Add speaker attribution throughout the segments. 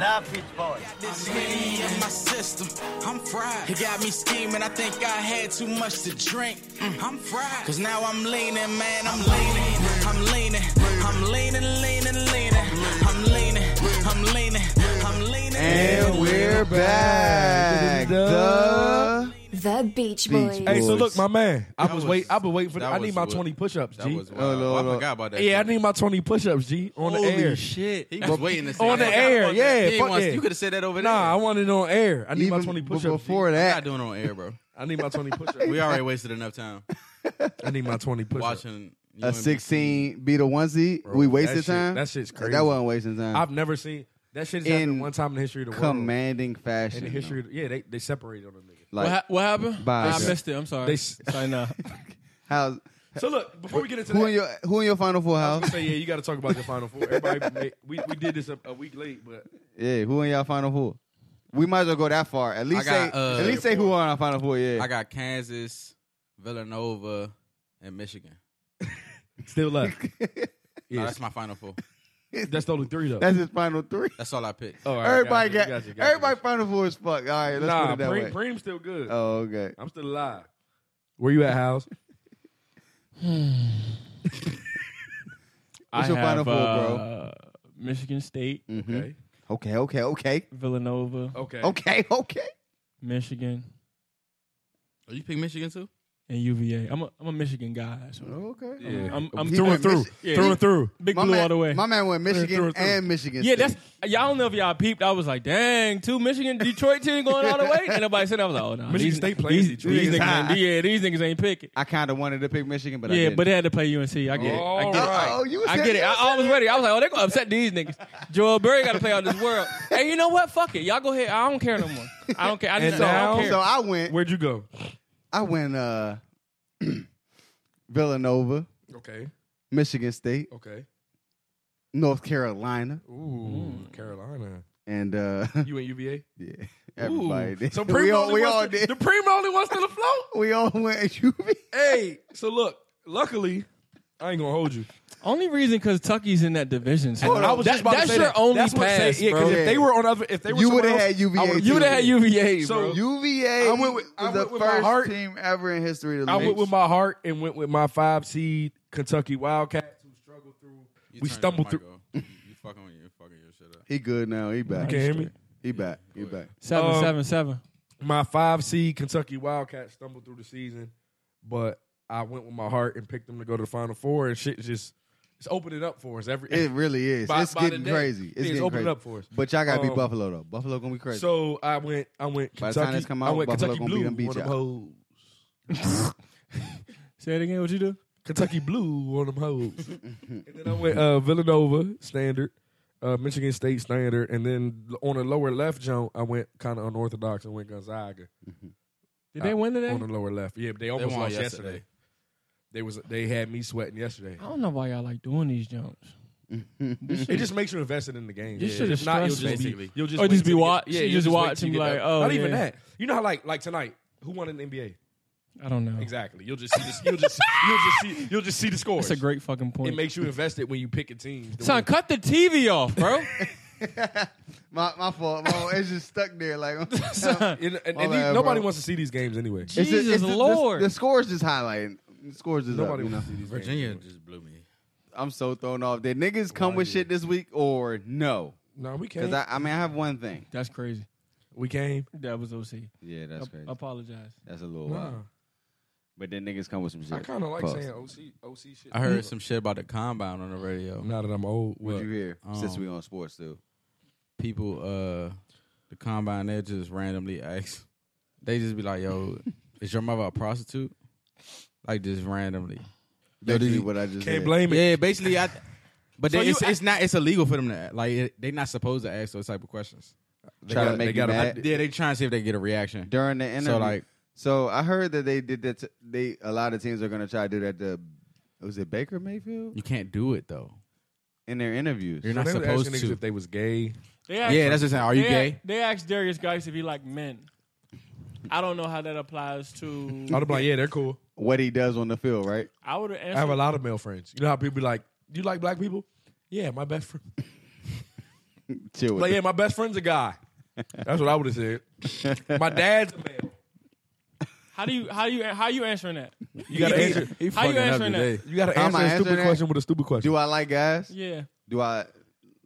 Speaker 1: Love Pitch Boy.
Speaker 2: This Henny in my system, I'm fried. It got me scheming, I think I had too much to drink. Mm, I'm fried. Cause now I'm leaning, man, I'm leaning. I'm leaning, I'm leaning, leaning, leaning. I'm leaning, I'm leaning, I'm leaning.
Speaker 3: And we're back. The
Speaker 4: The The Beach
Speaker 3: Beach
Speaker 4: Boys.
Speaker 5: Hey, so
Speaker 3: Boys.
Speaker 5: look, my Oh, man. I
Speaker 6: That
Speaker 5: was,
Speaker 6: was-
Speaker 5: wait. I've been waiting for. The,
Speaker 6: that
Speaker 5: I need
Speaker 6: was
Speaker 5: my
Speaker 6: what-
Speaker 5: twenty push-ups,
Speaker 6: That
Speaker 5: G.
Speaker 6: was wild.
Speaker 3: Oh, no,
Speaker 6: I
Speaker 3: no.
Speaker 6: forgot about that.
Speaker 5: yeah, I need my twenty push-ups, G. On the air.
Speaker 6: shit. He was waiting to say
Speaker 5: On
Speaker 6: that.
Speaker 5: the air, yeah,
Speaker 6: He
Speaker 5: fuck
Speaker 6: wants-
Speaker 5: yeah.
Speaker 6: You could have said that over there.
Speaker 5: Nah, I want it on air. I need my
Speaker 3: even
Speaker 5: twenty
Speaker 3: b-
Speaker 5: push-ups. G.
Speaker 3: before
Speaker 6: I'm not
Speaker 3: that.
Speaker 6: doing it on air, bro.
Speaker 5: I need my twenty push-ups.
Speaker 6: We already wasted enough time
Speaker 5: I need my twenty push-ups.
Speaker 6: watching you
Speaker 3: A
Speaker 6: and-
Speaker 3: 16 beat a one seed. We
Speaker 5: that
Speaker 3: wasted
Speaker 5: shit-
Speaker 3: time.
Speaker 5: that shit's
Speaker 3: That
Speaker 5: crazy.
Speaker 3: wasn't wasting time.
Speaker 5: I've never seen that shit. happened
Speaker 3: In
Speaker 5: one time in the history of the world.
Speaker 3: Commanding
Speaker 5: In
Speaker 3: fashion.
Speaker 5: the history, of, yeah, they they separated on them niggas.
Speaker 3: Like,
Speaker 7: what, hap- what happened?
Speaker 3: Bye.
Speaker 7: I missed it. I'm sorry.
Speaker 5: They
Speaker 7: They,
Speaker 5: s-
Speaker 7: sorry, nah.
Speaker 3: how's,
Speaker 5: So look, before we get into
Speaker 3: who
Speaker 5: that,
Speaker 3: in your who in your final four
Speaker 5: I was
Speaker 3: house?
Speaker 5: gonna say, yeah, you got to talk about the final four. Everybody, made- we we did this a, a week late, but
Speaker 3: Yeah, who in y'all final four? We might as well go that far. At least
Speaker 6: got,
Speaker 3: say
Speaker 6: uh,
Speaker 3: at least say who on our final four. Yeah,
Speaker 6: I got Kansas, Villanova, and Michigan.
Speaker 5: still left.
Speaker 6: No,
Speaker 5: Yeah,
Speaker 6: that's my final four.
Speaker 5: that's only three though.
Speaker 3: that's his final three.
Speaker 6: That's all I picked.
Speaker 5: Oh, all right,
Speaker 3: everybody
Speaker 5: gotcha,
Speaker 3: got,
Speaker 5: gotcha, gotcha.
Speaker 3: everybody final four is fuck. All right, let's put
Speaker 5: Nah,
Speaker 3: it that way.
Speaker 5: Preem, Preem's still good.
Speaker 3: Oh, okay.
Speaker 5: I'm still alive. Where you at, House?
Speaker 7: I
Speaker 3: What's your
Speaker 7: have,
Speaker 3: final four,
Speaker 7: uh, Michigan State,
Speaker 3: Mhm. Okay. Okay. Okay.
Speaker 7: Villanova,
Speaker 5: Okay.
Speaker 3: Okay. Okay.
Speaker 7: Michigan,
Speaker 6: Oh, you pick Michigan too?
Speaker 7: and UVA. I'm a, I'm a Michigan guy. So
Speaker 3: Okay. Oh.
Speaker 5: Oh, Yeah.
Speaker 7: I'm, I'm
Speaker 3: He
Speaker 7: through and
Speaker 3: went
Speaker 7: through.
Speaker 3: Michi-
Speaker 7: Through and through. Big
Speaker 3: My
Speaker 7: blue
Speaker 3: man,
Speaker 7: all the way.
Speaker 3: My man went Michigan
Speaker 7: through, through.
Speaker 3: and Michigan.
Speaker 7: Yeah,
Speaker 3: State.
Speaker 7: that's y'all don't know if y'all peeped. I was like, dang, two Michigan Detroit team going all the way. And nobody said that. I was like, oh no.
Speaker 5: Michigan
Speaker 7: these,
Speaker 5: State plays
Speaker 7: these,
Speaker 5: Detroit.
Speaker 7: These
Speaker 3: These
Speaker 7: niggas
Speaker 3: guys.
Speaker 7: ain't, yeah, these niggas ain't picking.
Speaker 3: I kind of wanted to pick Michigan, but I
Speaker 7: Yeah,
Speaker 3: didn't.
Speaker 7: but they had to play UNC. I get it. I
Speaker 5: All
Speaker 7: get it.
Speaker 5: right.
Speaker 3: oh, you was
Speaker 7: I get it. I, I was ready. I was like, oh, they're gonna upset these niggas. Joel Berry gotta play out this world. And you know what? Fuck it. Y'all go ahead. I don't care no more. I don't care. I
Speaker 5: And
Speaker 7: just don't, I
Speaker 5: now-
Speaker 7: don't care.
Speaker 3: so I went.
Speaker 5: Where'd you go?
Speaker 3: I went. Uh, Villanova,
Speaker 5: Okay.
Speaker 3: Michigan State,
Speaker 5: Okay.
Speaker 3: North Carolina,
Speaker 5: Ooh,
Speaker 3: Mm.
Speaker 5: Carolina.
Speaker 3: and uh,
Speaker 5: You in UVA?
Speaker 3: yeah, everybody. did.
Speaker 5: So Primo
Speaker 3: we all
Speaker 5: only
Speaker 3: we
Speaker 5: wants
Speaker 3: all
Speaker 5: to-
Speaker 3: did.
Speaker 5: The Primo only wants to the float.
Speaker 3: We all went UV.
Speaker 5: Hey, so look, luckily, I ain't gonna hold you.
Speaker 7: Only reason because Tucky's in that division. So
Speaker 3: Hold on. I
Speaker 7: that- that's your only
Speaker 5: that's what I'm saying.
Speaker 7: pass,
Speaker 5: Yeah, 'cause
Speaker 7: bro.
Speaker 3: Yeah.
Speaker 5: if they were on other, if they were
Speaker 3: You
Speaker 5: somewhere
Speaker 3: would've
Speaker 5: else,
Speaker 3: had UVA
Speaker 5: I would've-
Speaker 3: too.
Speaker 7: You would have had UVA,
Speaker 5: So
Speaker 7: bro.
Speaker 3: UVA
Speaker 5: I went with- I
Speaker 3: was
Speaker 5: went
Speaker 3: the
Speaker 5: with my
Speaker 3: first
Speaker 5: heart.
Speaker 3: team ever in history to
Speaker 5: I went
Speaker 3: lose.
Speaker 5: with my heart and went with my five seed Kentucky Wildcats, who struggled through.
Speaker 6: You
Speaker 5: we
Speaker 6: turned
Speaker 5: stumbled
Speaker 6: your
Speaker 5: through.
Speaker 6: mic off. You fucking, you fucking your shit up.
Speaker 3: He good now. He back.
Speaker 5: Can you hear me?
Speaker 3: He back. He back.
Speaker 7: Seven,
Speaker 5: Um,
Speaker 7: seven, seven.
Speaker 5: My five seed Kentucky Wildcats stumbled through the season, but I went with my heart and picked them to go to the Final Four, and shit just it's opening up for us every.
Speaker 3: It really is.
Speaker 5: By-
Speaker 3: it's
Speaker 5: by the
Speaker 3: getting
Speaker 5: day.
Speaker 3: crazy. It's,
Speaker 5: Yeah, it's
Speaker 3: getting
Speaker 5: opening
Speaker 3: crazy.
Speaker 5: up for us.
Speaker 3: But y'all gotta be
Speaker 5: Um,
Speaker 3: Buffalo though. Buffalo gonna be crazy.
Speaker 5: So I went. I went. Kentucky,
Speaker 3: By the time this come out,
Speaker 5: I went
Speaker 3: Buffalo
Speaker 5: Kentucky
Speaker 3: gonna beat
Speaker 5: Blue.
Speaker 3: them, beat
Speaker 5: on them
Speaker 3: y'all.
Speaker 5: hoes.
Speaker 7: Say it again. What you do?
Speaker 5: Kentucky Blue on them hoes. and then I went uh, Villanova standard, uh, Michigan State standard, and then l- on the lower left jump, I went kind of unorthodox and went Gonzaga
Speaker 7: Did they win today?
Speaker 5: Uh, on the lower left. Yeah, but they almost
Speaker 6: won
Speaker 5: lost yesterday.
Speaker 6: yesterday.
Speaker 5: They was they had me sweating yesterday.
Speaker 7: I don't know why y'all like doing these jumps.
Speaker 5: It just makes you invested in the game.
Speaker 7: This shit is
Speaker 5: If not, you'll
Speaker 7: stressful.
Speaker 5: just be
Speaker 6: Basically.
Speaker 5: you'll just
Speaker 7: Or
Speaker 5: wait
Speaker 7: just be
Speaker 5: till you
Speaker 7: wa-
Speaker 5: get-
Speaker 7: yeah,
Speaker 5: you'll
Speaker 7: just
Speaker 5: wait
Speaker 7: watch
Speaker 5: till you
Speaker 7: him
Speaker 5: get
Speaker 7: like,
Speaker 5: up.
Speaker 7: oh,
Speaker 5: not even
Speaker 7: yeah.
Speaker 5: that. You know how like like tonight, who won in the NBA?
Speaker 7: I don't know.
Speaker 5: Exactly. You'll just see this. You'll just you'll just see you'll just see the scores.
Speaker 7: That's a great fucking
Speaker 5: It
Speaker 7: point.
Speaker 5: makes you invested when you pick a team. to
Speaker 7: Son,
Speaker 5: win.
Speaker 7: cut the TV off, bro.
Speaker 3: my my fault. My fault. it's just stuck there. Like
Speaker 7: Son,
Speaker 5: And, and,
Speaker 3: My
Speaker 5: and
Speaker 3: bad,
Speaker 5: these- nobody
Speaker 3: bro.
Speaker 5: wants to see these games anyway.
Speaker 3: It's just-
Speaker 7: Jesus
Speaker 3: it's just- the-
Speaker 7: Lord.
Speaker 3: The, scores just highlighting. The scores is up,
Speaker 5: Nobody
Speaker 3: you know?
Speaker 5: wants to see these
Speaker 6: Virginia
Speaker 5: games.
Speaker 6: just blew me.
Speaker 3: I'm so thrown off. Did niggas come with shit this week or no?
Speaker 5: No, we
Speaker 3: Because
Speaker 5: came.
Speaker 3: I, I mean, I have one thing.
Speaker 7: That's crazy.
Speaker 5: we came.
Speaker 7: That was OC.
Speaker 3: Yeah, that's
Speaker 7: Ap-
Speaker 3: crazy.
Speaker 7: Apologize.
Speaker 3: That's a little
Speaker 5: Nah,
Speaker 3: wild. But then niggas come with some shit.
Speaker 5: I kind of like
Speaker 3: Pause.
Speaker 5: saying OC OC shit.
Speaker 6: I heard some shit about the combine on the radio.
Speaker 5: now that I'm old.
Speaker 3: What you
Speaker 5: look,
Speaker 3: hear? Since
Speaker 6: um,
Speaker 3: we on sports too.
Speaker 6: people uh the combine they just randomly ask they just be like yo is your mother a prostitute like just randomly Yo, did
Speaker 3: Basically
Speaker 6: you-
Speaker 3: what I just
Speaker 5: Can't
Speaker 3: said.
Speaker 5: blame it.
Speaker 6: yeah basically i but
Speaker 5: So
Speaker 6: they,
Speaker 5: you
Speaker 6: it's,
Speaker 5: ac-
Speaker 6: it's not it's illegal for them to ask. like it- they not supposed to ask those type of questions
Speaker 5: They
Speaker 3: Try to
Speaker 5: gotta-
Speaker 3: make
Speaker 5: they
Speaker 3: you
Speaker 5: gotta-
Speaker 3: mad.
Speaker 6: yeah they trying to see if they get a reaction
Speaker 3: during the interview.
Speaker 6: so like
Speaker 3: So I heard that they did that. To, they a lot of teams are going to try to do that. To was it Baker Mayfield
Speaker 6: you can't do it though
Speaker 3: in their interviews?
Speaker 6: you're
Speaker 5: So
Speaker 6: not
Speaker 5: they was
Speaker 6: supposed
Speaker 5: asking niggas
Speaker 6: to
Speaker 5: If they was gay,
Speaker 7: They
Speaker 6: yeah that's just saying are you
Speaker 7: they,
Speaker 6: gay
Speaker 7: They asked Darius Geis if he liked men. I don't know how that applies to.
Speaker 5: I'd be like, yeah, they're cool.
Speaker 3: What he does on the field, right?
Speaker 7: I would have
Speaker 5: I have a
Speaker 7: answered.
Speaker 5: lot of male friends. You know how people be like, you like black people? Yeah, my best friend.
Speaker 3: Chill with
Speaker 5: Like,
Speaker 3: it.
Speaker 5: yeah, my best friend's a guy. That's what I would have said. My dad's a man.
Speaker 7: How do you how you how you answering that?
Speaker 5: You gotta answer.
Speaker 6: He
Speaker 7: How you
Speaker 6: fucking up
Speaker 7: answering
Speaker 6: today.
Speaker 7: that?
Speaker 5: You gotta
Speaker 3: How am
Speaker 5: answer
Speaker 3: I
Speaker 5: a
Speaker 3: answering
Speaker 5: stupid
Speaker 3: that?
Speaker 5: question with a stupid question.
Speaker 3: Do I like guys?
Speaker 7: Yeah.
Speaker 3: Do I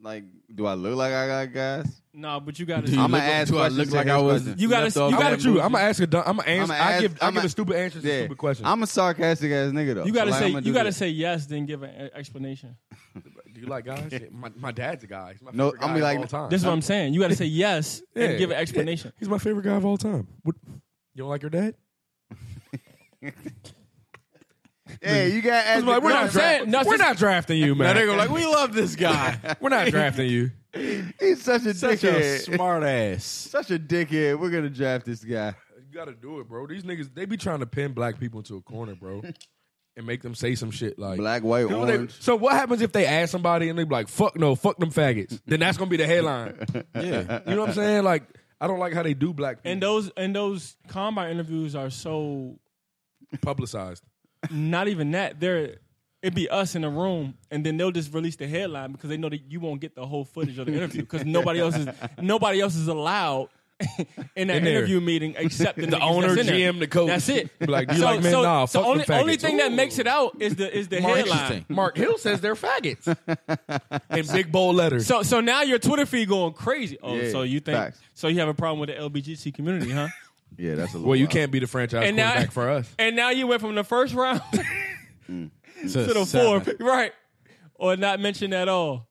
Speaker 3: like? Do I look like I got guys?
Speaker 7: No, but you gotta.
Speaker 3: I'm
Speaker 6: look-
Speaker 3: gonna ask
Speaker 6: do I
Speaker 3: questions.
Speaker 6: look
Speaker 3: to
Speaker 6: like
Speaker 3: his
Speaker 6: I was?
Speaker 3: questions.
Speaker 7: You gotta-
Speaker 6: left off
Speaker 7: you gotta
Speaker 6: that
Speaker 7: choose.
Speaker 6: movie?
Speaker 5: I'm gonna ask a dumb. I'm gonna answer.
Speaker 3: I'ma
Speaker 5: I
Speaker 3: ask-
Speaker 5: give. I'm
Speaker 3: I'ma-
Speaker 5: give a stupid answer to
Speaker 3: Yeah.
Speaker 5: stupid question.
Speaker 3: I'm a sarcastic ass nigga though.
Speaker 7: you gotta
Speaker 3: So, like,
Speaker 7: say
Speaker 3: I'ma do
Speaker 7: you gotta
Speaker 3: this.
Speaker 7: say yes, then give an e- explanation.
Speaker 5: do you like guys? Yeah, my, my dad's a guy. He's my
Speaker 3: No,
Speaker 5: favorite
Speaker 3: I'm
Speaker 5: guy
Speaker 3: be
Speaker 5: of
Speaker 3: like-
Speaker 5: all time.
Speaker 7: This is what I'm saying. You gotta say yes
Speaker 5: Yeah,
Speaker 7: and give an
Speaker 5: yeah.
Speaker 7: explanation.
Speaker 5: He's my favorite guy of all time. What, you don't like your dad?
Speaker 3: Yeah, you gotta ask.
Speaker 5: Like,
Speaker 3: the
Speaker 5: we're
Speaker 7: No,
Speaker 5: not,
Speaker 7: I'm
Speaker 5: dra-
Speaker 7: saying- no,
Speaker 5: we're
Speaker 7: it's just-
Speaker 5: not drafting you, man.
Speaker 6: They're gonna like, we love this guy.
Speaker 5: we're not drafting you.
Speaker 3: He's such a
Speaker 6: Such a
Speaker 3: dickhead.
Speaker 6: smart ass.
Speaker 3: such a dickhead. We're gonna draft this guy.
Speaker 5: You gotta do it, bro. These niggas, they be trying to pin black people into a corner, bro, and make them say some shit like
Speaker 3: Black, white,
Speaker 5: You know, they-
Speaker 3: orange.
Speaker 5: so what happens if they ask somebody and they be like, "Fuck no, fuck them faggots"? Then that's gonna be the headline.
Speaker 6: Yeah.
Speaker 5: You know what I'm saying? Like, I don't like how they do black people
Speaker 7: And those and those combine interviews are so
Speaker 5: publicized.
Speaker 7: not even that. They're it'd be us in the room, and then they'll just release the headline because they know that you won't get the whole footage of the interview because nobody else is nobody else is allowed. in that
Speaker 5: In there.
Speaker 7: interview meeting, except the, niggas that's
Speaker 5: owner,
Speaker 7: in there.
Speaker 5: GM, the coach.
Speaker 7: That's it.
Speaker 5: Be like, you like, man, nah,
Speaker 7: so
Speaker 5: fuck
Speaker 7: only,
Speaker 5: them
Speaker 7: only
Speaker 5: faggots.
Speaker 7: thing that
Speaker 5: Ooh.
Speaker 7: makes it out is the is the
Speaker 6: More
Speaker 7: headline.
Speaker 6: interesting.
Speaker 5: Mark Hill says they're faggots in big bold letters.
Speaker 7: So so now your Twitter feed going crazy. Oh,
Speaker 3: Yeah,
Speaker 7: so you think
Speaker 3: facts.
Speaker 7: so you have a problem with the LBGT community, huh?
Speaker 3: Yeah, that's a little
Speaker 5: well, you
Speaker 3: wild.
Speaker 5: can't be the franchise
Speaker 7: And now-
Speaker 5: quarterback for us.
Speaker 7: and now you went from the first round
Speaker 6: To
Speaker 7: to the fourth, right? Or not mentioned at all.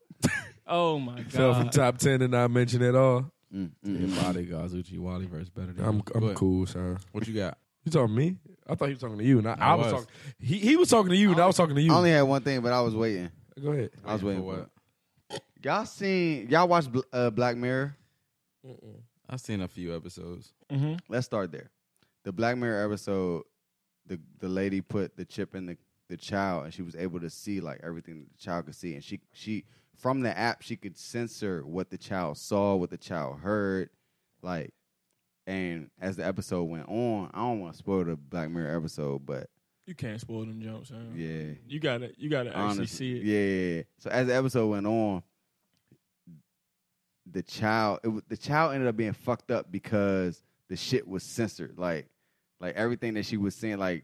Speaker 7: Oh my
Speaker 5: Fell from
Speaker 7: god!
Speaker 5: top ten and not mention at all.
Speaker 6: Body Gazuchi Wally versus better. Than
Speaker 5: I'm
Speaker 6: you. Go
Speaker 5: I'm
Speaker 6: ahead.
Speaker 5: cool, son.
Speaker 6: What you got?
Speaker 5: You talking to me? I thought he was talking to you, and I, I
Speaker 6: I
Speaker 5: was,
Speaker 6: was.
Speaker 5: talking. He he was talking to you, and I was talking to you.
Speaker 3: I only had one thing, but I was waiting.
Speaker 5: Go ahead.
Speaker 3: I was waiting.
Speaker 6: For
Speaker 3: For
Speaker 6: what?
Speaker 3: it. Y'all seen? Y'all watched Bl- uh, Black Mirror?
Speaker 6: I've seen a few episodes.
Speaker 3: Let's start there. The Black Mirror episode, the the lady put the chip in the the child, and she was able to see like everything the child could see, and she she from the app she could censor what the child saw, what the child heard, like. And as the episode went on, I don't want to spoil the Black Mirror episode, but
Speaker 7: You can't spoil them jumps. Huh?
Speaker 3: yeah,
Speaker 7: You gotta you gotta actually
Speaker 3: Honestly,
Speaker 7: see it.
Speaker 3: Yeah, yeah, yeah. So as the episode went on, the child, it, wa- the child ended up being fucked up because the shit was censored. Like, like everything that she was saying, like,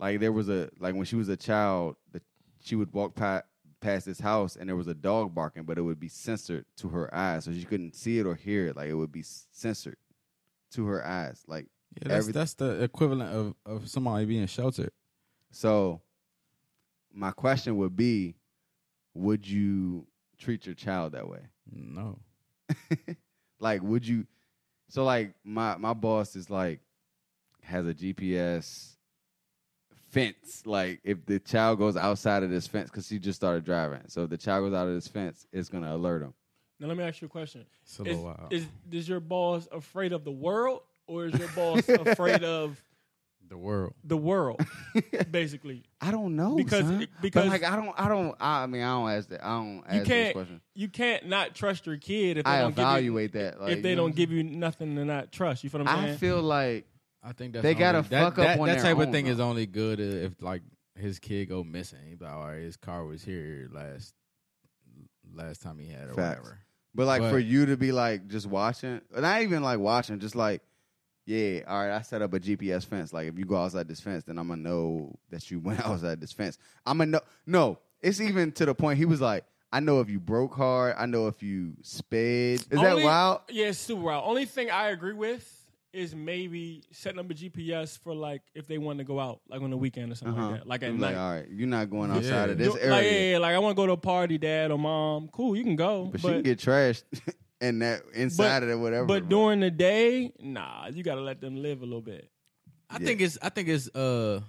Speaker 3: like there was a like when she was a child, the, she would walk past past this house and there was a dog barking, but it would be censored to her eyes, so she couldn't see it or hear it. Like it would be censored to her eyes. Like
Speaker 6: Yeah, that's,
Speaker 3: Every-
Speaker 6: that's the equivalent of, of somebody being sheltered.
Speaker 3: So, my question would be, would you treat your child that way?
Speaker 6: No.
Speaker 3: Like, would you? So, like, my my boss is like has a GPS fence. Like, if the child goes outside of this fence, because she just started driving, so if the child goes out of this fence, it's gonna alert him.
Speaker 7: Now let me ask you a question:
Speaker 6: It's a
Speaker 7: is,
Speaker 6: little wild.
Speaker 7: is is your boss afraid of the world, or is your boss afraid of
Speaker 6: the world.
Speaker 7: the world? Basically,
Speaker 3: I don't know
Speaker 7: Because-
Speaker 3: son.
Speaker 7: because-
Speaker 3: but like I don't I don't I mean I don't ask that I don't ask
Speaker 7: you
Speaker 3: those
Speaker 7: can't
Speaker 3: questions.
Speaker 7: you can't not trust your kid if they
Speaker 3: I
Speaker 7: don't
Speaker 3: evaluate
Speaker 7: give you,
Speaker 3: that, like,
Speaker 7: if they
Speaker 3: you know
Speaker 7: don't
Speaker 3: what
Speaker 7: give you nothing to not trust. You feel what I'm
Speaker 3: I
Speaker 7: saying?
Speaker 3: feel like
Speaker 6: I think that's
Speaker 3: They
Speaker 6: only-
Speaker 3: gotta
Speaker 6: that,
Speaker 3: fuck up
Speaker 6: that,
Speaker 3: on
Speaker 6: that
Speaker 3: their
Speaker 6: type of
Speaker 3: own,
Speaker 6: thing
Speaker 3: though.
Speaker 6: is only good if like his kid go missing. He's like, all right, his car was here last last time he had it or
Speaker 3: Facts.
Speaker 6: whatever.
Speaker 3: But like
Speaker 6: But-
Speaker 3: for you to be like just watching, not even like watching, just like, yeah, all right, I set up a GPS fence. Like if you go outside this fence, then I'm gonna know that you went outside this fence. I'm gonna know. No, it's even to the point he was like, I know if you broke hard, I know if you sped. Is that
Speaker 7: Only-
Speaker 3: wild?
Speaker 7: Yeah, it's super wild. Only thing I agree with is maybe setting up a GPS for like if they want to go out, like on the weekend or something
Speaker 3: Uh-huh.
Speaker 7: like that. Like at
Speaker 3: He was
Speaker 7: night.
Speaker 3: all right, you're not going outside of
Speaker 6: Yeah.
Speaker 3: this
Speaker 7: Do-
Speaker 3: area,
Speaker 7: Like, yeah, yeah, like I want to go to a party, dad or mom. Cool, you can go.
Speaker 3: but,
Speaker 7: But,
Speaker 3: she can get trashed in that inside of it, whatever.
Speaker 7: but during the day, nah, you gotta let them live a little bit.
Speaker 6: I think it's I think it's uh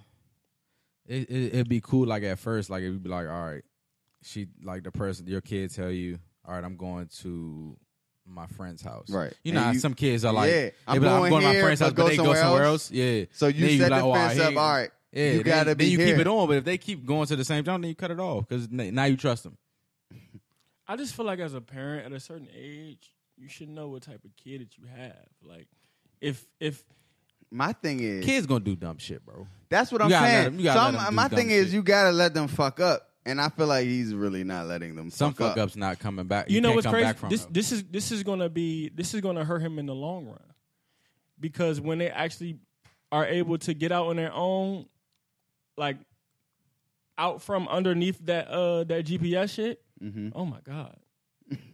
Speaker 6: it, it it'd be cool like at first, like it'd be like, all right, she like the person your kid tell you, All right, I'm going to my friend's house.
Speaker 3: Right.
Speaker 6: You know
Speaker 3: And
Speaker 6: how
Speaker 3: you-
Speaker 6: some kids are like,
Speaker 3: Yeah,
Speaker 6: they
Speaker 3: I'm
Speaker 6: be like,
Speaker 3: going
Speaker 6: I'm going to my
Speaker 3: here,
Speaker 6: friend's
Speaker 3: but
Speaker 6: house,
Speaker 3: go
Speaker 6: but they go
Speaker 3: somewhere
Speaker 6: somewhere
Speaker 3: else.
Speaker 6: else. Yeah.
Speaker 3: So you
Speaker 6: Then
Speaker 3: set
Speaker 6: be
Speaker 3: the
Speaker 6: "Oh,
Speaker 3: fence up,
Speaker 6: here-
Speaker 3: all right,
Speaker 6: Yeah,
Speaker 3: you
Speaker 6: then-
Speaker 3: gotta
Speaker 6: then
Speaker 3: be
Speaker 6: you
Speaker 3: here."
Speaker 6: keep it on, but if they keep going to the same time, then you cut it off because now you trust them.
Speaker 7: I just feel like as a parent at a certain age, you should know what type of kid that you have. Like if if
Speaker 3: my thing is,
Speaker 6: Kids gonna do dumb shit, bro.
Speaker 3: That's what
Speaker 6: You
Speaker 3: I'm
Speaker 6: gotta let
Speaker 3: saying.
Speaker 6: them- you gotta
Speaker 3: So
Speaker 6: let
Speaker 3: I'm-
Speaker 6: them do
Speaker 3: my
Speaker 6: dumb
Speaker 3: thing
Speaker 6: shit.
Speaker 3: is, you gotta let them fuck up and I feel like he's really not letting them
Speaker 6: Some
Speaker 3: fuck,
Speaker 6: fuck ups not coming back.
Speaker 7: You,
Speaker 6: You,
Speaker 7: know
Speaker 6: can't
Speaker 7: what's
Speaker 6: come
Speaker 7: crazy?
Speaker 6: Back from
Speaker 7: This
Speaker 6: it.
Speaker 7: this is this is gonna be this is gonna hurt him in the long run because when they actually are able to get out on their own, like out from underneath that uh that GPS shit. Oh my god.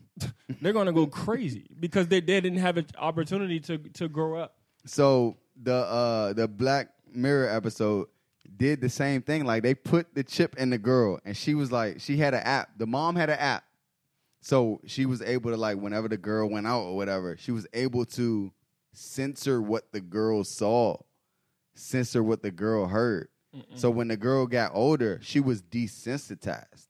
Speaker 7: They're gonna go crazy because they, they didn't have an opportunity to to grow up.
Speaker 3: So the uh the Black Mirror episode did the same thing. Like they put the chip in the girl, and she was like, she had an app. The mom had an app, so she was able to like whenever the girl went out or whatever, she was able to censor what the girl saw, censor what the girl heard. So when the girl got older, she was desensitized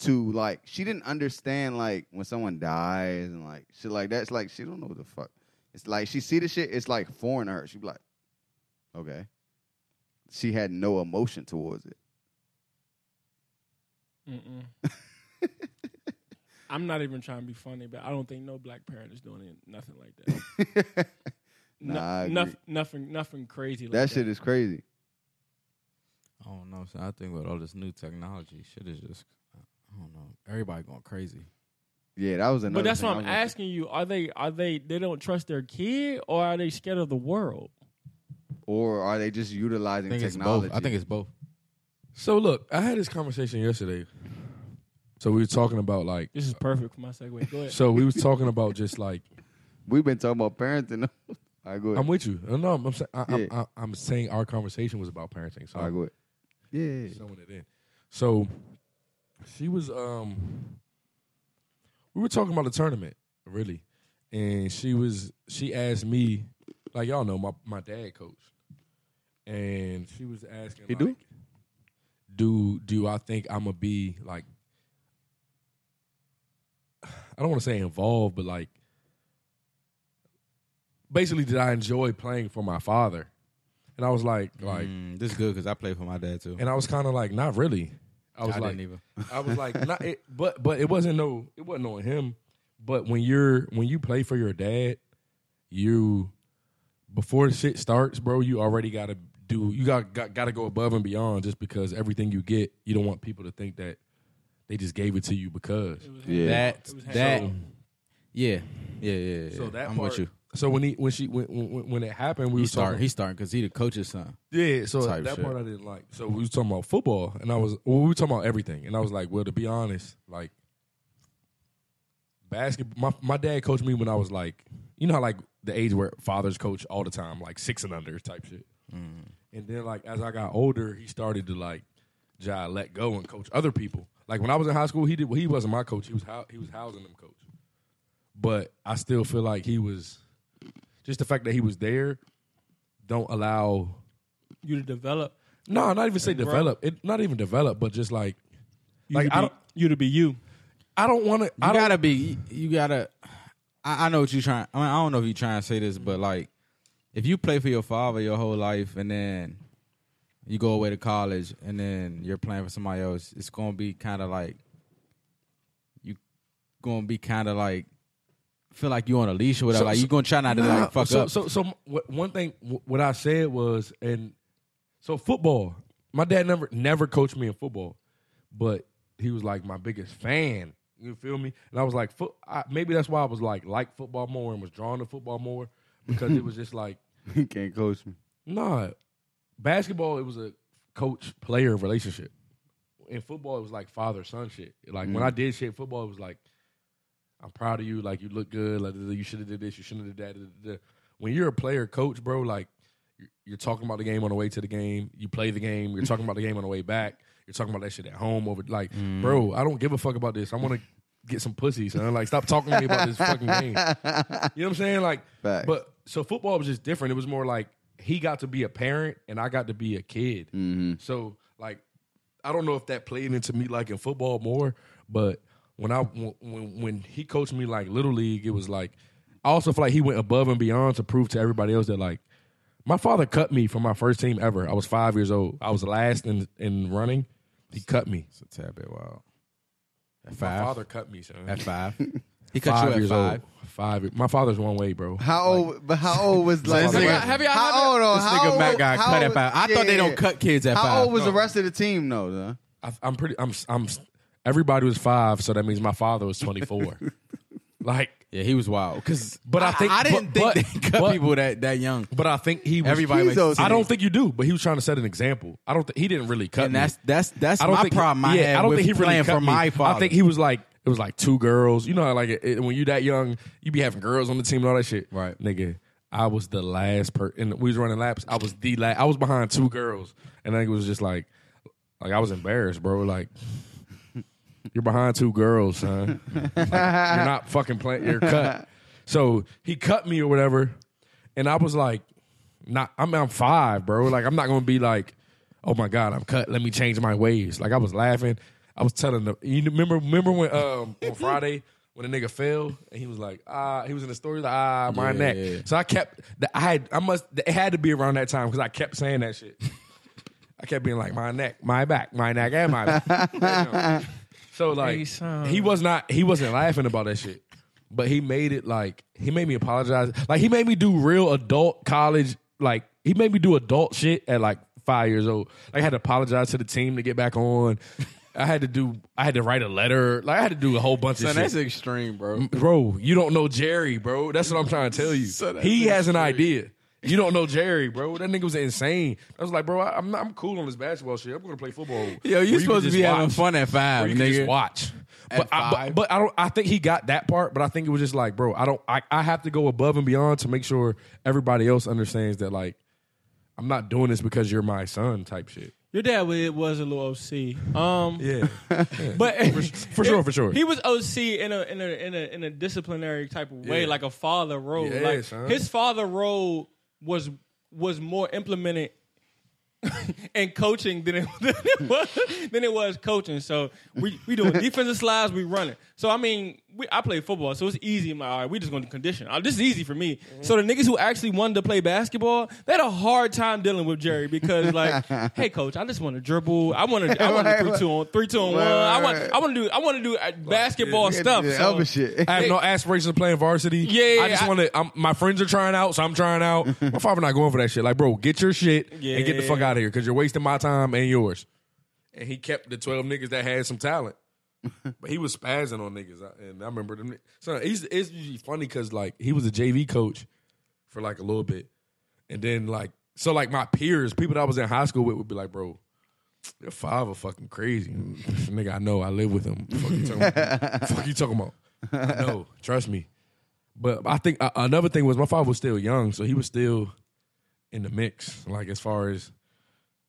Speaker 3: to like she didn't understand like when someone dies and like shit like that. It's like she don't know what the fuck. It's like she see the shit. It's like foreign to her. She be like, okay. She had no emotion towards it.
Speaker 7: Mm-mm. I'm not even trying to be funny, but I don't think no black parent is doing it, nothing like that.
Speaker 3: Nah,
Speaker 7: No-
Speaker 3: I agree.
Speaker 7: noth- nothing, nothing crazy. Like
Speaker 3: that shit is crazy.
Speaker 6: I don't know. son. I think with all this new technology, shit is just. I don't know. Everybody going crazy.
Speaker 3: Yeah, that was another.
Speaker 7: But that's
Speaker 3: thing.
Speaker 7: what
Speaker 3: I
Speaker 7: I'm
Speaker 3: was like,
Speaker 7: asking you: Are they? Are they? They don't trust their kid, or are they scared of the world?
Speaker 3: Or are they just
Speaker 6: I
Speaker 3: utilizing
Speaker 6: think it's
Speaker 3: technology?
Speaker 6: both. I think it's both.
Speaker 5: So look, I had this conversation yesterday. So we were talking about like
Speaker 7: This is perfect for my segue. Go ahead.
Speaker 5: so we was talking about just like
Speaker 3: we've been talking about parenting. I go.
Speaker 5: I'm with you. Uh, No, I'm I'm, sa- I, I'm,
Speaker 3: Yeah.
Speaker 5: I, I'm saying our conversation was about parenting. So
Speaker 3: I go. Yeah.
Speaker 5: Sewing it in. So she was um we were talking about the tournament, really. And she was she asked me, like y'all know, my, my dad coached. And she was asking
Speaker 3: He
Speaker 5: like,
Speaker 3: do?
Speaker 5: do do I think I'ma be like I don't want to say involved, but like basically did I enjoy playing for my father? And I was like, like
Speaker 6: Mm, this is good because I play for my dad too.
Speaker 5: and I was kind of like, not really. I was
Speaker 6: I
Speaker 5: like,
Speaker 6: didn't even.
Speaker 5: I was like, not it, but but it wasn't no, it wasn't on him. But when you're when you play for your dad, you before the shit starts, bro, you already gotta do you got got gotta go above and beyond just because everything you get, you don't want people to think that they just gave it to you because.
Speaker 3: Yeah.
Speaker 6: That
Speaker 7: was
Speaker 6: that.
Speaker 7: handled.
Speaker 6: Yeah, yeah, yeah. yeah.
Speaker 5: So that
Speaker 6: I'm
Speaker 5: part,
Speaker 6: with you.
Speaker 5: So when he when she when when, when it happened, we
Speaker 6: He
Speaker 5: was
Speaker 6: start.
Speaker 5: talking.
Speaker 6: He starting because he the coach's son.
Speaker 5: Yeah, so
Speaker 6: type
Speaker 5: that
Speaker 6: shit.
Speaker 5: part I didn't like. So we was talking about football, and I was well, we were talking about everything, and I was like, well, to be honest, like basketball. My my dad coached me when I was like, you know how like the age where fathers coach all the time, like six and under type shit.
Speaker 6: Mm-hmm.
Speaker 5: And then like as I got older, he started to like, Jai let go and coach other people. Like when I was in high school, he did. Well, he wasn't my coach. He was hou- he was housing them coach. But I still feel like he was, just the fact that he was there, don't allow
Speaker 7: You to develop.
Speaker 5: no, not even say
Speaker 7: grow.
Speaker 5: develop. It not even develop, but just like
Speaker 7: You
Speaker 5: Like,
Speaker 7: to be,
Speaker 5: I don't-
Speaker 7: you to be you.
Speaker 5: I don't want to.
Speaker 6: You
Speaker 5: I don't,
Speaker 6: gotta be. You gotta. I, I know what you trying. I mean, I don't know if you trying to say this, but like, if you play for your father your whole life and then you go away to college and then you're playing for somebody else, it's gonna be kind of like you gonna be kind of like feel like you on a leash or whatever.
Speaker 5: So-
Speaker 6: like
Speaker 5: so-
Speaker 6: you gonna try not to
Speaker 5: Nah,
Speaker 6: like fuck
Speaker 5: so,
Speaker 6: up.
Speaker 5: So, so wh- one thing, wh- what I said was, and so football. My dad never never coached me in football, but he was like my biggest fan. You feel me? And I was like, foot, I, maybe that's why I was like like football more and was drawn to football more because it was just like
Speaker 3: He can't coach me.
Speaker 5: Nah, basketball it was a coach player relationship. In football, it was like father son shit. Like when I did shit football, it was like, I'm proud of you. Like you look good. Like you should have did this. You shouldn't have did that. da, da, da. When you're a player coach, bro, like you're- you're talking about the game on the way to the game. You play the game. You're talking about the game on the way back. You're talking about that shit at home over. Like, bro, I don't give a fuck about this. I want to get some pussy, son. Like, stop talking to me about this fucking game. You know what I'm saying? Like,
Speaker 3: Facts.
Speaker 5: but so football was just different. It was more like he got to be a parent and I got to be a kid. So like, I don't know if that played into me like in football more, but when I when when he coached me like little league, it was like I also feel like he went above and beyond to prove to everybody else that like my father cut me from my first team ever. I was five years old. I was last in in running. He cut me.
Speaker 6: it's a tad bit wild. At
Speaker 5: My
Speaker 6: five.
Speaker 5: father cut me, son.
Speaker 6: At five. he cut
Speaker 5: five
Speaker 6: you at
Speaker 5: years old.
Speaker 6: five.
Speaker 5: Five. My father's one way, bro.
Speaker 3: How old? But how old was like?
Speaker 6: This nigga- have y'all- have
Speaker 3: how
Speaker 6: y'all-
Speaker 3: old? though?
Speaker 6: this
Speaker 3: How
Speaker 6: nigga
Speaker 3: old-
Speaker 6: Matt got
Speaker 3: how
Speaker 6: cut at
Speaker 3: old-
Speaker 6: five. I thought they
Speaker 3: yeah.
Speaker 6: don't cut kids at
Speaker 3: How
Speaker 6: five.
Speaker 3: old was
Speaker 6: No.
Speaker 3: the rest of the team though? though?
Speaker 5: I, I'm pretty. I'm. I'm. Everybody was five, so that means my father was 24. like,
Speaker 6: Yeah, he was wild. Because
Speaker 5: but I, think
Speaker 6: I
Speaker 5: but,
Speaker 6: didn't think
Speaker 5: but,
Speaker 6: they cut
Speaker 5: but,
Speaker 6: people that that young.
Speaker 5: But I think he was.
Speaker 6: Everybody makes
Speaker 3: Jesus.
Speaker 5: I don't think you do. But he was trying to set an example. I don't. think He didn't really cut.
Speaker 6: And
Speaker 5: me.
Speaker 6: that's that's that's
Speaker 5: I don't
Speaker 6: my
Speaker 5: think
Speaker 6: problem. I
Speaker 5: yeah,
Speaker 6: had
Speaker 5: I don't
Speaker 6: with
Speaker 5: think he really
Speaker 6: playing
Speaker 5: cut
Speaker 6: for
Speaker 5: me.
Speaker 6: my father.
Speaker 5: I think he was like it was like two girls. You know, how like it, it- when you that young, you be having girls on the team and all that shit.
Speaker 6: Right.
Speaker 5: nigga. I was the last per, and we was running laps. I was the last. I was behind two girls, and I was just like, like I was embarrassed, bro. Like. You're behind two girls, son. Like, you're not fucking playing. You're cut. So he cut me or whatever, and I was like, "Not, I mean, I'm five, bro. Like, I'm not gonna be like, oh my god, I'm cut. Let me change my ways." Like, I was laughing. I was telling the. You remember? Remember when um, on Friday when the nigga fell and he was like, ah, he was in the story like, ah, my
Speaker 6: Yeah,
Speaker 5: neck.
Speaker 6: yeah.
Speaker 5: So I kept. The, I had. I must. It had to be around that time because I kept saying that shit. I kept being like, my neck, my back, my neck, and my back. so like,
Speaker 7: Hey, son.
Speaker 5: he was not, he wasn't laughing about that shit, but he made it like he made me apologize. Like he made me do real adult college. Like he made me do adult shit at like five years old. Like I had to apologize to the team to get back on. I had to do. I had to write a letter. Like I had to do a whole bunch of
Speaker 6: Son,
Speaker 5: shit
Speaker 6: that's extreme, bro.
Speaker 5: bro, you don't know Jerry, bro. That's what I'm trying to tell you. he has an idea. You don't know Jerry, bro. That nigga was insane. I was like, bro, I, am not, I'm cool on this basketball shit. I'm going to play football.
Speaker 6: Yo,
Speaker 5: Where
Speaker 6: you
Speaker 5: can
Speaker 6: supposed to
Speaker 5: just
Speaker 6: be having
Speaker 5: watch.
Speaker 6: fun at
Speaker 5: Where
Speaker 6: five,
Speaker 5: you can just
Speaker 6: nigga.
Speaker 5: watch. But
Speaker 6: At
Speaker 5: I, but,
Speaker 6: five?
Speaker 5: but I don't. I think he got that part. But I think it was just like, bro, I don't. I, I have to go above and beyond to make sure everybody else understands that, like, I'm not doing this because you're my son, type shit.
Speaker 7: Your dad wa- was a little OC. Um,
Speaker 5: Yeah,
Speaker 7: but for,
Speaker 5: for sure, for sure.
Speaker 7: he was OC in a in a in a in a disciplinary type of way,
Speaker 5: Yeah.
Speaker 7: like a father role.
Speaker 5: Yeah,
Speaker 7: like
Speaker 5: son.
Speaker 7: his father role was was more implemented in coaching than it, than it was than it was coaching. So we we doing defensive slides, we running. So I mean, we, I play football, so it's easy. I'm like, all right, we just going to condition. Uh, this is easy for me. So the niggas who actually wanted to play basketball, they had a hard time dealing with Jerry because like, hey coach, I just want to dribble. I want to I want to three two on three two on
Speaker 3: Right,
Speaker 7: one.
Speaker 3: right,
Speaker 7: I want
Speaker 3: right.
Speaker 7: I want to do I want to do uh, basketball stuff.
Speaker 3: Yeah,
Speaker 7: so-
Speaker 3: other shit.
Speaker 5: I have no aspirations of playing varsity.
Speaker 7: Yeah,
Speaker 5: I just
Speaker 7: I-
Speaker 5: want to. My friends are trying out, so I'm trying out. my father not going for that shit. Like, bro, get your shit and get the fuck
Speaker 7: Yeah.
Speaker 5: out of here because you're wasting my time and yours. And he kept the twelve niggas that had some talent, but he was spazzing on niggas. I- And I remember them. So it's, it's usually funny because like he was a JV coach for like a little bit, and then like so like my peers, people that I was in high school with, would be like, bro. Your five are fucking crazy. Nigga, I know. I live with him. Fuck you talking about? fuck you talking about? I know. Trust me. But I think uh, another thing was my father was still young, so he was still in the mix. Like as far as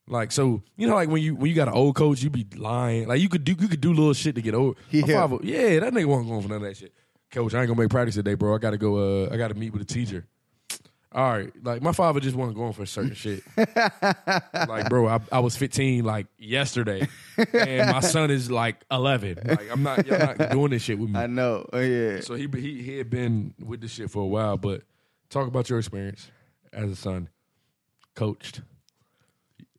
Speaker 5: like so, you know, like when you when you got an old coach, you be lying. Like you could do you could do little shit to get over. My
Speaker 3: Yeah.
Speaker 5: father, yeah, that nigga wasn't going for none of that shit. Coach, I ain't gonna make practice today, bro. I gotta go. Uh, I gotta meet with a teacher. All right, like my father just wasn't going for certain shit. like, bro, I, I was 15 like yesterday, and my son is like 11. Like, I'm not, y'all not doing this shit with me.
Speaker 3: I know. Oh, yeah.
Speaker 5: So he he he had been with this shit for a while, but talk about your experience as a son, coached.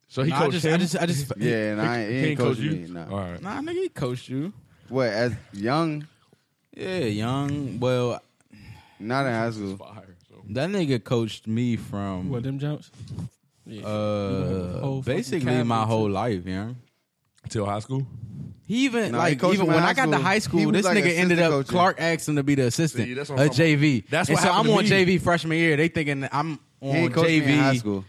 Speaker 5: So he
Speaker 6: Nah, I
Speaker 5: coached
Speaker 6: just,
Speaker 5: him.
Speaker 6: I just, I just,
Speaker 3: yeah, and I ain't,
Speaker 5: he
Speaker 3: he
Speaker 5: ain't
Speaker 3: ain't
Speaker 5: coach
Speaker 3: coaching
Speaker 5: you.
Speaker 3: me. Nah.
Speaker 5: All right.
Speaker 6: nah, nigga, he coached you.
Speaker 3: What, as young,
Speaker 6: Yeah, young. Well,
Speaker 3: not in high school.
Speaker 5: Fire. So.
Speaker 6: that nigga coached me from
Speaker 7: What them jumps?
Speaker 6: uh
Speaker 7: whole fucking
Speaker 6: basically
Speaker 7: cabin,
Speaker 6: my
Speaker 7: too.
Speaker 6: whole life, yeah.
Speaker 5: Till high school.
Speaker 6: He even
Speaker 3: Nah, he
Speaker 6: like
Speaker 3: coached
Speaker 6: even
Speaker 3: him in
Speaker 6: when
Speaker 3: high
Speaker 6: I got to
Speaker 3: school.
Speaker 6: high
Speaker 3: He
Speaker 6: school,
Speaker 3: was
Speaker 6: this
Speaker 3: like
Speaker 6: nigga ended up.
Speaker 3: assistant coaching.
Speaker 6: Clark asked him to be the assistant,
Speaker 5: See, that's what I'm
Speaker 6: a
Speaker 5: talking about.
Speaker 6: JV.
Speaker 5: That's
Speaker 6: and
Speaker 5: what
Speaker 6: so
Speaker 5: happened
Speaker 6: I'm
Speaker 5: to
Speaker 6: on
Speaker 5: me.
Speaker 6: JV freshman year. They thinking that I'm on
Speaker 3: He ain't coaching
Speaker 6: JV
Speaker 3: me in high school.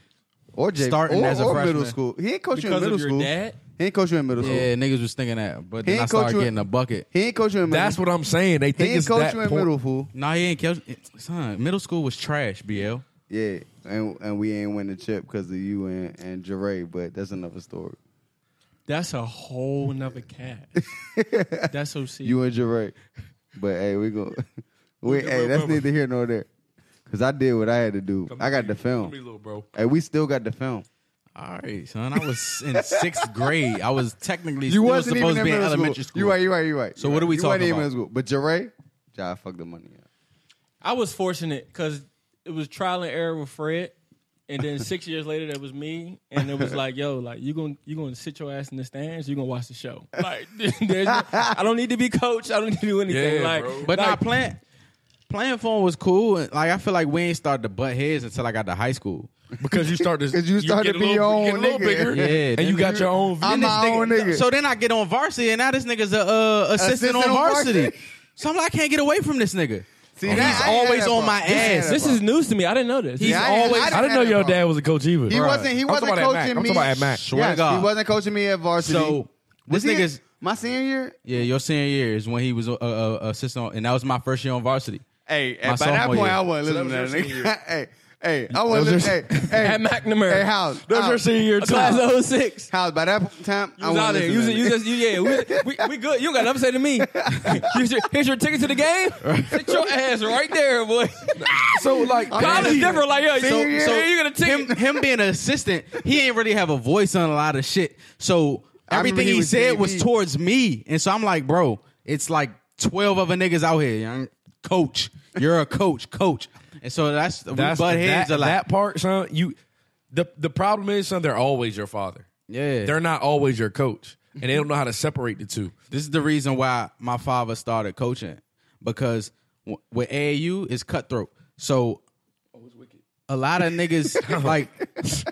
Speaker 3: Or JV.
Speaker 6: starting
Speaker 3: or,
Speaker 6: as a
Speaker 3: or
Speaker 6: freshman.
Speaker 3: middle school. He ain't coach you in
Speaker 7: Because of
Speaker 3: middle
Speaker 7: your
Speaker 3: school.
Speaker 7: dad?
Speaker 3: He ain't coach you in middle school.
Speaker 6: Yeah, niggas was thinking that, but
Speaker 3: He
Speaker 6: then I
Speaker 3: ain't coach
Speaker 6: started
Speaker 3: you-
Speaker 6: getting a bucket.
Speaker 3: He ain't coach you in middle
Speaker 5: That's what I'm saying. They
Speaker 3: He
Speaker 5: think
Speaker 3: ain't
Speaker 5: it's
Speaker 3: coach
Speaker 5: that
Speaker 3: you in
Speaker 5: point.
Speaker 3: middle school.
Speaker 6: Nah, he ain't coach. Son, middle school was trash. BL.
Speaker 3: Yeah, and and we ain't win the chip because of you and and Jeray, but that's another story.
Speaker 7: That's a whole nother cat. That's OC.
Speaker 3: You and Jeray, but hey, we go. We hey, that's neither here nor there. Cause I did what I had to do. I got the
Speaker 5: Come here,
Speaker 3: film.
Speaker 5: little bro.
Speaker 3: Hey, we still got the film.
Speaker 6: All right, son. I was in sixth grade. I was technically
Speaker 3: You
Speaker 6: still
Speaker 3: wasn't even in
Speaker 6: supposed to be in
Speaker 3: middle
Speaker 6: elementary
Speaker 3: school.
Speaker 6: school.
Speaker 3: You right, you right, you right.
Speaker 6: So
Speaker 3: You
Speaker 6: what are we
Speaker 3: right.
Speaker 6: talking
Speaker 3: you wasn't even in
Speaker 6: about?
Speaker 3: middle school, but Jeray, Jai fucked the money up.
Speaker 7: I was fortunate because it was trial and error with Fred, and then six years later that was me, and it was like, yo, like you gonna you gonna sit your ass in the stands, you gonna watch the show. Like, there's no, I don't need to be coached, I don't need to do anything.
Speaker 5: Yeah,
Speaker 7: like,
Speaker 5: bro.
Speaker 6: But
Speaker 7: like,
Speaker 6: not plant. Playing phone was cool. and, Like I feel like we ain't started to butt heads until I got to high school.
Speaker 5: because you start to
Speaker 3: 'Cause you start
Speaker 5: get
Speaker 3: to
Speaker 5: a
Speaker 3: be
Speaker 5: little-
Speaker 3: your
Speaker 5: you get
Speaker 3: own
Speaker 5: a little
Speaker 3: nigga.
Speaker 5: bigger,
Speaker 6: Yeah,
Speaker 5: and you
Speaker 6: then
Speaker 5: got your own.
Speaker 3: I'm
Speaker 5: view.
Speaker 3: my own nigga.
Speaker 6: So then I get on varsity, and now this nigga's a uh, assistant,
Speaker 3: Assistant
Speaker 6: on
Speaker 3: on
Speaker 6: varsity.
Speaker 3: varsity.
Speaker 6: So I'm like, I can't get away from this nigga.
Speaker 3: See,
Speaker 6: And
Speaker 3: that- I
Speaker 6: Oh, he's
Speaker 3: ain't had
Speaker 6: always
Speaker 3: that
Speaker 6: on my
Speaker 3: problem. I ain't had
Speaker 6: ass.
Speaker 3: that
Speaker 7: This is news to me. I didn't know this.
Speaker 6: He's
Speaker 3: Yeah, I ain't-
Speaker 6: always.
Speaker 3: I
Speaker 5: I
Speaker 3: didn't
Speaker 5: didn't know
Speaker 3: have
Speaker 5: your
Speaker 3: that
Speaker 5: dad was a coach either.
Speaker 3: He wasn't. He
Speaker 5: I'm
Speaker 3: wasn't
Speaker 5: talking about at Mac.
Speaker 3: coaching
Speaker 5: I'm
Speaker 3: me.
Speaker 5: talking about at Mac.
Speaker 6: Swear to
Speaker 3: Yes,
Speaker 6: God.
Speaker 3: he wasn't coaching me at varsity.
Speaker 6: So,
Speaker 3: Was
Speaker 6: this
Speaker 3: he in-
Speaker 6: nigga's-
Speaker 3: my senior year.
Speaker 6: Yeah, your senior year is when he was a uh, uh, assistant, on, and that was my first year on varsity.
Speaker 3: Hey,
Speaker 6: My
Speaker 3: and by that
Speaker 6: sophomore
Speaker 3: point,
Speaker 6: year.
Speaker 3: I wasn't
Speaker 5: So that
Speaker 3: listening
Speaker 5: was
Speaker 3: to that
Speaker 5: your senior
Speaker 3: nigga. hey, hey, I wasn't
Speaker 5: your
Speaker 3: listening. Hey, hey,
Speaker 7: At McNamara.
Speaker 3: Hey, House.
Speaker 7: That was your
Speaker 3: House,
Speaker 7: senior year too.
Speaker 3: Class of
Speaker 7: 06.
Speaker 3: House, by that time,
Speaker 7: You
Speaker 3: I
Speaker 7: was out
Speaker 3: wasn't
Speaker 7: there. You, was,
Speaker 3: listening
Speaker 7: you
Speaker 3: to
Speaker 7: just, you, yeah, we, we, we good. You got nothing to say to me. here's, your, here's your ticket to the game. Sit your ass right there, boy.
Speaker 5: So like,
Speaker 7: College
Speaker 3: mean,
Speaker 7: different. Like, yo,
Speaker 3: senior
Speaker 7: so,
Speaker 3: year-
Speaker 7: so you got a
Speaker 6: him
Speaker 7: ticket.
Speaker 6: him being an assistant, he ain't really have a voice on a lot of shit. So
Speaker 3: I remember
Speaker 6: everything he,
Speaker 3: he was
Speaker 6: said was
Speaker 3: DB.
Speaker 6: towards me, and so I'm like, bro, it's like twelve other niggas out here. young. Coach, you're a coach, coach, and so that's, we butt heads
Speaker 5: that,
Speaker 6: a lot.
Speaker 5: that part, son. You, the the problem is, son. They're always your father.
Speaker 6: Yeah.
Speaker 5: they're not always your coach, and they don't know how to separate the two.
Speaker 6: This is the reason why my father started coaching because w- with AAU it's cutthroat. So a lot of
Speaker 5: Oh.
Speaker 6: niggas like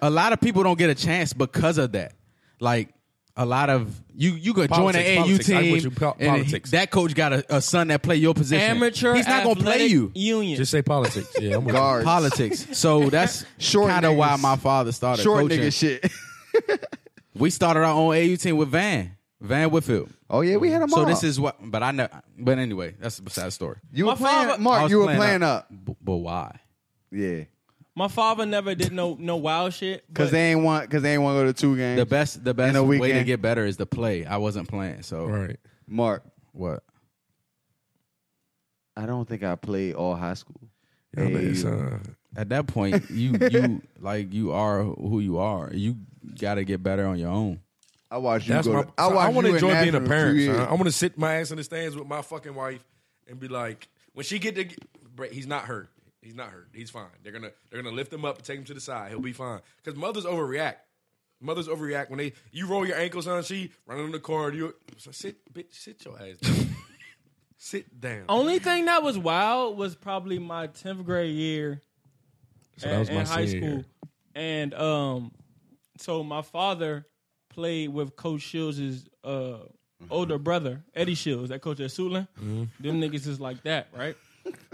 Speaker 6: a lot of people don't get a chance because of that. Like a lot of you you could join
Speaker 5: Politics,
Speaker 6: an AAU
Speaker 5: politics. I
Speaker 6: team
Speaker 5: wish you po-
Speaker 6: and
Speaker 5: politics.
Speaker 6: that coach got a, a son that play your position.
Speaker 7: Amateur
Speaker 6: He's not gonna play
Speaker 7: Athletic
Speaker 6: you.
Speaker 7: Union.
Speaker 5: Just say politics. Yeah, I'm with you.
Speaker 3: guards.
Speaker 6: Politics. So that's
Speaker 3: Short
Speaker 6: kind of why
Speaker 3: niggas.
Speaker 6: my father started
Speaker 3: Short
Speaker 6: coaching.
Speaker 3: nigga shit.
Speaker 6: We started our own AAU team with Van Van Whitfield.
Speaker 3: Oh yeah, we had him.
Speaker 6: So
Speaker 3: all.
Speaker 6: this is what, but I know. But anyway, that's beside the story.
Speaker 3: you
Speaker 7: My
Speaker 3: were playing,
Speaker 7: father-
Speaker 6: I
Speaker 3: Mark.
Speaker 6: was
Speaker 3: You were playing up.
Speaker 6: B- but why?
Speaker 3: Yeah,
Speaker 7: My father never did no no wild shit. Because
Speaker 3: because they ain't want. Because they ain't want to go to two games.
Speaker 6: The best, the best
Speaker 3: a
Speaker 6: way to
Speaker 3: weekend.
Speaker 6: get better is to play. I wasn't playing, so
Speaker 5: Right.
Speaker 3: Mark.
Speaker 6: what?
Speaker 3: I don't think I played all high school.
Speaker 5: Yeah, man,
Speaker 3: Hey,
Speaker 5: son.
Speaker 6: At that point, you you like you are who you are. You got to get better on your own.
Speaker 3: I watched you
Speaker 5: That's
Speaker 3: go.
Speaker 5: my.
Speaker 3: to,
Speaker 5: I,
Speaker 3: watched
Speaker 5: want to
Speaker 3: you in
Speaker 5: enjoy being a
Speaker 3: Nashville for
Speaker 5: parent.
Speaker 3: two
Speaker 5: son.
Speaker 3: years.
Speaker 5: I want to sit my ass in the stands with my fucking wife and be like, when she get to, Bra- he's not hurt. He's not hurt. He's fine. They're gonna they're gonna lift him up and take him to the side. He'll be fine. Because mothers overreact. Mothers overreact when they you roll your ankles on. She running on the car. You so sit bitch sit your ass. down. sit down.
Speaker 7: only thing that was wild was probably my tenth grade year
Speaker 5: so
Speaker 7: at- in high school, and um, so my father played with Coach Shields' uh, older brother Eddie Shields, that coach at Suitland. Them niggas is like that, right?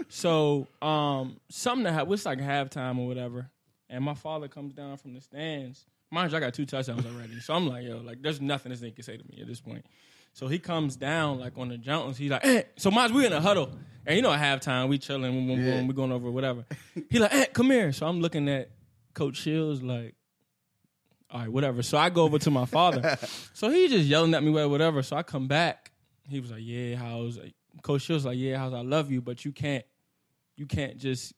Speaker 7: so um, something that ha- was like halftime or whatever, and my father comes down from the stands. Mind you, I got two touchdowns already, so I'm like, yo, like there's nothing this nigga can say to me at this point. So he comes down like on the Jones. He's like, eh. so mind you, we in a huddle, and you know at halftime we chilling, we, we,
Speaker 3: Yeah.
Speaker 7: we going over whatever. He like, eh, come here. So I'm looking at Coach Shields like, all right, whatever. So I go over to my father. so he just yelling at me, whatever, whatever. So I come back. He was like, yeah, how's Coach Shields like, yeah, how's I love you, but you can't, you can't just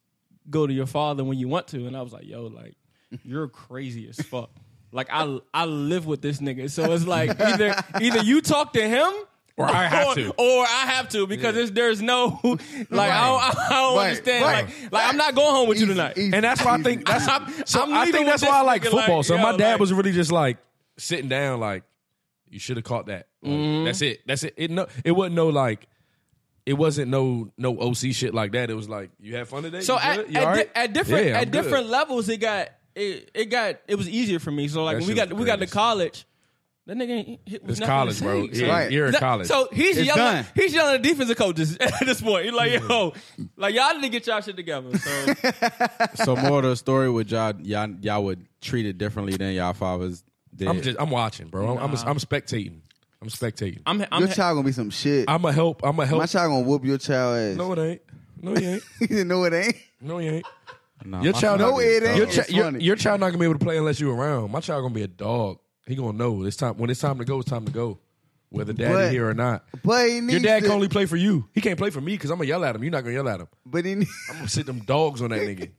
Speaker 7: go to your father when you want to. And I was like, yo, like, you're crazy as fuck. Like I I live with this nigga. So it's like either either you talk to him
Speaker 5: Or I have
Speaker 7: or,
Speaker 5: to.
Speaker 7: or I have to because it's, there's no like I don't, I don't
Speaker 3: Right.
Speaker 7: understand
Speaker 3: Right.
Speaker 7: like, like I'm not going home with you tonight.
Speaker 3: Easy,
Speaker 5: And that's why I think that's
Speaker 7: I'm,
Speaker 5: So
Speaker 7: I'm
Speaker 5: i
Speaker 7: leaving
Speaker 5: think that's
Speaker 7: with
Speaker 5: why I
Speaker 7: this
Speaker 5: like
Speaker 7: nigga,
Speaker 5: football. so
Speaker 7: yo,
Speaker 5: my dad
Speaker 7: like-
Speaker 5: was really just like sitting down, like you should have caught that. Like,
Speaker 7: Mm-hmm.
Speaker 5: That's it. That's it. It no. It wasn't no like. It wasn't no no OC shit like that. It was like you had fun today.
Speaker 7: So
Speaker 5: You
Speaker 7: at,
Speaker 5: good? You
Speaker 7: at,
Speaker 5: all
Speaker 7: di-
Speaker 5: right?
Speaker 7: at different
Speaker 5: Yeah, I'm
Speaker 7: at
Speaker 5: good.
Speaker 7: different levels, it got it, it got it was easier for me. So like
Speaker 5: That
Speaker 7: when we
Speaker 5: shit
Speaker 7: got
Speaker 5: was
Speaker 7: we got to
Speaker 5: crazy.
Speaker 7: college, that nigga ain't hit was
Speaker 5: It's college, bro. Yeah,
Speaker 3: Right.
Speaker 5: You're in
Speaker 7: That-
Speaker 5: college.
Speaker 7: So he's
Speaker 3: It's
Speaker 7: yelling.
Speaker 3: done.
Speaker 7: He's yelling at defensive coaches at this point. He's like, yo, like y'all need to get y'all shit together. So
Speaker 6: So more of the story with y'all, y'all, y'all would treat it differently than y'all fathers did.
Speaker 5: I'm just I'm watching, bro. I'm I'm, I'm spectating. I'm spectating. I'm
Speaker 7: I'm, I'm
Speaker 3: your child gonna be some shit.
Speaker 5: I'm a help. I'm a help.
Speaker 3: My child gonna whoop your child ass.
Speaker 5: no, it ain't. No, you ain't.
Speaker 3: you didn't know it ain't.
Speaker 5: No, you ain't.
Speaker 6: Nah,
Speaker 5: Your
Speaker 6: my
Speaker 5: child,
Speaker 6: father
Speaker 3: No, it
Speaker 6: did,
Speaker 3: ain't.
Speaker 5: Your,
Speaker 6: dog.
Speaker 5: chi-
Speaker 3: It's
Speaker 5: your,
Speaker 3: funny.
Speaker 5: your child not gonna be able to play unless you around. My child gonna be a dog. He gonna know it's time when it's time to go. It's time to go, whether daddy
Speaker 3: But-
Speaker 5: here or not.
Speaker 3: But he needs
Speaker 5: Your dad
Speaker 3: to,
Speaker 5: can only play for you. He can't play for me because I'm gonna yell at him. You're not gonna yell at him.
Speaker 3: But he, need-
Speaker 5: I'm gonna sit them dogs on that nigga.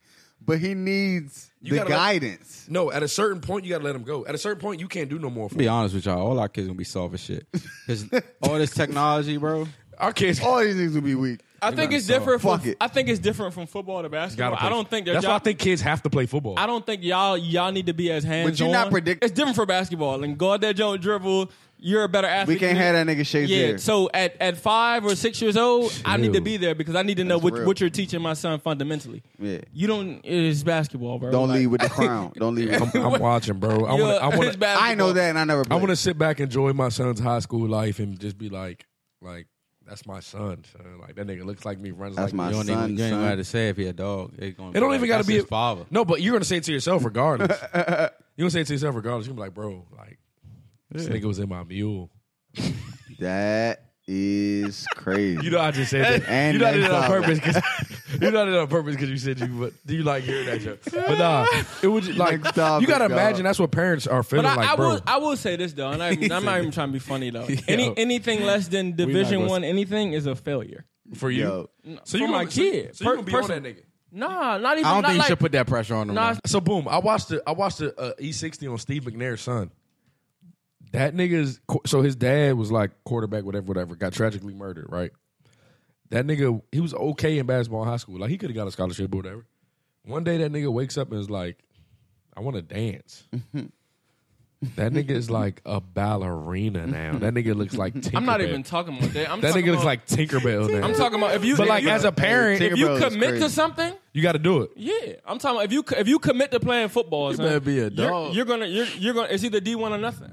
Speaker 3: but he needs
Speaker 5: You
Speaker 3: the
Speaker 5: gotta let-
Speaker 3: guidance.
Speaker 5: No, at a certain point you gotta let him go. At a certain point you can't do no more. For
Speaker 6: be
Speaker 5: him.
Speaker 6: honest with y'all, all our kids gonna be soft as shit. 'Cause all this technology, bro.
Speaker 5: Our kids,
Speaker 3: Oh, All these things will be weak.
Speaker 7: I think it's different.
Speaker 3: Fuck
Speaker 7: From,
Speaker 3: it.
Speaker 7: I think it's different from football to
Speaker 5: Gotta
Speaker 7: basketball.
Speaker 5: play-
Speaker 7: I don't think that
Speaker 5: that's
Speaker 7: y'all,
Speaker 5: why I think kids have to play football.
Speaker 7: I don't think y'all y'all need to be as hands.
Speaker 3: you're not predict-
Speaker 7: It's different for basketball. And go out there, don't dribble. You're a better athlete.
Speaker 3: We can't
Speaker 7: than-
Speaker 3: have that nigga Shazier.
Speaker 7: Yeah. So at, at five or six years old, I need to
Speaker 5: Chill.
Speaker 7: be there because I need to know
Speaker 3: That's
Speaker 7: what,
Speaker 3: real.
Speaker 7: what you're teaching my son fundamentally.
Speaker 3: Yeah.
Speaker 7: You don't. It's basketball, bro.
Speaker 3: Don't
Speaker 7: Like,
Speaker 3: leave with the crown. Don't leave. With
Speaker 5: I'm watching, bro. I
Speaker 7: you're-
Speaker 5: want. I
Speaker 7: it's
Speaker 5: want.
Speaker 7: basketball.
Speaker 3: I know that, and I never.
Speaker 5: I
Speaker 3: played.
Speaker 5: want to sit back, enjoy my son's high school life, and just be like, like that's my son. son. Like that nigga looks like me, runs
Speaker 3: That's
Speaker 5: like
Speaker 3: my
Speaker 5: me.
Speaker 6: You don't
Speaker 3: Son,
Speaker 6: even, you ain't
Speaker 3: son.
Speaker 6: gonna have to say if he a dog. It,
Speaker 5: It don't even got to be
Speaker 6: his father.
Speaker 5: No, but you're gonna say it to yourself regardless. you're gonna say it to yourself regardless. You're gonna be like, bro, like this nigga was in my mule.
Speaker 3: That is crazy.
Speaker 5: You know I just said that.
Speaker 3: And
Speaker 5: you know I did it
Speaker 3: then
Speaker 5: on
Speaker 3: father.
Speaker 5: purpose. 'cause- you know I did it on purpose because you said you. But do you like hearing that joke? But nah, it would just, like
Speaker 3: Next topic,
Speaker 5: you gotta
Speaker 3: dog.
Speaker 5: imagine that's what parents are feeling
Speaker 7: But I,
Speaker 5: like,
Speaker 7: I
Speaker 5: bro.
Speaker 7: will. I will say this though, and I, I'm not even trying to be funny though. Any anything less than Division
Speaker 5: gonna-
Speaker 7: One, anything is a failure.
Speaker 5: for you,
Speaker 3: Yo.
Speaker 7: for
Speaker 5: so you
Speaker 7: my
Speaker 5: gonna- so you-
Speaker 7: kid.
Speaker 5: So you
Speaker 7: Per-
Speaker 5: gonna be
Speaker 7: person-
Speaker 5: on that nigga.
Speaker 7: Nah, not even.
Speaker 6: I don't
Speaker 7: not
Speaker 6: think
Speaker 7: like,
Speaker 6: you should put that pressure on him.
Speaker 7: Nah,
Speaker 6: though.
Speaker 5: So boom, I watched the I watched the uh, E60 on Steve McNair's son. That nigga's so his dad was like quarterback, whatever, whatever. Got tragically murdered, right? That nigga, he was okay in basketball in high school. Like he could have got a scholarship or whatever. One day that nigga wakes up and is like, I want to dance. that nigga is like a ballerina now. That nigga looks like Tinkerbell.
Speaker 7: I'm not even talking about that. I'm
Speaker 5: That
Speaker 7: talking
Speaker 5: nigga looks
Speaker 7: about-
Speaker 5: like Tinkerbell now.
Speaker 7: I'm talking about if you.
Speaker 5: But
Speaker 7: if
Speaker 5: like
Speaker 7: you-
Speaker 5: as a parent,
Speaker 3: Hey,
Speaker 7: if you
Speaker 3: Tinkerbell is
Speaker 7: commit to
Speaker 3: crazy.
Speaker 7: something,
Speaker 5: you got to do it.
Speaker 7: yeah, I'm talking. About if you if you commit to playing football, you son,
Speaker 6: better be a
Speaker 7: You're,
Speaker 6: dog.
Speaker 7: you're gonna you're, you're gonna. It's either D one or nothing.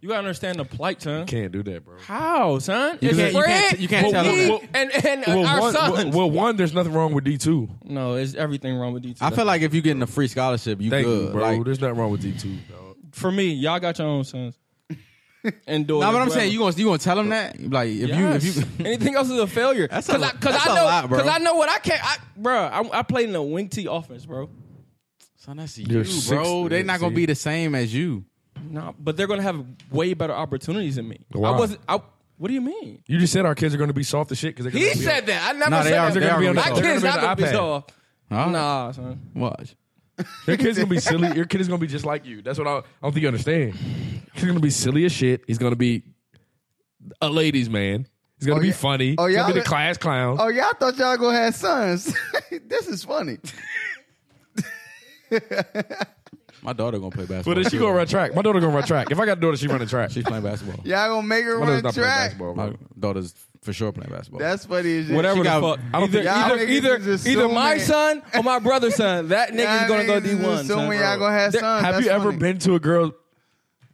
Speaker 7: You gotta understand the plight, son.
Speaker 5: Can't do that, bro.
Speaker 7: How, son? You
Speaker 6: can't- you can't- you can't tell
Speaker 5: them that.
Speaker 7: And and
Speaker 5: Well,
Speaker 7: our
Speaker 5: one, well,
Speaker 7: sons.
Speaker 5: well, one, there's nothing wrong with D two.
Speaker 7: no, it's everything wrong with D2.
Speaker 6: I feel like if you're getting a free scholarship, you
Speaker 5: Thank
Speaker 6: good.
Speaker 5: you, bro.
Speaker 6: Like,
Speaker 5: There's nothing wrong with D two. dog.
Speaker 7: for me, y'all got your own sons. And daughters.
Speaker 6: No, but I'm
Speaker 7: whatever.
Speaker 6: saying you gonna you gonna tell him that like if
Speaker 7: Yes.
Speaker 6: you if you
Speaker 7: anything else is a failure.
Speaker 6: That's a
Speaker 7: Cause I,
Speaker 6: lot-
Speaker 7: cause
Speaker 6: that's
Speaker 7: I
Speaker 6: a
Speaker 7: know,
Speaker 6: lot, bro.
Speaker 7: Cause I know what I can't, I, bro. I, I played in a wing T offense, bro.
Speaker 6: son that's you
Speaker 5: You're
Speaker 6: bro
Speaker 5: six-
Speaker 6: they not gonna
Speaker 5: see?
Speaker 6: be the same as you.
Speaker 7: No, but they're gonna have way better opportunities than me.
Speaker 5: Why?
Speaker 7: I wasn't. I, what do you mean?
Speaker 5: You just said our kids are going to be soft as shit because
Speaker 7: He said that. I never
Speaker 6: No, they
Speaker 7: said
Speaker 6: are-
Speaker 7: that.
Speaker 6: they're gonna be on
Speaker 7: My
Speaker 6: the- they're
Speaker 7: kids
Speaker 5: gonna be
Speaker 7: not gonna
Speaker 5: on the
Speaker 7: be
Speaker 5: iPad.
Speaker 7: soft.
Speaker 6: Huh?
Speaker 7: Nah, son.
Speaker 6: Watch.
Speaker 5: your kid's going to be silly. Your kid is going to be just like you. That's what I, I don't think you understand. He's going to be silly as shit. He's going to be a ladies man. He's going to
Speaker 3: Oh,
Speaker 5: be
Speaker 3: yeah.
Speaker 5: funny.
Speaker 3: Oh,
Speaker 5: He's
Speaker 3: y'all-
Speaker 5: going to be the class clown.
Speaker 3: Oh, y'all thought y'all gonna have sons. this is funny.
Speaker 6: My daughter gonna play basketball.
Speaker 5: but then she
Speaker 6: too.
Speaker 5: going to run track. My daughter going to run track. If I got a daughter, she running track.
Speaker 6: She's playing basketball.
Speaker 3: Y'all gonna make her
Speaker 5: My daughter's
Speaker 3: run
Speaker 5: not playing
Speaker 3: track.
Speaker 5: basketball.
Speaker 6: My
Speaker 5: Bro.
Speaker 6: daughter's for sure playing basketball.
Speaker 3: That's funny as shit.
Speaker 7: Whatever
Speaker 6: She
Speaker 7: the
Speaker 6: got-
Speaker 7: fuck.
Speaker 5: I don't
Speaker 7: Either
Speaker 5: think-
Speaker 3: Y'all
Speaker 7: either
Speaker 3: niggas
Speaker 7: either,
Speaker 3: is
Speaker 7: either my son
Speaker 3: assuming-
Speaker 7: or my brother's son. That nigga's
Speaker 3: Y'all
Speaker 7: gonna go
Speaker 3: niggas
Speaker 7: D
Speaker 3: is
Speaker 7: one.
Speaker 3: Assuming y'all gonna have sons.
Speaker 5: Have
Speaker 3: That's
Speaker 5: you ever
Speaker 3: funny.
Speaker 5: been to a girl?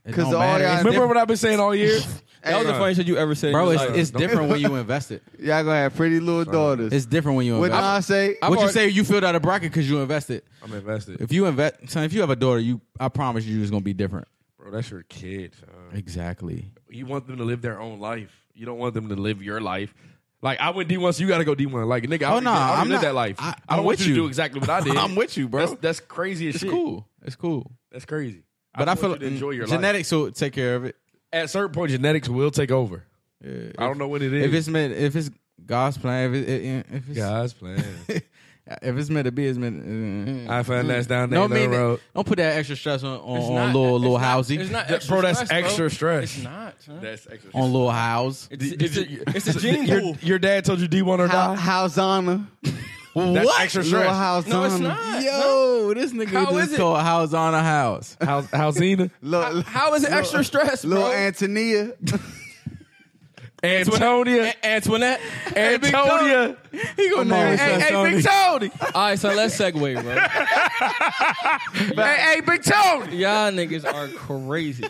Speaker 6: It
Speaker 3: 'Cause
Speaker 6: don't
Speaker 3: all
Speaker 6: matter.
Speaker 3: y'all
Speaker 6: It's
Speaker 5: Remember
Speaker 6: different.
Speaker 5: what I've been saying all year?
Speaker 7: That was the
Speaker 3: Hey,
Speaker 7: funniest shit you ever said. in
Speaker 6: bro,
Speaker 7: your
Speaker 6: it's,
Speaker 7: life.
Speaker 6: it's different when you invest it.
Speaker 3: Y'all gonna have pretty little daughters.
Speaker 6: It's different when you
Speaker 3: what
Speaker 6: invest.
Speaker 3: did I
Speaker 6: it.
Speaker 3: say?
Speaker 7: I've
Speaker 6: What you
Speaker 7: already-
Speaker 6: say you filled out a bracket because you invested.
Speaker 5: I'm invested.
Speaker 6: If you invest, son, if you have a daughter, you I promise you, it's gonna be different.
Speaker 5: Bro, that's your kid. son.
Speaker 6: Exactly.
Speaker 5: you want them to live their own life. You don't want them to live your life. Like I went D one, so you got to go D one. Like nigga, I
Speaker 6: Oh,
Speaker 5: already,
Speaker 6: nah,
Speaker 5: did- I already
Speaker 6: I'm
Speaker 5: lived
Speaker 6: not-
Speaker 5: that life.
Speaker 6: I-
Speaker 5: don't
Speaker 6: I'm
Speaker 5: want
Speaker 6: with
Speaker 5: you to
Speaker 6: you.
Speaker 5: do exactly what I did.
Speaker 6: I'm with you, bro.
Speaker 5: That's, that's crazy as
Speaker 6: It's
Speaker 5: shit.
Speaker 6: cool. It's cool.
Speaker 5: That's crazy.
Speaker 6: But I,
Speaker 5: want
Speaker 6: feel
Speaker 5: you to enjoy your life.
Speaker 6: genetics will take care of it.
Speaker 5: At a certain point, genetics will take over.
Speaker 6: Yeah.
Speaker 5: I don't know what it is.
Speaker 6: If it's meant, if it's God's plan, if it, it- if it's
Speaker 5: guys playing,
Speaker 6: if it's meant to be, it's meant.
Speaker 5: I found that's down there
Speaker 6: Don't
Speaker 5: on the
Speaker 6: mean
Speaker 5: road.
Speaker 6: don't put that extra stress on on,
Speaker 7: It's
Speaker 6: on
Speaker 7: not-
Speaker 6: little
Speaker 7: it's
Speaker 6: little
Speaker 7: not-
Speaker 6: housey
Speaker 7: It's not
Speaker 5: That-
Speaker 7: extra
Speaker 5: bro, that's
Speaker 7: stress, bro.
Speaker 5: extra stress.
Speaker 7: It's not. son.
Speaker 5: That's extra.
Speaker 6: on little house.
Speaker 7: It's, it's, a, it's a gene
Speaker 5: your,
Speaker 7: pool.
Speaker 5: your dad told you D one or
Speaker 3: How,
Speaker 5: die.
Speaker 3: how's Anna?
Speaker 5: That's extra
Speaker 3: Little
Speaker 5: stress.
Speaker 3: house
Speaker 7: No, it's not.
Speaker 6: Yo, this nigga
Speaker 7: How is
Speaker 6: just
Speaker 7: it?
Speaker 6: called house on a house.
Speaker 5: How how's Zena?
Speaker 3: Little,
Speaker 7: How is it extra stress, bro?
Speaker 3: little Antonia.
Speaker 5: Antonia,
Speaker 7: A- Antoinette.
Speaker 5: Antonia.
Speaker 6: He gonna
Speaker 3: name his
Speaker 6: hey,
Speaker 3: son
Speaker 6: hey, Big
Speaker 5: Tony.
Speaker 7: All right, so let's segue, bro.
Speaker 5: Hey, hey, Big Tony.
Speaker 7: Y'all niggas are crazy.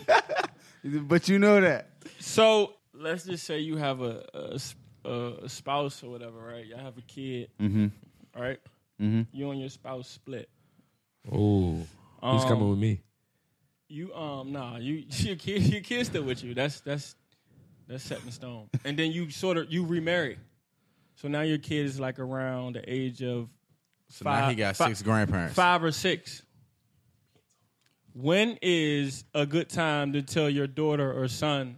Speaker 3: but you know that.
Speaker 7: So let's just say you have a, a s- a spouse or whatever, right? Y'all have a kid.
Speaker 3: Mm-hmm.
Speaker 7: All right? You and your spouse split.
Speaker 5: Oh, who's
Speaker 7: Um,
Speaker 5: coming with me?
Speaker 7: You um nah you your kid your kid's still with you. That's that's that's set in stone. And then you sort of you remarry. So now your kid is like around the age of
Speaker 6: Now he got
Speaker 7: fi-
Speaker 6: six grandparents.
Speaker 7: five or six. When is a good time to tell your daughter or son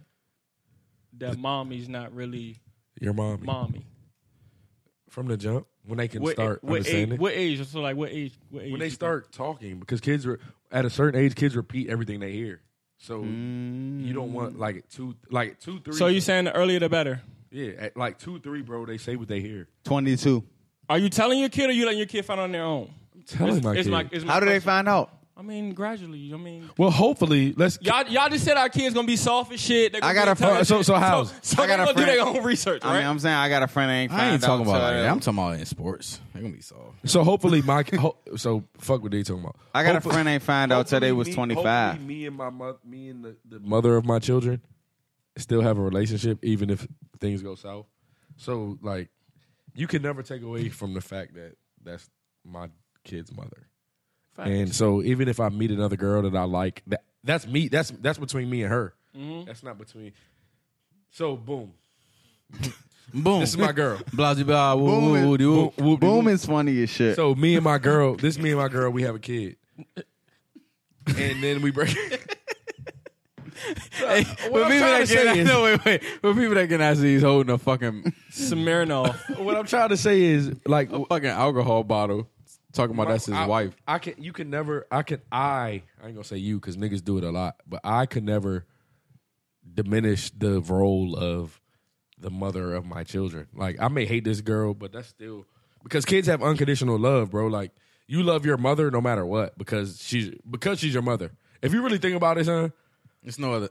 Speaker 7: that mommy's not really
Speaker 5: Your mom.
Speaker 7: mommy?
Speaker 5: From the jump, when they can
Speaker 7: What,
Speaker 5: start
Speaker 7: what
Speaker 5: understanding.
Speaker 7: age? What age? So like what age? What age?
Speaker 5: when they start talking, because kids are at a certain age, kids repeat everything they
Speaker 7: Mm.
Speaker 5: hear. So you don't want like two, like two, three.
Speaker 7: So you saying the earlier the better?
Speaker 5: Yeah, at like two, three, bro, they say what they hear.
Speaker 3: Twenty two.
Speaker 7: Are you telling your kid or you letting your kid find out on their own? I'm
Speaker 5: telling
Speaker 7: it's,
Speaker 5: my
Speaker 7: it's
Speaker 5: kid.
Speaker 7: My, it's my
Speaker 3: How do they
Speaker 7: question.
Speaker 3: find out?
Speaker 7: I mean, gradually. I mean,
Speaker 5: Well, hopefully, let's.
Speaker 7: y'all y'all just said our kids gonna be soft as shit. They gonna
Speaker 3: I got
Speaker 7: be
Speaker 3: a
Speaker 7: intelligent.
Speaker 5: friend- so- so how's-
Speaker 7: So, so
Speaker 3: I got
Speaker 7: they
Speaker 3: a
Speaker 7: gonna do
Speaker 3: friend-
Speaker 7: their own research,
Speaker 3: I mean,
Speaker 7: right?
Speaker 3: I'm saying I got a friend that ain't find
Speaker 6: I ain't
Speaker 3: out
Speaker 6: talking about
Speaker 3: till-
Speaker 6: like that. I'm talking about in sports. They're gonna be soft.
Speaker 5: So hopefully, my ho- so fuck what they talking about.
Speaker 3: I got a
Speaker 5: Hopefully-
Speaker 3: friend ain't find out till they was
Speaker 5: Hopefully me-
Speaker 3: twenty five.
Speaker 5: hopefully Me and my mother, me and the, the mother of my children, still have a relationship, even if things go south. So like, you can never take away from the fact that that's my kid's mother. And so even if I meet another girl that I like, that that's me. That's that's between me and her. That's not between. So boom,
Speaker 6: Boom.
Speaker 5: this is my girl.
Speaker 6: Blasey blah. Woo,
Speaker 3: Boom
Speaker 6: woo,
Speaker 3: is-
Speaker 6: woo, doo, woo.
Speaker 5: Whoop-de-whoop.
Speaker 3: Boom is funny as shit.
Speaker 5: So me and my girl, this me and my girl, we have a kid, and then we break.
Speaker 6: Hey,
Speaker 5: I'm
Speaker 6: for people
Speaker 5: trying
Speaker 6: that
Speaker 5: to say
Speaker 6: can
Speaker 5: is-
Speaker 6: no, wait, wait. For people that cannot see, he's holding a fucking
Speaker 7: Smirnoff.
Speaker 5: what I'm trying to say is like
Speaker 6: a fucking alcohol bottle. Talking about that's his
Speaker 5: I-
Speaker 6: wife.
Speaker 5: I can you can never I can I I ain't gonna say you because niggas do it a lot, but I could never diminish the role of the mother of my children. Like I may hate this girl, but that's still because kids have unconditional love, bro. Like you love your mother no matter what because she's because she's your mother. If you really think about it, son,
Speaker 6: It's no other.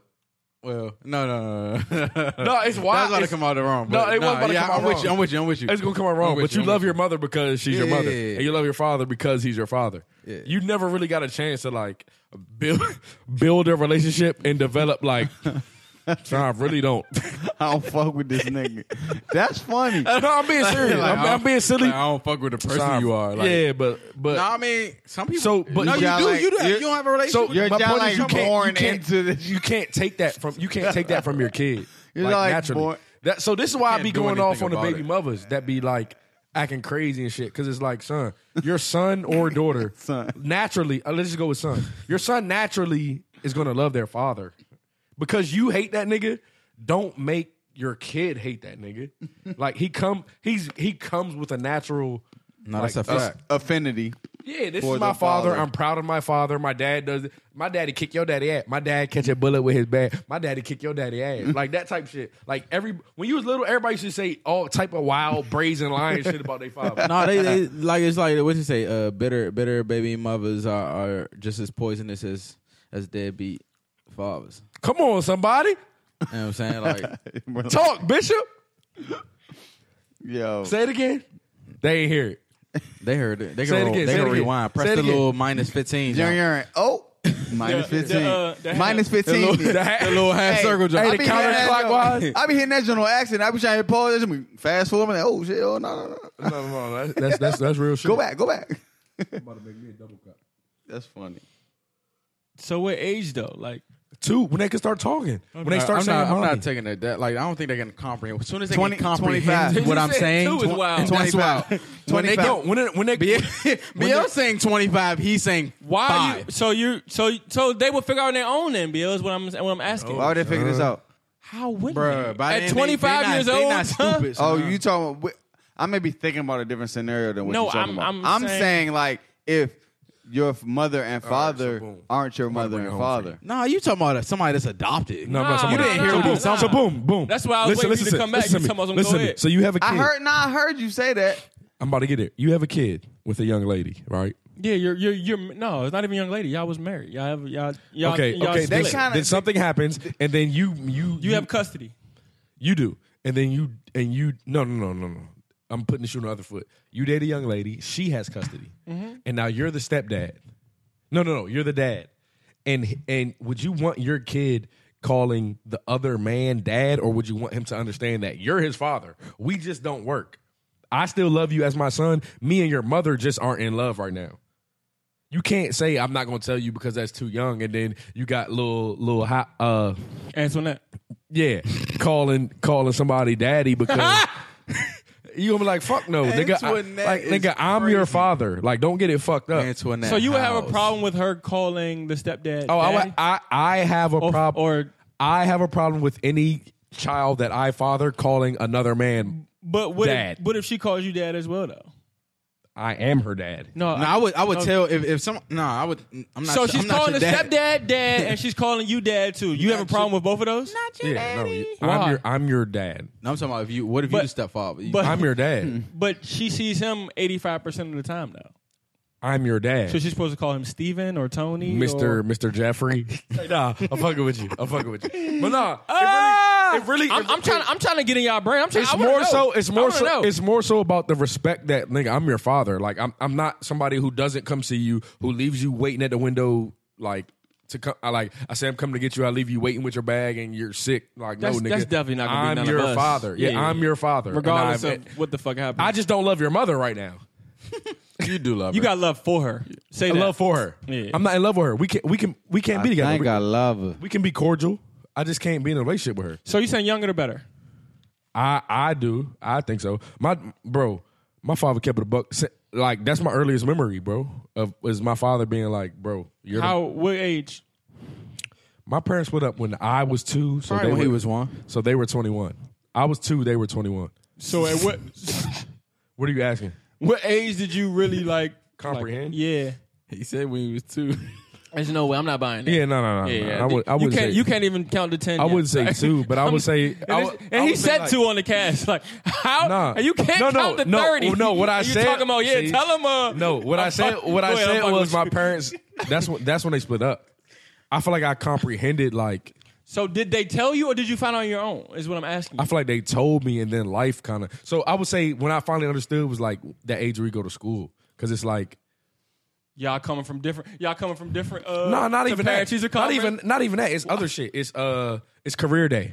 Speaker 6: Well, no, no, no, no.
Speaker 5: No, it's wild.
Speaker 6: That's about to
Speaker 5: It's-
Speaker 6: come out the wrong.
Speaker 5: No,
Speaker 6: but
Speaker 5: it wasn't
Speaker 6: nah,
Speaker 5: about to
Speaker 6: yeah,
Speaker 5: come out
Speaker 6: I'm with
Speaker 5: wrong.
Speaker 6: you. I'm with you. I'm with you.
Speaker 5: it's gonna come out
Speaker 6: I'm
Speaker 5: wrong.
Speaker 6: with
Speaker 5: But you
Speaker 6: I'm
Speaker 5: love
Speaker 6: with
Speaker 5: your mother because she's your
Speaker 6: Yeah.
Speaker 5: mother, and you love your father because he's your father. You never really got a chance to like build build a relationship and develop like. Son, I really don't.
Speaker 3: I don't fuck with this nigga. That's funny.
Speaker 5: No, I'm being serious.
Speaker 6: Like,
Speaker 5: I'm,
Speaker 6: I don't-
Speaker 5: I'm being silly.
Speaker 6: Like, I don't fuck with the person
Speaker 5: Son,
Speaker 6: you are. Like,
Speaker 5: yeah, but but
Speaker 6: No, I mean some people.
Speaker 5: so but
Speaker 6: no, you do.
Speaker 3: Yeah, like,
Speaker 6: you, do
Speaker 3: you're-
Speaker 6: you don't have a relationship.
Speaker 5: so
Speaker 6: with
Speaker 3: You're
Speaker 5: my
Speaker 3: just
Speaker 5: point
Speaker 3: like
Speaker 5: is you can't, you
Speaker 3: born
Speaker 5: can't,
Speaker 3: into this.
Speaker 5: You can't take that from you can't take that from your kid.
Speaker 3: You're
Speaker 5: like,
Speaker 3: like,
Speaker 5: naturally.
Speaker 3: boy-
Speaker 5: that so this is why I
Speaker 6: Can't
Speaker 5: be
Speaker 6: do
Speaker 5: going off
Speaker 6: anything
Speaker 5: on the
Speaker 6: about
Speaker 5: baby
Speaker 6: it.
Speaker 5: mothers that be like acting crazy and shit cuz it's like son, your son or daughter
Speaker 3: Son.
Speaker 5: naturally, uh, let's just go with son. Your son naturally is going to love their father. Because you hate that nigga, don't make your kid hate that nigga. like he come he's he comes with a natural
Speaker 6: no, that's a
Speaker 5: like,
Speaker 6: fact.
Speaker 3: Affinity.
Speaker 5: yeah, this
Speaker 3: for
Speaker 5: is my
Speaker 3: the
Speaker 5: father.
Speaker 3: father.
Speaker 5: I'm proud of my father. My dad does it. My daddy kick your daddy ass. My dad catch a bullet with his bat. My daddy kick your daddy ass. like that type shit. Like every when you was little, everybody used to say all type of wild, brazen, lying shit about their father.
Speaker 6: no, they, they like it's like what you say. Uh, bitter, bitter baby mothers are, are just as poisonous as as deadbeat fathers.
Speaker 5: Come on, somebody
Speaker 6: You know what I'm saying? Like,
Speaker 5: talk, Bishop.
Speaker 3: Yo.
Speaker 5: Say it again. They ain't hear it.
Speaker 6: They heard it. They
Speaker 5: Say it
Speaker 6: can, roll,
Speaker 5: again,
Speaker 6: they
Speaker 5: say
Speaker 6: can
Speaker 5: it again.
Speaker 6: rewind. Press
Speaker 5: Say it
Speaker 6: the
Speaker 5: again.
Speaker 6: little minus 15.
Speaker 3: Junior,
Speaker 6: now.
Speaker 3: Aaron. oh, minus
Speaker 7: The- the,
Speaker 3: 15.
Speaker 7: uh, the
Speaker 3: Minus
Speaker 7: hand-
Speaker 3: 15.
Speaker 5: The hat-
Speaker 6: The little half
Speaker 3: Hey,
Speaker 6: circle jump.
Speaker 5: hey,
Speaker 3: I
Speaker 5: the
Speaker 3: be hitting that
Speaker 5: counterclockwise.
Speaker 3: joint. I be hitting that joint on accident. I be trying to pause. I be fast forward. I'm like, oh shit! Oh no, no, no.
Speaker 5: No, no, no, that's, that's that's that's real shit.
Speaker 3: Go back, go back. That's funny.
Speaker 7: so what age though? Like
Speaker 5: Two when they can start talking. when they
Speaker 6: Nah,
Speaker 5: start
Speaker 6: I'm
Speaker 5: saying,
Speaker 6: not, I'm
Speaker 5: mommy.
Speaker 6: not taking it that. Like, I don't think they can comprehend. As soon as they
Speaker 3: 20
Speaker 6: can comprehend
Speaker 3: 25.
Speaker 6: what I'm
Speaker 7: You said
Speaker 6: saying,
Speaker 7: two is wild.
Speaker 6: tw- that's
Speaker 3: 25.
Speaker 6: wild. When they
Speaker 3: 25.
Speaker 6: go,
Speaker 5: No, when it, when they
Speaker 6: BL BL saying 25, he's saying
Speaker 7: why? Are you,
Speaker 6: five.
Speaker 7: so you so so they will figure out on their own then, Bill. Is what I'm what I'm asking.
Speaker 3: Why would they figure this out?
Speaker 7: How would
Speaker 6: Bruh, by
Speaker 7: at
Speaker 6: then they-
Speaker 7: 25
Speaker 6: they not-
Speaker 7: years
Speaker 6: they
Speaker 7: old?
Speaker 6: not
Speaker 7: huh?
Speaker 6: stupid.
Speaker 3: Oh,
Speaker 6: son.
Speaker 3: you talking? About, I may be thinking about a different scenario than what
Speaker 7: No,
Speaker 3: you're talking
Speaker 7: I'm-
Speaker 3: about.
Speaker 7: I'm saying-
Speaker 3: saying, like if your mother and father
Speaker 5: boom.
Speaker 3: aren't your
Speaker 5: gonna
Speaker 3: mother
Speaker 5: bring it
Speaker 3: and
Speaker 5: home for
Speaker 3: father.
Speaker 6: Nah, you talking about somebody that's adopted.
Speaker 5: No, no,
Speaker 7: Nah,
Speaker 5: somebody.
Speaker 7: you didn't hear
Speaker 5: so
Speaker 7: what he
Speaker 5: boom,
Speaker 7: was saying.
Speaker 5: So boom, boom.
Speaker 7: That's why I was
Speaker 5: listen,
Speaker 7: waiting for you
Speaker 5: listen,
Speaker 7: to come back.
Speaker 5: Listen
Speaker 7: You
Speaker 5: to
Speaker 7: talking
Speaker 5: me.
Speaker 7: about some
Speaker 5: Listen
Speaker 7: go
Speaker 5: to me.
Speaker 7: ahead.
Speaker 5: So you have a kid.
Speaker 3: I heard. Nah, I heard you say that.
Speaker 5: I'm about to get it. You have a kid with a young lady, right?
Speaker 7: Yeah, you're you're you're no, it's not even a young lady. Y'all was married. Y'all have y'all y'all
Speaker 5: okay,
Speaker 7: y'all
Speaker 5: okay.
Speaker 7: split.
Speaker 5: Then,
Speaker 3: kinda-
Speaker 5: then something happens, and then you you
Speaker 7: you have custody.
Speaker 5: you do, and then you and you no no no no no. I'm putting the shoe on the other foot. You date a young lady. She has custody, and now you're the stepdad. No no no, you're the dad. And and would you want your kid calling the other man dad, or would you want him to understand that you're his father? We just don't work. I still love you as my son. Me and your mother just aren't in love right now. You can't say I'm not going to tell you because that's too young, and then you got little little hot, uh
Speaker 7: Antoinette.
Speaker 5: yeah calling calling somebody daddy because you gonna be like fuck no nigga I-
Speaker 6: Antoinette
Speaker 5: like
Speaker 6: is
Speaker 5: nigga I'm your
Speaker 6: crazy.
Speaker 5: father like don't get it fucked up.
Speaker 6: Antoinette
Speaker 7: So you would have a
Speaker 6: House.
Speaker 7: problem with her calling the stepdad?
Speaker 5: Oh, I,
Speaker 7: daddy?
Speaker 5: I I have a
Speaker 7: Or-
Speaker 5: problem.
Speaker 7: or-
Speaker 5: I have a problem with any child that I father calling another man.
Speaker 7: but what
Speaker 5: Dad.
Speaker 7: if, what if she calls you dad as well though?
Speaker 5: I am her dad.
Speaker 7: No,
Speaker 6: No, I would. I would tell if if some. No, I would. I'm not.
Speaker 7: so
Speaker 6: I'm
Speaker 7: she's
Speaker 6: not
Speaker 7: calling
Speaker 6: your
Speaker 7: the
Speaker 6: dad.
Speaker 7: stepdad dad, and she's calling you dad too. You have a problem with both of those?
Speaker 5: yeah, no,
Speaker 7: Why?
Speaker 5: I'm your I'm your dad.
Speaker 6: No, I'm talking about if you. What if
Speaker 7: But-
Speaker 6: you the stepfather? You-
Speaker 7: but-
Speaker 5: I'm your dad.
Speaker 7: But she sees him eighty five percent of the time now.
Speaker 5: I'm your dad.
Speaker 7: So she's supposed to call him Steven or Tony,
Speaker 5: Mr.
Speaker 7: or-
Speaker 5: Mr. Jeffrey. nah, I'm fucking with you. I'm fucking with you. But nah,
Speaker 7: Ah!
Speaker 5: it really, it really
Speaker 7: I'm,
Speaker 5: it-
Speaker 7: I'm trying. I'm trying to get in y'all brain. I'm trying.
Speaker 5: it's
Speaker 7: I wanna
Speaker 5: more
Speaker 7: know.
Speaker 5: so. It's
Speaker 7: I
Speaker 5: more
Speaker 7: wanna
Speaker 5: so.
Speaker 7: know.
Speaker 5: It's more so about the respect that nigga. I'm your father. Like I'm. I'm not somebody who doesn't come see you. Who leaves you waiting at the window. Like to come. I like. I say I'm coming to get you. I leave you waiting with your bag and you're sick. Like
Speaker 7: That's-
Speaker 5: no, nigga.
Speaker 7: that's definitely not gonna be
Speaker 5: I'm
Speaker 7: none of
Speaker 5: your
Speaker 7: us.
Speaker 5: father. Yeah,
Speaker 7: Yeah.
Speaker 5: I'm your father. And
Speaker 7: regardless
Speaker 5: I've-
Speaker 7: of what the fuck happened.
Speaker 5: I just don't love your mother right now.
Speaker 6: you do love.
Speaker 7: you
Speaker 6: her.
Speaker 7: got love for her. Say
Speaker 5: I
Speaker 7: that.
Speaker 5: love for her.
Speaker 7: Yeah.
Speaker 5: I'm not in love with her. We can. We can. We can't
Speaker 3: I
Speaker 5: be together.
Speaker 3: think
Speaker 5: we,
Speaker 3: I love her.
Speaker 5: we can be cordial. I just can't be in a relationship with her.
Speaker 7: So you saying younger the better?
Speaker 5: I I do. I think so. My bro, my father kept it a buck. Si- Like that's my earliest memory, bro. Of is my father being like, bro, you're the-
Speaker 7: How? What age?
Speaker 5: my parents split up when I was two. So
Speaker 6: Probably
Speaker 5: they
Speaker 6: when he
Speaker 5: were-
Speaker 6: was one.
Speaker 5: So they were twenty one. I was two. They were twenty one.
Speaker 7: So at what?
Speaker 5: What are you asking?
Speaker 7: what age did you really like?
Speaker 5: Comprehend?
Speaker 7: Yeah.
Speaker 6: He said when he was two.
Speaker 7: There's no way. I'm not buying that.
Speaker 5: yeah, no, no, no. no. I would. I
Speaker 7: you
Speaker 5: would
Speaker 7: can't.
Speaker 5: say
Speaker 7: you can't even count to ten.
Speaker 5: I
Speaker 7: yet.
Speaker 5: wouldn't say
Speaker 7: Like,
Speaker 5: two, but I would say.
Speaker 7: And,
Speaker 5: I
Speaker 7: it's-
Speaker 5: would-
Speaker 7: and
Speaker 5: I
Speaker 7: he
Speaker 5: would say,
Speaker 7: said
Speaker 5: like-
Speaker 7: two on the cast. Like how?
Speaker 5: Nah.
Speaker 7: and you can't
Speaker 5: No, no,
Speaker 7: count to
Speaker 5: no,
Speaker 7: thirty.
Speaker 5: No, what I
Speaker 7: you
Speaker 5: said.
Speaker 7: talking about? Yeah,
Speaker 5: see?
Speaker 7: tell him. Uh,
Speaker 5: No, what i
Speaker 7: I'm
Speaker 5: said.
Speaker 7: fuck-
Speaker 5: What I
Speaker 7: Go ahead, I'm
Speaker 5: said
Speaker 7: fucking
Speaker 5: was
Speaker 7: with
Speaker 5: my
Speaker 7: you.
Speaker 5: parents. That's when. That's when they split up. I feel like I comprehended. Like
Speaker 7: So did they tell you, or did you find out on your own? Is what I'm asking.
Speaker 5: I feel like they told me, and then life kind of. So I would say when I finally understood was like the age where you go to school because it's like
Speaker 7: Y'all coming from different. Y'all coming from different. Uh,
Speaker 5: no, not even that.
Speaker 7: Parents are
Speaker 5: Not even not even that. It's other shit. It's uh, it's career day,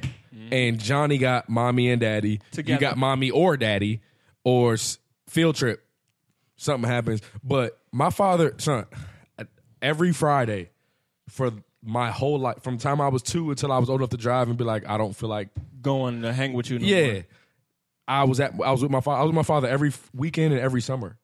Speaker 5: and Johnny got mommy and daddy.
Speaker 7: Together.
Speaker 5: You got mommy or daddy, or s- field trip. Something happens, but my father, son, every Friday for my whole life, from the time I was two until I was old enough to drive and be like, I don't feel like
Speaker 7: going to hang with you. No
Speaker 5: Yeah.
Speaker 7: more.
Speaker 5: I was at I was with my father. I was with my father every f- weekend and every summer.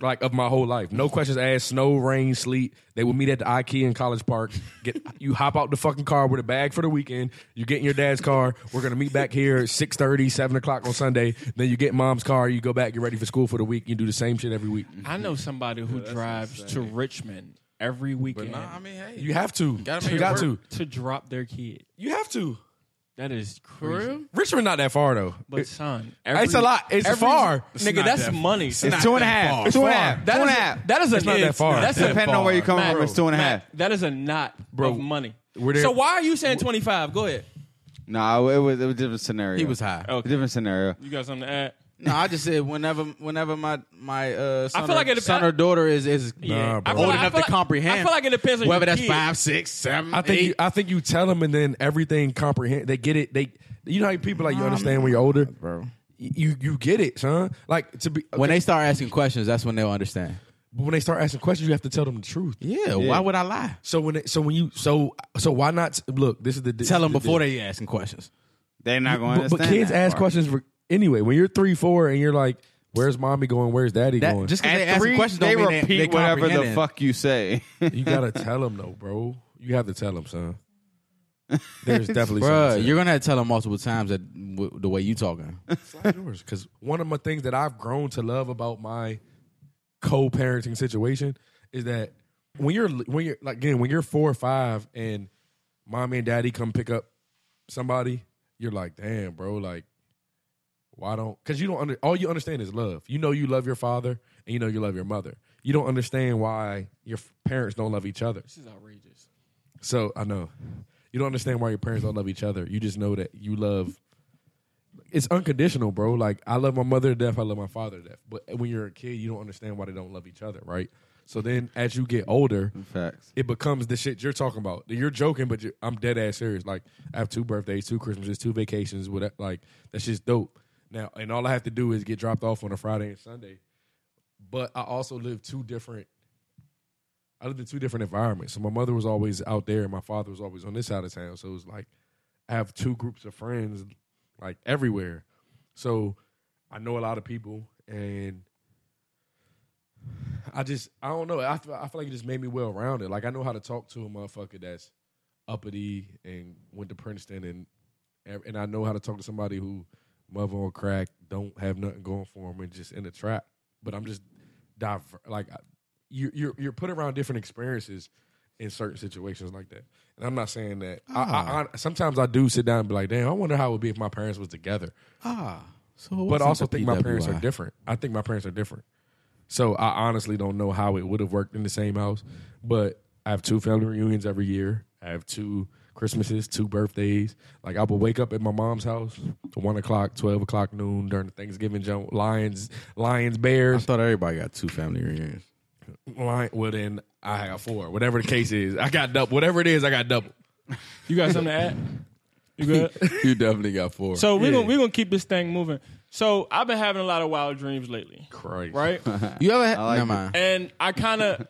Speaker 5: Like of my whole life. No questions asked, snow, rain, sleet. They would meet at the IKEA in College Park. Get you hop out the fucking car with a bag for the weekend. You get in your dad's car. We're gonna meet back here at 6 7 o'clock on Sunday. Then you get mom's car, you go back, you're ready for school for the week. You do the same shit every week.
Speaker 7: I know somebody who drives to Richmond every weekend
Speaker 6: Nah, I mean, hey,
Speaker 5: You have to.
Speaker 6: Gotta make
Speaker 5: you
Speaker 6: it
Speaker 5: got
Speaker 6: work.
Speaker 5: to.
Speaker 7: to drop their kid.
Speaker 5: You have to.
Speaker 7: That is crazy.
Speaker 5: Richmond not that far though.
Speaker 7: But
Speaker 5: It-
Speaker 7: son,
Speaker 5: it's a lot. It's far. It's
Speaker 7: nigga.
Speaker 6: not
Speaker 7: That's
Speaker 6: that-
Speaker 7: money.
Speaker 3: It's two and a half. Two and a half. Two
Speaker 7: That
Speaker 3: and a
Speaker 7: is-
Speaker 3: half.
Speaker 7: That is a
Speaker 5: It's not that far.
Speaker 7: That's a
Speaker 3: Depending on where you're coming
Speaker 7: Matt,
Speaker 3: from, it's two and a half.
Speaker 7: That is a knot
Speaker 5: Bro,
Speaker 7: of money.
Speaker 5: we're there-
Speaker 7: So why are you saying twenty five? Go ahead.
Speaker 3: No, it was it was a different scenario.
Speaker 6: he was high.
Speaker 7: Oh.
Speaker 3: A different scenario.
Speaker 7: You got something to add?
Speaker 6: No, I just said whenever, whenever my my uh, son,
Speaker 7: I feel
Speaker 6: or,
Speaker 7: like it-
Speaker 6: son or daughter is is
Speaker 5: Nah, bro.
Speaker 7: I feel
Speaker 6: old
Speaker 7: like- I
Speaker 6: enough
Speaker 7: feel
Speaker 6: to
Speaker 7: like-
Speaker 6: comprehend.
Speaker 7: I feel like it depends on
Speaker 6: whether
Speaker 7: your
Speaker 6: that's
Speaker 7: kid.
Speaker 6: five, six, seven,
Speaker 5: I think
Speaker 6: eight.
Speaker 5: you, I think you tell them, and then everything comprehend. They get it. They you know how people like you understand when you're older,
Speaker 6: bro.
Speaker 5: You you get it, son. Like to be
Speaker 6: When they start asking questions, that's when they'll understand.
Speaker 5: when they start asking questions, you have to tell them the truth.
Speaker 6: Yeah, why would I lie?
Speaker 5: So when they, so when you so so why not look? This is the
Speaker 6: Tell them before they asking questions.
Speaker 3: They're not going to
Speaker 5: But, but
Speaker 3: understand.
Speaker 5: kids
Speaker 3: that
Speaker 5: ask
Speaker 3: part.
Speaker 5: questions for, anyway. When you're three, four, and you're like, "Where's mommy going? Where's daddy
Speaker 6: That
Speaker 5: going?"
Speaker 6: just 'cause they
Speaker 3: At
Speaker 6: asking
Speaker 3: three,
Speaker 6: questions don't
Speaker 3: they
Speaker 6: mean
Speaker 3: repeat
Speaker 6: they, they
Speaker 3: whatever the
Speaker 6: comprehending.
Speaker 3: fuck you say.
Speaker 5: you gotta tell them though, bro. You have to tell them, son. There's definitely something to
Speaker 6: Bruh,
Speaker 5: it.
Speaker 6: you're gonna have to tell them multiple times that w- the way you talking.
Speaker 5: Not yours. Because one of my things that I've grown to love about my co-parenting situation is that when you're when you're like again when you're four or five and mommy and daddy come pick up somebody, you're like, damn, bro, like. Why don't? Because you don't under. All you understand is love. You know you love your father, and you know you love your mother. You don't understand why your f- parents don't love each other.
Speaker 7: This is outrageous.
Speaker 5: So I know you don't understand why your parents don't love each other. You just know that you love. It's unconditional, bro. Like I love my mother to death. I love my father to death. But when you're a kid, you don't understand why they don't love each other, right? So then, as you get older,
Speaker 3: Facts.
Speaker 5: it becomes the shit you're talking about. You're joking, but you're, I'm dead ass serious. Like I have two birthdays, two Christmases, two vacations. Whatever. Like that's just dope. Now, and all I have to do is get dropped off on a Friday and Sunday. But I also live two different. I lived in two different environments. So my mother was always out there, and my father was always on this side of town. So it was like I have two groups of friends, like everywhere. So I know a lot of people, and I just I don't know. I feel, I feel like it just made me well rounded. Like I know how to talk to a motherfucker that's uppity and went to Princeton, and ev- and I know how to talk to somebody who mother on crack, don't have nothing going for them, and just in the trap. but I'm just diver- like I- you you're you're put around different experiences in certain situations like that. And I'm not saying that. I, I, I sometimes I do sit down and be like, damn, I wonder how it would be if my parents was together.
Speaker 6: Ah, so
Speaker 5: But I also think my parents are different. I think my parents are different. So I honestly don't know how it would have worked in the same house. But I have two family reunions every year. I have two Christmases, two birthdays. Like I would wake up at my mom's house to one o'clock, twelve o'clock, noon during the Thanksgiving jump. Lions, lions,
Speaker 6: I
Speaker 5: bears.
Speaker 6: thought everybody got two family reunions.
Speaker 5: Lion, well then I have four. Whatever the case is, I got double. Whatever it is, I got double.
Speaker 7: You got something to add? You good?
Speaker 6: you definitely got four.
Speaker 7: So we're gonna we're gonna keep this thing moving. So I've been having a lot of wild dreams lately,
Speaker 5: Christ.
Speaker 7: right?
Speaker 6: you ever had?
Speaker 3: like
Speaker 6: never mind.
Speaker 7: and I kind of,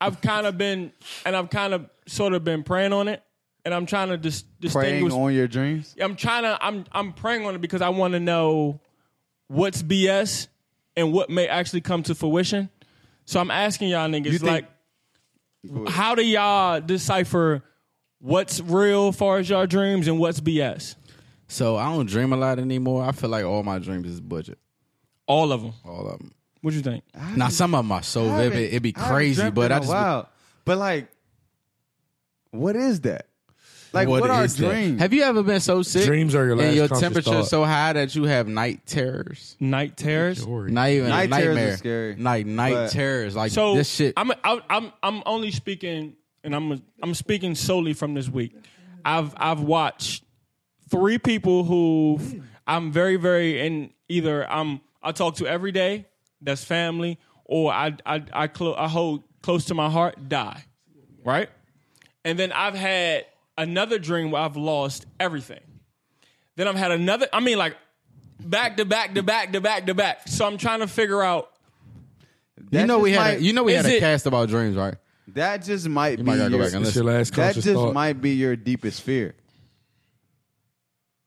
Speaker 7: I've kind of been, and I've kind of sort of been praying on it, and I'm trying to dis-
Speaker 3: Praying
Speaker 7: distinguish.
Speaker 3: on your dreams.
Speaker 7: I'm trying to, I'm I'm praying on it because I want to know what's BS and what may actually come to fruition. So I'm asking y'all niggas,
Speaker 3: think-
Speaker 7: like, how do y'all decipher what's real as far as y'all dreams and what's BS?
Speaker 6: So I don't dream a lot anymore. I feel like all my dreams is budget.
Speaker 7: All of them.
Speaker 6: All of them.
Speaker 7: What you think?
Speaker 6: Now some of them are so
Speaker 3: I haven't-
Speaker 6: vivid, it'd be
Speaker 3: I haven't
Speaker 6: crazy.
Speaker 3: dreamt
Speaker 6: But
Speaker 3: in
Speaker 6: I
Speaker 3: a
Speaker 6: just
Speaker 3: while. But like, what is that? Like, what,
Speaker 6: what
Speaker 3: are
Speaker 6: is that?
Speaker 3: dreams?
Speaker 6: Have you ever been so sick?
Speaker 5: Dreams are your last
Speaker 6: and your
Speaker 5: conscious
Speaker 6: temperature
Speaker 5: thought.
Speaker 6: so high that you have night terrors.
Speaker 7: Night terrors.
Speaker 6: Not even
Speaker 3: Night terrors
Speaker 6: nightmare.
Speaker 3: is scary,
Speaker 6: Like night
Speaker 3: but-
Speaker 6: terrors. Like
Speaker 7: So
Speaker 6: this shit.
Speaker 7: I'm I'm I'm I'm only speaking, and I'm I'm speaking solely from this week. I've I've watched three people who I'm very very in either I'm I talk to every day that's family or I I I, clo- I hold close to my heart die, right? And then I've had another dream where I've lost everything. Then I've had another. I mean like. Back to back to back to back to back. So I'm trying to figure out
Speaker 6: you
Speaker 3: That
Speaker 6: know we
Speaker 3: just
Speaker 6: had
Speaker 3: might-
Speaker 6: a, you know we
Speaker 7: is
Speaker 6: had a
Speaker 7: it-
Speaker 6: cast about dreams, right?
Speaker 3: that just might be
Speaker 6: might gotta go
Speaker 3: your,
Speaker 6: back and
Speaker 5: It's your last
Speaker 3: that
Speaker 5: conscious
Speaker 3: just
Speaker 5: thought.
Speaker 3: might be your deepest fear.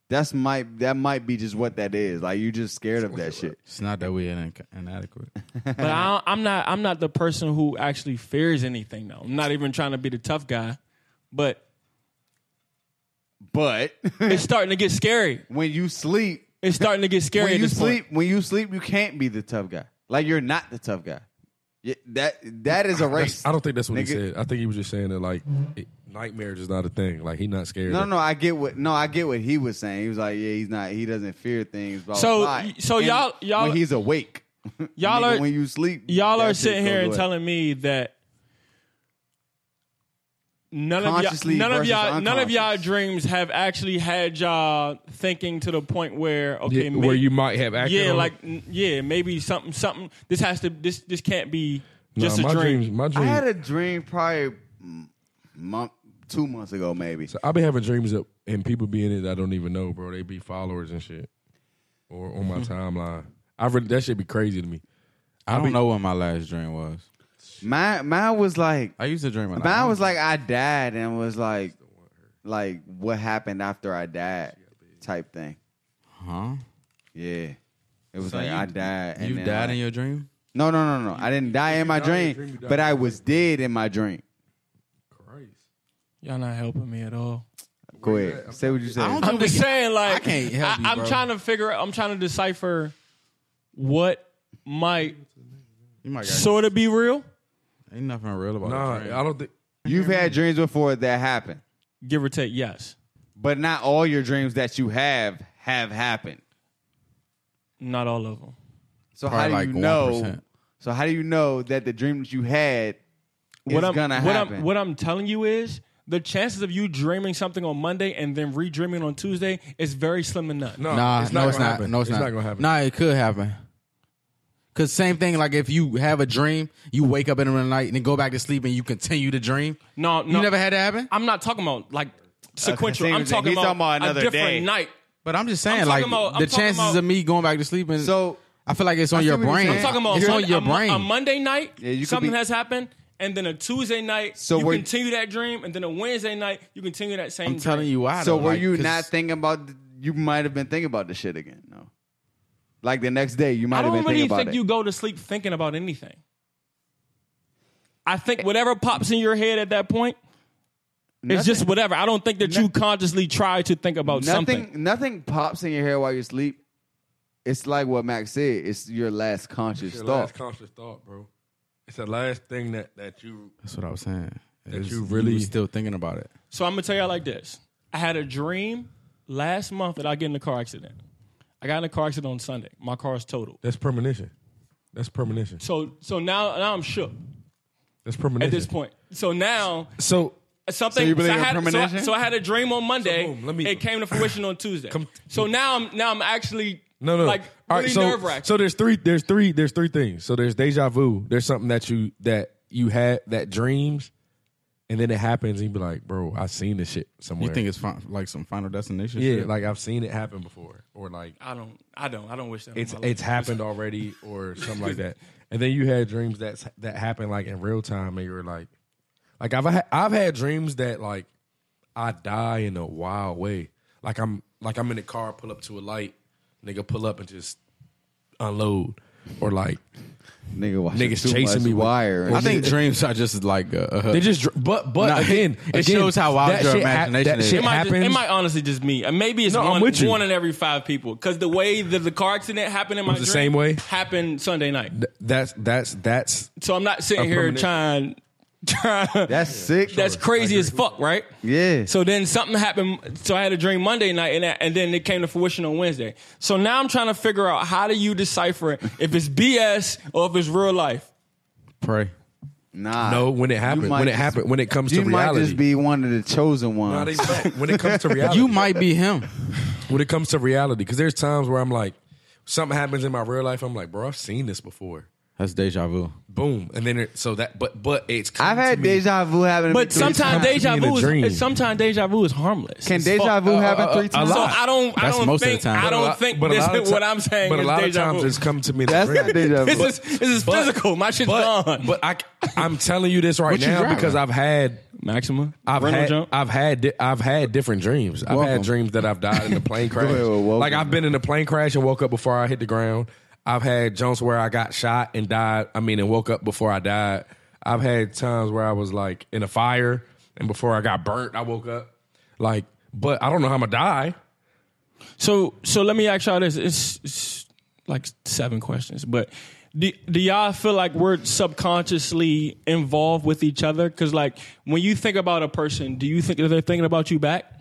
Speaker 3: That's might that might be just what that is. Like you're just scared of that shit.
Speaker 6: It's not that we're inadequ- inadequate.
Speaker 7: But I, I'm not. I'm not the person who actually fears anything. Though I'm not even trying to be the tough guy. But
Speaker 3: But
Speaker 7: it's starting to get scary.
Speaker 3: when you sleep,
Speaker 7: It's starting to get scary.
Speaker 3: when
Speaker 7: at
Speaker 3: you
Speaker 7: this
Speaker 3: sleep, when you sleep, you can't be the tough guy. Like you're not the tough guy. Yeah, That that is a race.
Speaker 5: I don't think that's what he
Speaker 3: Nigga.
Speaker 5: said. I think he was just saying that like it, nightmares is not a thing. Like he's not scared.
Speaker 3: No,
Speaker 5: of-
Speaker 3: no, no, I get what no, I get what he was saying. He was like, yeah, he's not, he doesn't fear things. Blah,
Speaker 7: So-
Speaker 3: blah, blah.
Speaker 7: so
Speaker 3: And
Speaker 7: y'all- y'all-
Speaker 3: when he's awake,
Speaker 7: Y'all
Speaker 3: nigga,
Speaker 7: are-
Speaker 3: when you sleep,
Speaker 7: point. Y'all
Speaker 3: that
Speaker 7: are
Speaker 3: shit
Speaker 7: sitting
Speaker 3: goes
Speaker 7: here and
Speaker 3: away.
Speaker 7: telling me that none of y'all,
Speaker 3: Consciously
Speaker 7: none of
Speaker 3: versus
Speaker 7: y'all, none of y'all
Speaker 3: unconscious.
Speaker 7: dreams have actually had y'all thinking to the point where okay,
Speaker 5: Yeah,
Speaker 7: maybe,
Speaker 5: where you might have acted.
Speaker 7: yeah,
Speaker 5: on-
Speaker 7: like n- yeah, maybe something, something. This has to. This this can't be
Speaker 5: Nah,
Speaker 7: just
Speaker 5: my
Speaker 7: a dream.
Speaker 5: Dreams, my
Speaker 3: I
Speaker 5: dreams.
Speaker 3: had a dream probably mm, month, two months ago, maybe.
Speaker 5: I've been having dreams of and people be in it I don't even know, bro. They be followers and shit, or on
Speaker 7: Mm-hmm.
Speaker 5: my timeline. I really that should be crazy to me.
Speaker 6: I don't know what my last dream was.
Speaker 3: Mine, mine was like,
Speaker 6: I used to dream a lot.
Speaker 3: mine was like, I died and was like, like what happened after I died, type thing.
Speaker 6: huh?
Speaker 3: Yeah, it was
Speaker 6: So
Speaker 3: like
Speaker 6: you-
Speaker 3: I died. And
Speaker 6: You
Speaker 3: then,
Speaker 6: died
Speaker 3: like-
Speaker 6: in your dream?
Speaker 3: No, no, no, no. I didn't die in my
Speaker 5: die in
Speaker 3: dream,
Speaker 5: your dream, you die
Speaker 3: but
Speaker 5: in
Speaker 3: I was dead in my dream.
Speaker 5: Christ.
Speaker 7: Y'all not helping me at all.
Speaker 3: Go ahead, say what you said.
Speaker 6: I don't
Speaker 7: I'm
Speaker 6: think
Speaker 7: just
Speaker 6: we can-
Speaker 7: saying, like,
Speaker 6: I can't help you,
Speaker 7: I, am
Speaker 6: bro.
Speaker 7: trying to figure. out I'm trying to decipher what might
Speaker 6: You might got
Speaker 7: sort of be real.
Speaker 6: ain't nothing real about
Speaker 5: Nah,
Speaker 6: a dream.
Speaker 5: I don't think.
Speaker 3: You've had dreams before that happened.
Speaker 7: Give or take, yes.
Speaker 3: but not all your dreams that you have have happened.
Speaker 7: Not all of them.
Speaker 3: So
Speaker 6: Probably
Speaker 3: how do
Speaker 6: like
Speaker 3: you know?
Speaker 6: 1%.
Speaker 3: So how do you know that the dream that you had is
Speaker 7: What I'm,
Speaker 3: gonna
Speaker 7: what
Speaker 3: happen?
Speaker 7: I'm what I'm telling you is the chances of you dreaming something on Monday and then redreaming on Tuesday is very slim and none.
Speaker 5: No,
Speaker 6: Nah,
Speaker 5: it's not
Speaker 6: no,
Speaker 5: gonna
Speaker 6: it's not.
Speaker 5: happen.
Speaker 6: No, it's, not.
Speaker 5: gonna happen.
Speaker 6: Nah, it could happen. Cause same thing. Like if you have a dream, you wake up in the middle of the night and then go back to sleep, and you continue to dream.
Speaker 7: No, no.
Speaker 6: You never had that happen.
Speaker 7: I'm not talking about like sequential.
Speaker 3: same
Speaker 7: I'm
Speaker 3: as-
Speaker 7: talking
Speaker 3: he's
Speaker 7: about,
Speaker 3: talking about
Speaker 7: a
Speaker 3: another
Speaker 7: different
Speaker 3: day.
Speaker 7: night.
Speaker 6: But I'm just saying,
Speaker 7: I'm
Speaker 6: like
Speaker 7: talking about- I'm
Speaker 6: the
Speaker 7: talking
Speaker 6: chances
Speaker 7: about-
Speaker 6: of me going back to sleep and
Speaker 3: so
Speaker 6: I feel like it's on
Speaker 3: I see
Speaker 6: your
Speaker 3: what you're
Speaker 6: brain.
Speaker 3: saying.
Speaker 7: I'm talking about
Speaker 6: it's
Speaker 7: a
Speaker 6: on
Speaker 7: Monday-
Speaker 6: your
Speaker 7: a, Mon-
Speaker 6: brain.
Speaker 7: a Monday night,
Speaker 3: Yeah, you could
Speaker 7: something
Speaker 3: be-
Speaker 7: has happened, and then a Tuesday night,
Speaker 3: So
Speaker 7: you
Speaker 3: we're-
Speaker 7: continue that dream, and then a Wednesday night, you continue that same.
Speaker 6: I'm telling
Speaker 7: dream.
Speaker 6: you why.
Speaker 3: so
Speaker 6: though,
Speaker 3: were
Speaker 6: like,
Speaker 3: you
Speaker 6: 'cause
Speaker 3: not thinking about? th- You might have been thinking about the shit again. No, like the next day you might
Speaker 7: I
Speaker 3: have been
Speaker 7: don't really
Speaker 3: thinking about
Speaker 7: think
Speaker 3: it.
Speaker 7: you go to sleep thinking about anything. I
Speaker 3: Eh.
Speaker 7: think whatever pops in your head at that point, it's just whatever. I don't think that you consciously try to think about
Speaker 3: nothing.
Speaker 7: something.
Speaker 3: Nothing pops in your head while you sleep. it's like what Max said. It's your last conscious
Speaker 5: It's your
Speaker 3: thought.
Speaker 5: last conscious thought, bro. It's the last thing that that you.
Speaker 6: That's what I was saying.
Speaker 5: That
Speaker 6: It's-
Speaker 5: you really-
Speaker 6: was still thinking about it.
Speaker 7: So I'm gonna tell y'all like this. I had a dream last month that I get in a car accident. I got in a car accident on Sunday. My car's totaled.
Speaker 5: That's premonition. That's premonition.
Speaker 7: So so now now I'm shook
Speaker 5: That's premonition.
Speaker 7: at this point. So now
Speaker 6: So
Speaker 7: something.
Speaker 6: So you believe
Speaker 7: I
Speaker 6: in
Speaker 7: had, so, I,
Speaker 6: premonition?
Speaker 7: so I had a dream on Monday.
Speaker 5: So boom, let me-
Speaker 7: it came to fruition on Tuesday.
Speaker 5: Come-
Speaker 7: so now I'm now I'm actually
Speaker 5: No, no.
Speaker 7: like
Speaker 5: All
Speaker 7: really
Speaker 5: so,
Speaker 7: nerve wracking.
Speaker 5: So there's three. There's three. There's three things. So there's deja vu. There's something that you that you had that dreams, and then it happens, and you be like, "Bro, I seen this shit somewhere."
Speaker 6: you think it's fin- like some Final Destination?
Speaker 5: yeah,
Speaker 6: shit?
Speaker 5: like I've seen it happen before, or like
Speaker 7: I don't I don't I don't wish that.
Speaker 5: it's
Speaker 7: on my life.
Speaker 5: it's happened already, or something like that. And then you had dreams that's that happened like in real time, and you were like, like I've ha- I've had dreams that like I die in a wild way, like I'm like I'm in a car, pull up to a light, nigga, pull up and just unload, or like.
Speaker 3: Nigga, watching
Speaker 5: Niggas
Speaker 3: too much
Speaker 5: chasing me with-
Speaker 3: wire. and
Speaker 6: I
Speaker 3: shit.
Speaker 6: think dreams are just like uh, uh,
Speaker 5: They just, dr- but but
Speaker 6: Nah,
Speaker 5: again,
Speaker 6: it
Speaker 5: again,
Speaker 6: shows how wild
Speaker 5: that
Speaker 6: your
Speaker 5: shit hap- that
Speaker 6: imagination is.
Speaker 5: Shit
Speaker 7: It might, just,
Speaker 5: happens.
Speaker 7: it might honestly just be. And maybe it's
Speaker 5: No, I'm
Speaker 7: one,
Speaker 5: with you.
Speaker 7: one in every five people. Because the way that the car accident happened in my
Speaker 5: was the
Speaker 7: dream
Speaker 5: same way?
Speaker 7: happened Sunday night.
Speaker 5: Th- that's that's that's
Speaker 7: So I'm not
Speaker 5: A
Speaker 7: sitting here
Speaker 5: permanent-
Speaker 7: trying. trying
Speaker 3: that's sick.
Speaker 7: that's crazy as fuck, right?
Speaker 3: yeah.
Speaker 7: So then something happened. So I had a dream Monday night, and that, and then it came to fruition on Wednesday. So now I'm trying to figure out how do you decipher it, if it's BS or if it's real life.
Speaker 6: pray.
Speaker 3: nah.
Speaker 5: no. When it happens,
Speaker 3: might
Speaker 5: when it
Speaker 3: just-
Speaker 5: happens, when it comes
Speaker 3: you
Speaker 5: to
Speaker 3: might
Speaker 5: reality,
Speaker 3: just be one of the chosen ones.
Speaker 5: Not exact. when it comes to reality,
Speaker 6: You might be him.
Speaker 5: when it comes to reality, because there's times where I'm like, something happens in my real life. I'm like, bro, I've seen this before.
Speaker 6: That's deja vu.
Speaker 5: Boom, and then it, so that, but but it's. come
Speaker 3: I've
Speaker 5: to
Speaker 3: had
Speaker 5: me-
Speaker 3: deja vu happen. to me
Speaker 7: But
Speaker 3: three
Speaker 7: sometimes
Speaker 3: times.
Speaker 7: deja
Speaker 5: Being a dream.
Speaker 7: vu is sometimes deja vu is harmless.
Speaker 3: can
Speaker 7: It's
Speaker 3: deja
Speaker 7: fucked
Speaker 3: vu
Speaker 7: up.
Speaker 3: happen
Speaker 5: uh,
Speaker 3: three
Speaker 5: uh,
Speaker 3: times?
Speaker 5: a
Speaker 7: So
Speaker 5: lot.
Speaker 7: I don't. I
Speaker 6: That's
Speaker 7: don't
Speaker 6: most of the
Speaker 7: think.
Speaker 6: time.
Speaker 7: I
Speaker 5: But a
Speaker 7: don't
Speaker 5: lot-
Speaker 7: think
Speaker 5: but a
Speaker 7: this
Speaker 5: lot of
Speaker 7: is what
Speaker 5: ti-
Speaker 7: I'm saying.
Speaker 5: But a
Speaker 7: is
Speaker 5: lot of
Speaker 7: deja
Speaker 5: times
Speaker 7: vu.
Speaker 5: it's come to me.
Speaker 3: That's
Speaker 5: like,
Speaker 3: not deja vu.
Speaker 7: This is this is physical. My shit's
Speaker 5: But,
Speaker 7: gone.
Speaker 5: but I, I'm telling you this right
Speaker 6: What you
Speaker 5: now
Speaker 6: driving?
Speaker 5: because I've had
Speaker 7: Maxima,
Speaker 5: I've
Speaker 7: rental
Speaker 5: had,
Speaker 7: jump.
Speaker 5: I've had di- I've had different dreams. I've had
Speaker 6: Welcome.
Speaker 5: dreams that I've died in a plane crash.
Speaker 3: ahead, welcome.
Speaker 5: like I've been in a plane crash and woke up before I hit the ground. I've had jumps where I got shot and died. I mean, and woke up before I died. I've had times where I was like in a fire and before I got burnt, I woke up. Like, but I don't know how I'm gonna die.
Speaker 7: so so let me ask y'all this. It's, it's like seven questions, but. Do, do y'all feel like we're subconsciously involved with each other? Because like when you think about a person, do you think that they're thinking about you back?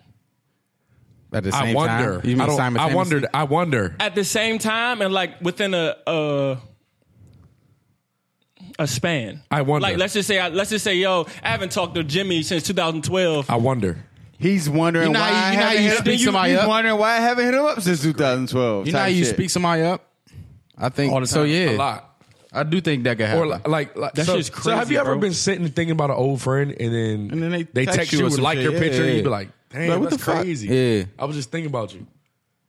Speaker 6: At the
Speaker 5: I
Speaker 6: same
Speaker 5: wonder.
Speaker 6: time, you mean
Speaker 5: I, don't, I
Speaker 6: simultaneously?
Speaker 5: wondered. I wonder.
Speaker 7: at the same time and like within a a, a span.
Speaker 5: I wonder.
Speaker 7: Like let's just say I, let's just say yo, I haven't talked to Jimmy since 2012.
Speaker 5: I wonder.
Speaker 3: He's wondering
Speaker 6: You know
Speaker 3: why
Speaker 6: how you-
Speaker 3: I
Speaker 6: you know how
Speaker 3: haven't
Speaker 6: you
Speaker 3: hit
Speaker 6: speak
Speaker 3: him-
Speaker 6: somebody
Speaker 3: he's
Speaker 6: up?
Speaker 3: wondering why I haven't hit him up since 2012.
Speaker 6: You know how
Speaker 3: type
Speaker 6: you
Speaker 3: shit.
Speaker 6: speak somebody up? I think
Speaker 7: All the
Speaker 6: so.
Speaker 7: time.
Speaker 6: Yeah,
Speaker 5: A lot.
Speaker 6: I do think that could happen.
Speaker 5: Or like, like, like
Speaker 7: That
Speaker 5: so,
Speaker 7: shit's
Speaker 5: So have
Speaker 7: crazy,
Speaker 5: you ever
Speaker 7: bro.
Speaker 5: been sitting and thinking about an old friend, and then
Speaker 6: And then they
Speaker 5: text,
Speaker 6: text you
Speaker 5: you
Speaker 6: or
Speaker 5: and
Speaker 6: some
Speaker 5: like
Speaker 6: shit.
Speaker 5: your
Speaker 6: Yeah,
Speaker 5: picture, and
Speaker 6: yeah.
Speaker 5: you be like, "Damn,
Speaker 6: Like, what
Speaker 5: that's
Speaker 6: the fuck?"
Speaker 5: crazy."
Speaker 6: Yeah.
Speaker 5: I was just thinking about you.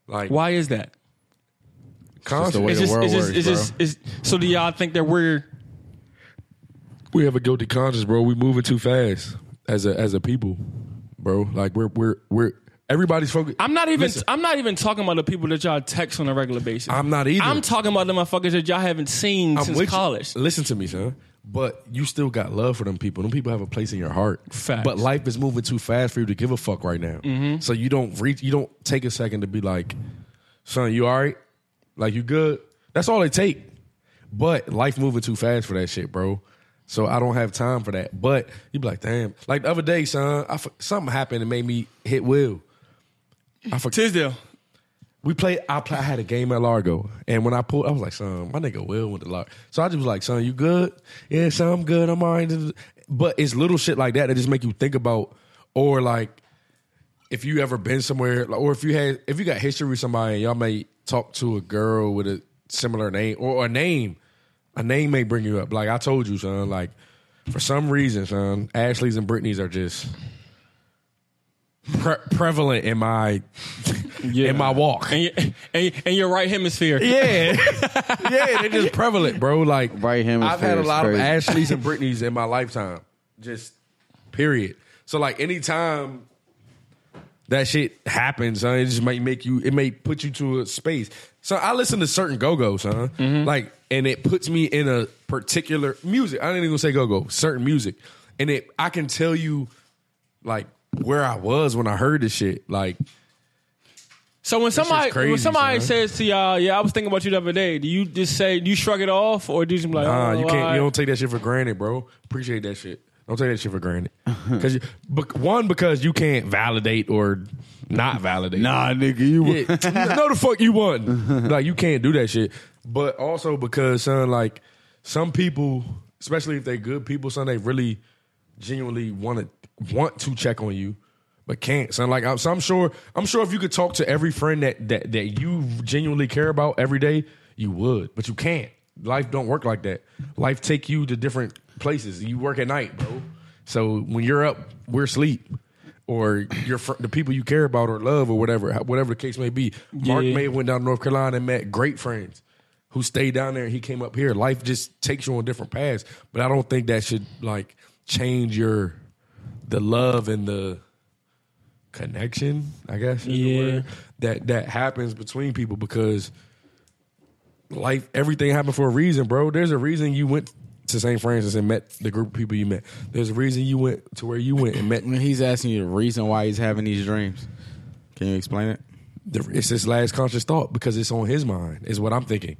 Speaker 5: Like,
Speaker 7: Why is that?
Speaker 5: constant-
Speaker 6: the way
Speaker 7: It's
Speaker 6: the
Speaker 7: just,
Speaker 6: world
Speaker 7: it's just,
Speaker 6: works,
Speaker 7: it's just, it's, so do y'all think that we're
Speaker 5: we have a guilty conscience, bro. We moving too fast as a as a people, bro. Like we're we're we're everybody's focused.
Speaker 7: I'm not even
Speaker 5: Listen.
Speaker 7: I'm not even talking about the people that y'all text on a regular basis.
Speaker 5: I'm not either.
Speaker 7: I'm talking about the motherfuckers that y'all haven't seen
Speaker 5: I'm with
Speaker 7: since
Speaker 5: you.
Speaker 7: college.
Speaker 5: Listen to me, son. But you still got love for them people. Them people have a place in your heart.
Speaker 7: Facts. Mm-hmm.
Speaker 5: But life is moving too fast for you to give a fuck right now. So you don't reach. You don't take a second to be like, son, you all right? Like you good? That's all it take. But life moving too fast for that shit, bro. So I don't have time for that. But you be like, damn. Like the other day, son, I, fu- something happened and made me hit Will. I forgot.
Speaker 7: Tisdale.
Speaker 5: We played. I, play, I had a game at Largo, and when I pulled, I was like, "Son, my nigga Will went to Largo." So I just was like, "Son, you good? Yeah, son, I'm good. I'm alright." But it's little shit like that that just make you think about, or like if you ever been somewhere, like, or if you had, if you got history with somebody, and y'all may talk to a girl with a similar name or a name. A name may bring you up. Like I told you, son. Like for some reason, son, Ashley's and Brittany's are just pre- prevalent in my
Speaker 7: Yeah.
Speaker 5: in my walk.
Speaker 7: And, y- and, y- and your right hemisphere.
Speaker 5: Yeah, yeah, they're just prevalent, bro. Like
Speaker 3: Right hemisphere
Speaker 5: I've had a
Speaker 3: is
Speaker 5: lot
Speaker 3: crazy.
Speaker 5: of Ashleys and Britneys in my lifetime, just period. So like anytime that shit happens, son, it just might make you, it may put you to a space. So I listen to certain go go, son,
Speaker 3: Mm-hmm.
Speaker 5: like, and it puts me in a particular music. I didn't even say go go, certain music, and it I can tell you like where I was when I heard this shit, like.
Speaker 7: So when
Speaker 5: shit's
Speaker 7: somebody when
Speaker 5: crazy,
Speaker 7: somebody
Speaker 5: son.
Speaker 7: says to y'all, yeah, I was thinking about you the other day. Do you just say do you shrug it off or do you just be like, oh,
Speaker 5: Nah, you can't.
Speaker 7: alright.
Speaker 5: You don't take that shit for granted, bro. Appreciate that shit. Don't take that shit for granted. Because one, because you can't validate or not validate.
Speaker 3: Nah, nigga, you.
Speaker 5: Yeah, no, the fuck you won. Like you can't do that shit. But also because son, like some people, especially if they good people, son, they really genuinely want to want to check on you, but can't. Son, like I'm, so I'm sure, I'm sure if you could talk to every friend that that that you genuinely care about every day, you would. But you can't. Life don't work like that. Life take you to different places. You work at night, bro. So when you're up, we're asleep or your fr- the people you care about or love or whatever, how- whatever the case may be. Mark
Speaker 7: Yeah.
Speaker 5: May went down to North Carolina and met great friends who stayed down there and he came up here. Life just takes you on different paths, but I don't think that should like change your the love and the connection, I guess is
Speaker 7: Yeah.
Speaker 5: the word that that happens between people because life everything happened for a reason, bro. There's a reason you went to St. Francis and met the group of people you met. There's a reason you went to where you went and met
Speaker 6: When he's asking you the reason why he's having these dreams, can you explain it?
Speaker 5: the, it's his last conscious thought because it's on his mind. Is what I'm thinking.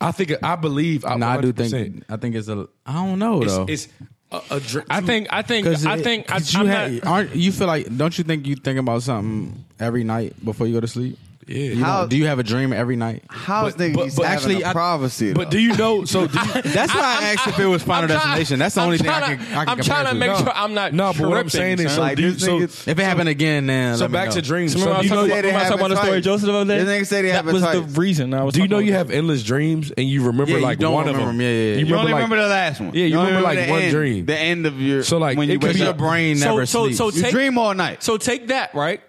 Speaker 5: I think I believe. I,
Speaker 6: No, I do
Speaker 5: 100%.
Speaker 6: think. I think it's a. I don't know
Speaker 5: it's,
Speaker 6: though.
Speaker 5: it's a, a dr-
Speaker 7: I think I think I
Speaker 6: it-
Speaker 7: think I,
Speaker 6: 'cause
Speaker 7: I'm
Speaker 6: you
Speaker 7: not,
Speaker 6: had- aren't you feel like? Don't you think you think about something every night before you go to sleep?
Speaker 5: Yeah.
Speaker 6: You
Speaker 3: How-
Speaker 6: don't- do you have a dream every night?
Speaker 3: How's niggas
Speaker 5: but-
Speaker 3: used
Speaker 5: but
Speaker 3: to having
Speaker 5: actually,
Speaker 3: a
Speaker 5: I-
Speaker 3: privacy?
Speaker 5: But
Speaker 3: though?
Speaker 5: do you know? Oh, So do you,
Speaker 6: That's why I asked if it was final
Speaker 7: I'm try-
Speaker 6: destination. That's the
Speaker 7: I'm
Speaker 6: only thing I
Speaker 7: tryna-
Speaker 6: can. I can
Speaker 7: I'm
Speaker 6: compare
Speaker 7: trying
Speaker 6: it
Speaker 7: to
Speaker 6: to.
Speaker 7: make
Speaker 5: No.
Speaker 7: sure I'm not.
Speaker 5: no, but what I'm
Speaker 7: tripping,
Speaker 5: saying is,
Speaker 7: son.
Speaker 5: so,
Speaker 3: Like,
Speaker 5: do you,
Speaker 3: this
Speaker 5: so,
Speaker 3: nigga-
Speaker 6: If it happened again, then
Speaker 5: so
Speaker 6: let me
Speaker 5: back
Speaker 6: know.
Speaker 5: to dreams.
Speaker 7: Remember I
Speaker 5: So do
Speaker 7: was
Speaker 5: you know,
Speaker 7: talking
Speaker 3: said
Speaker 7: about,
Speaker 3: they
Speaker 7: remember I was
Speaker 3: have
Speaker 7: talking
Speaker 3: a
Speaker 7: about the story
Speaker 3: type.
Speaker 7: of Joseph the other day?
Speaker 3: This nigga say they
Speaker 7: that
Speaker 3: have a
Speaker 7: was the
Speaker 3: type.
Speaker 7: reason I was
Speaker 5: do you
Speaker 7: talking
Speaker 5: know you
Speaker 7: about
Speaker 5: have endless dreams and you remember
Speaker 6: Yeah, you
Speaker 5: like
Speaker 6: don't
Speaker 5: one
Speaker 6: remember
Speaker 5: of them?
Speaker 6: them. Yeah, yeah, yeah.
Speaker 5: You
Speaker 3: You
Speaker 5: remember
Speaker 3: only
Speaker 5: like
Speaker 3: remember the last one.
Speaker 5: Yeah, you
Speaker 3: only
Speaker 5: remember, like,
Speaker 3: the
Speaker 5: one
Speaker 3: end,
Speaker 5: dream.
Speaker 3: the end of your.
Speaker 5: So, like,
Speaker 3: when
Speaker 5: it
Speaker 3: you
Speaker 5: could
Speaker 3: wake
Speaker 5: be
Speaker 3: up.
Speaker 5: a brain
Speaker 6: Brain never
Speaker 7: so,
Speaker 6: sleeps.
Speaker 7: So, so
Speaker 3: You
Speaker 7: take,
Speaker 3: dream all night,
Speaker 7: So take that, right?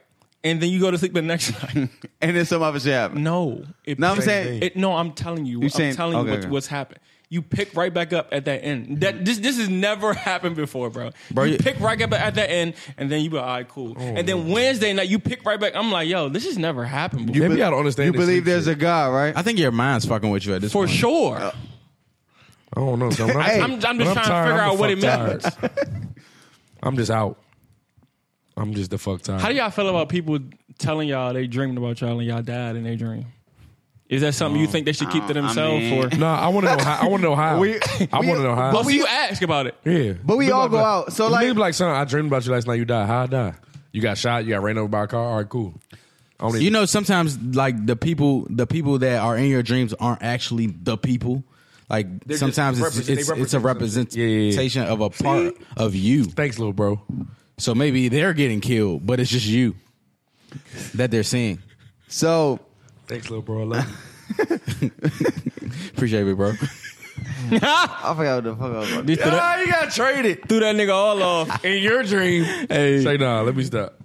Speaker 7: And then you go to sleep the next night.
Speaker 3: and then some other shit happen.
Speaker 7: no. It
Speaker 3: No, I'm
Speaker 7: pick-
Speaker 3: saying-
Speaker 7: It, no, I'm telling you. I'm
Speaker 3: saying-
Speaker 7: telling
Speaker 3: okay,
Speaker 7: you what,
Speaker 3: okay.
Speaker 7: what's happened. You pick right back up at that end. That this this has never happened before, bro.
Speaker 6: Bro,
Speaker 7: you
Speaker 6: you-
Speaker 7: pick right up at that end, and then you be all right, cool. and then Wednesday night, you pick right back. I'm like, yo, this has never happened before.
Speaker 5: Maybe I don't understand.
Speaker 3: Oh. You
Speaker 5: this
Speaker 3: believe
Speaker 5: sleep
Speaker 3: there's a
Speaker 5: shit.
Speaker 3: God, right?
Speaker 6: I think your mind's fucking with you at this
Speaker 7: For
Speaker 3: Uh,
Speaker 6: point.
Speaker 7: sure.
Speaker 5: I don't know. So when
Speaker 3: Hey.
Speaker 5: I'm,
Speaker 7: I'm, I'm just
Speaker 5: when
Speaker 7: trying
Speaker 5: tired,
Speaker 7: to figure
Speaker 5: I'm
Speaker 7: out
Speaker 5: the
Speaker 7: what it
Speaker 5: fuck
Speaker 7: means.
Speaker 5: tired. I'm just out. I'm just the fuck tired.
Speaker 7: How do y'all feel about people telling y'all they dreamed about y'all and y'all died in their dream? Is that something you think they should keep to themselves,
Speaker 3: Oh, mean-
Speaker 7: or
Speaker 5: No, I want to know how. I want to know how.
Speaker 3: We-
Speaker 5: I
Speaker 3: we-
Speaker 5: want to know how.
Speaker 7: but you ask about it?
Speaker 5: yeah,
Speaker 3: But we
Speaker 5: Nigga
Speaker 3: all go
Speaker 5: like-
Speaker 3: out. So,
Speaker 5: nigga
Speaker 3: like-
Speaker 5: be like, son, I dreamed about you last night. You died. How I die? You got shot. You got ran over by a car. All right, cool. I don't
Speaker 6: You
Speaker 5: even-
Speaker 6: know, sometimes like the people, the people that are in your dreams aren't actually the people. Like
Speaker 5: They're
Speaker 6: sometimes
Speaker 5: just
Speaker 6: it's
Speaker 5: represent-
Speaker 6: it's,
Speaker 5: they
Speaker 6: it's a
Speaker 5: represent something. Yeah, yeah, yeah.
Speaker 6: representation of a part of you.
Speaker 5: thanks, little bro.
Speaker 6: So maybe they're getting killed, but it's just you that they're seeing.
Speaker 3: So
Speaker 5: Thanks, little bro. I love you.
Speaker 6: Appreciate it, bro.
Speaker 3: I forgot what the fuck I was about. to
Speaker 7: Threw that,
Speaker 5: you got traded
Speaker 7: threw that nigga all off.
Speaker 5: in your dream.
Speaker 7: Hey.
Speaker 5: Say nah. Let me stop.